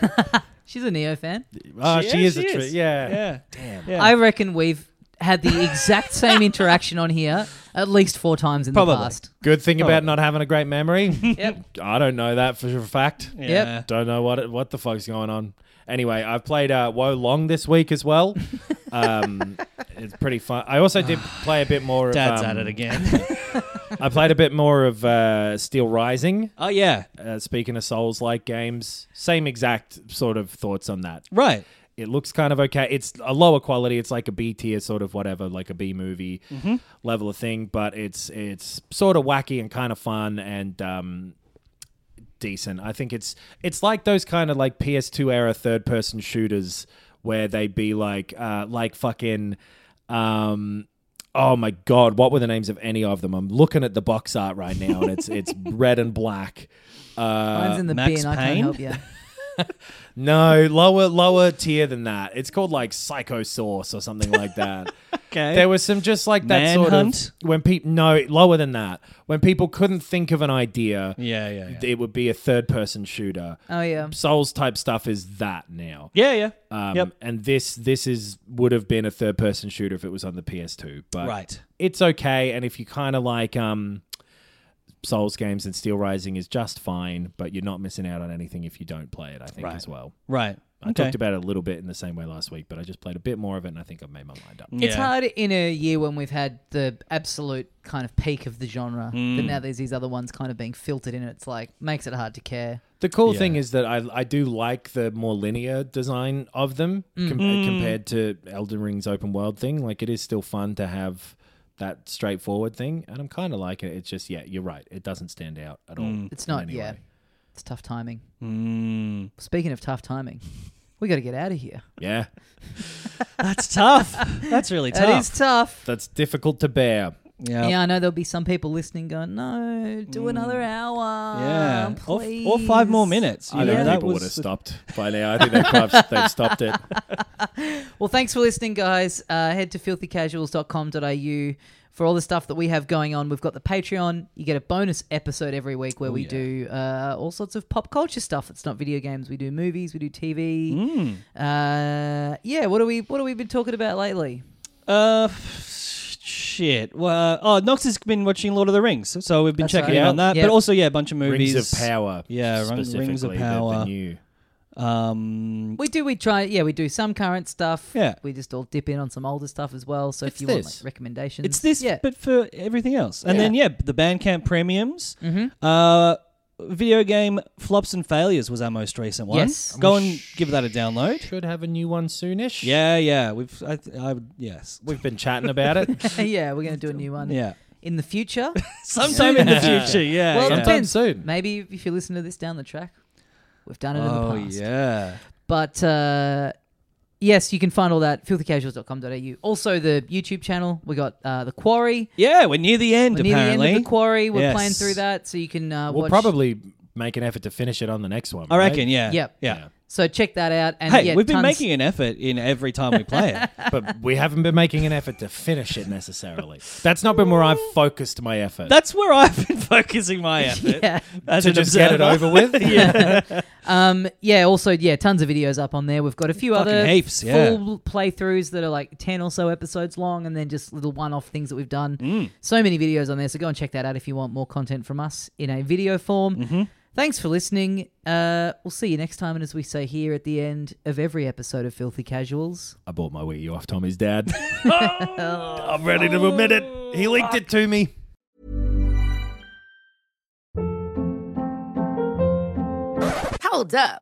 [SPEAKER 2] She's a Neo fan.
[SPEAKER 4] Ah, she,
[SPEAKER 3] Yeah,
[SPEAKER 4] is a Trinity. Yeah.
[SPEAKER 3] Yeah. Damn. Yeah.
[SPEAKER 2] I reckon we've had the exact same interaction on here at least four times in
[SPEAKER 3] Probably.
[SPEAKER 2] the past.
[SPEAKER 4] Good thing about not having a great memory.
[SPEAKER 2] Yep.
[SPEAKER 4] I don't know that for a fact.
[SPEAKER 3] yeah.
[SPEAKER 4] Don't know what it, what the fuck's going on. Anyway, I've played uh, Woe Long this week as well. Um, it's pretty fun. I also did play a bit more.
[SPEAKER 3] Dad's
[SPEAKER 4] of, um,
[SPEAKER 3] at it again.
[SPEAKER 4] I played a bit more of uh, Steel Rising.
[SPEAKER 3] oh yeah.
[SPEAKER 4] Uh, speaking of Souls-like games, same exact sort of thoughts on that.
[SPEAKER 3] Right.
[SPEAKER 4] It looks kind of okay. It's a lower quality. It's like a B tier sort of whatever, like a B movie level of thing. But it's it's sort of wacky and kind of fun and um, decent. I think it's it's like those kind of like PS2 era third person shooters where they'd be like uh, like fucking. Um, Oh my god! What were the names of any of them? I'm looking at the box art right now, and it's it's red and black. Uh,
[SPEAKER 2] Mine's in the
[SPEAKER 3] Max
[SPEAKER 2] bin. I can't
[SPEAKER 3] Payne?
[SPEAKER 2] help you.
[SPEAKER 4] no, lower lower tier than that. It's called like Psycho Sauce or something like that.
[SPEAKER 3] Okay.
[SPEAKER 4] There was some just like that
[SPEAKER 3] Manhunt?
[SPEAKER 4] sort of when people no lower than that when people couldn't think of an idea.
[SPEAKER 3] yeah. Yeah. Yeah.
[SPEAKER 4] It would be a third person shooter.
[SPEAKER 2] Oh yeah.
[SPEAKER 4] Souls type stuff is that now.
[SPEAKER 3] Yeah. Yeah.
[SPEAKER 4] Um,
[SPEAKER 3] yep.
[SPEAKER 4] And this this is would have been a third person shooter if it was on the PS2, but
[SPEAKER 3] Right.
[SPEAKER 4] it's okay. And if you kind of like um, Souls games and Steel Rising is just fine, but you're not missing out on anything if you don't play it. I think
[SPEAKER 3] Right.
[SPEAKER 4] as well.
[SPEAKER 3] Right.
[SPEAKER 4] I
[SPEAKER 3] okay.
[SPEAKER 4] talked about it a little bit in the same way last week, but I just played a bit more of it, and I think I've made my mind up.
[SPEAKER 2] It's
[SPEAKER 3] Yeah.
[SPEAKER 2] hard in a year when we've had the absolute kind of peak of the genre, but now there's these other ones kind of being filtered in. It's like makes it hard to care.
[SPEAKER 4] The cool thing is that I I do like the more linear design of them
[SPEAKER 3] Mm.
[SPEAKER 4] com- compared to Elden Ring's open world thing. Like it is still fun to have that straightforward thing, and I'm kind of liking it. It's just yeah, you're right. It doesn't stand out at all.
[SPEAKER 3] Mm.
[SPEAKER 2] It's not.
[SPEAKER 4] Anyway.
[SPEAKER 2] Yeah. It's tough timing. Speaking of tough timing, we got to get out of here.
[SPEAKER 4] Yeah,
[SPEAKER 3] That's tough. That's really tough.
[SPEAKER 2] That is tough.
[SPEAKER 4] that's difficult to bear.
[SPEAKER 3] Yeah.
[SPEAKER 2] Yeah, I know there'll be some people listening going, "No, do another hour,
[SPEAKER 3] Mm. Yeah. Or,
[SPEAKER 2] please."
[SPEAKER 3] or five more minutes. You
[SPEAKER 4] I
[SPEAKER 3] know,
[SPEAKER 4] don't
[SPEAKER 3] that
[SPEAKER 4] think people would have
[SPEAKER 3] was-
[SPEAKER 4] stopped by now. I think they've, kind of- they've stopped it.
[SPEAKER 2] Well, thanks for listening, guys. Uh, head to filthycasuals.com.au for all the stuff that we have going on. We've got the Patreon. You get a bonus episode every week
[SPEAKER 3] Oh,
[SPEAKER 2] where we do uh, all sorts of pop culture stuff. It's not video games. We do movies. We do TV.
[SPEAKER 3] Mm.
[SPEAKER 2] Uh, yeah. What are we? What have we been talking about lately?
[SPEAKER 3] Uh, f- shit. Well, uh, oh, Knox has been watching Lord of the Rings, so we've been
[SPEAKER 2] That's
[SPEAKER 3] checking
[SPEAKER 2] right.
[SPEAKER 3] in on that.
[SPEAKER 2] Yeah.
[SPEAKER 3] But also, yeah, a bunch of movies.
[SPEAKER 4] Rings of Power.
[SPEAKER 3] Yeah, Ring- Rings of
[SPEAKER 4] specifically the- The,
[SPEAKER 3] Power.
[SPEAKER 4] new.
[SPEAKER 3] Um,
[SPEAKER 2] We do. We try. Yeah, we do some current stuff.
[SPEAKER 3] Yeah.
[SPEAKER 2] We just all dip in on some older stuff as well. So
[SPEAKER 4] It's
[SPEAKER 2] if you want
[SPEAKER 4] this.
[SPEAKER 2] like, recommendations,
[SPEAKER 3] it's this,
[SPEAKER 2] Yeah.
[SPEAKER 3] but for everything else. And then yeah, the Bandcamp premiums.
[SPEAKER 2] Mm-hmm.
[SPEAKER 3] Uh, video game flops and failures was our most recent one.
[SPEAKER 2] Yes.
[SPEAKER 3] Go and give that a download.
[SPEAKER 4] Should have a new one soonish.
[SPEAKER 3] Yeah, yeah. We've I, th- I would yes.
[SPEAKER 4] we've been chatting about it.
[SPEAKER 2] yeah, we're gonna do a new one.
[SPEAKER 3] Yeah.
[SPEAKER 2] In the future.
[SPEAKER 3] Sometime in the future. Yeah.
[SPEAKER 2] Well, it
[SPEAKER 4] Sometime
[SPEAKER 3] yeah.
[SPEAKER 2] depends.
[SPEAKER 4] soon.
[SPEAKER 2] Maybe if you listen to this down the track, we've done it
[SPEAKER 3] Oh
[SPEAKER 2] in the past.
[SPEAKER 3] yeah.
[SPEAKER 2] But uh, yes, you can find all that filthycasuals.com.au. Also, the YouTube channel. We got uh, the Quarry.
[SPEAKER 3] Yeah, we're near the end
[SPEAKER 2] We're near
[SPEAKER 3] apparently.
[SPEAKER 2] the end of the Quarry. We're
[SPEAKER 3] Yes.
[SPEAKER 2] playing through that, so you can uh,
[SPEAKER 4] We'll
[SPEAKER 2] watch.
[SPEAKER 4] probably make an effort to finish it on the next one.
[SPEAKER 3] I
[SPEAKER 4] right?
[SPEAKER 3] reckon, yeah.
[SPEAKER 2] Yep.
[SPEAKER 3] Yeah.
[SPEAKER 2] So check that out. And
[SPEAKER 3] Hey,
[SPEAKER 2] yeah,
[SPEAKER 3] we've been
[SPEAKER 2] tons-
[SPEAKER 3] making an effort in every time we play it.
[SPEAKER 4] But we haven't been making an effort to finish it necessarily. That's not been where I've focused my effort.
[SPEAKER 3] That's where I've been focusing my effort.
[SPEAKER 2] Yeah.
[SPEAKER 3] As
[SPEAKER 4] to
[SPEAKER 3] an
[SPEAKER 4] just
[SPEAKER 3] observer.
[SPEAKER 4] get it over with. yeah.
[SPEAKER 2] Um, yeah, also, yeah, tons of videos up on there. We've got a few
[SPEAKER 3] Fucking
[SPEAKER 2] other
[SPEAKER 3] heaps,
[SPEAKER 2] full
[SPEAKER 3] yeah.
[SPEAKER 2] playthroughs that are like 10 or so episodes long and then just little one off things that we've done.
[SPEAKER 3] Mm.
[SPEAKER 2] So many videos on there. So go and check that out if you want more content from us in a video form.
[SPEAKER 3] Mm-hmm.
[SPEAKER 2] Thanks for listening. Uh, we'll see you next time. And as we say here at the end of every episode of Filthy Casuals,
[SPEAKER 4] I bought my Wii U off Tommy's dad.
[SPEAKER 3] Oh.
[SPEAKER 4] I'm ready to admit it. He linked it to me.
[SPEAKER 5] Hold up.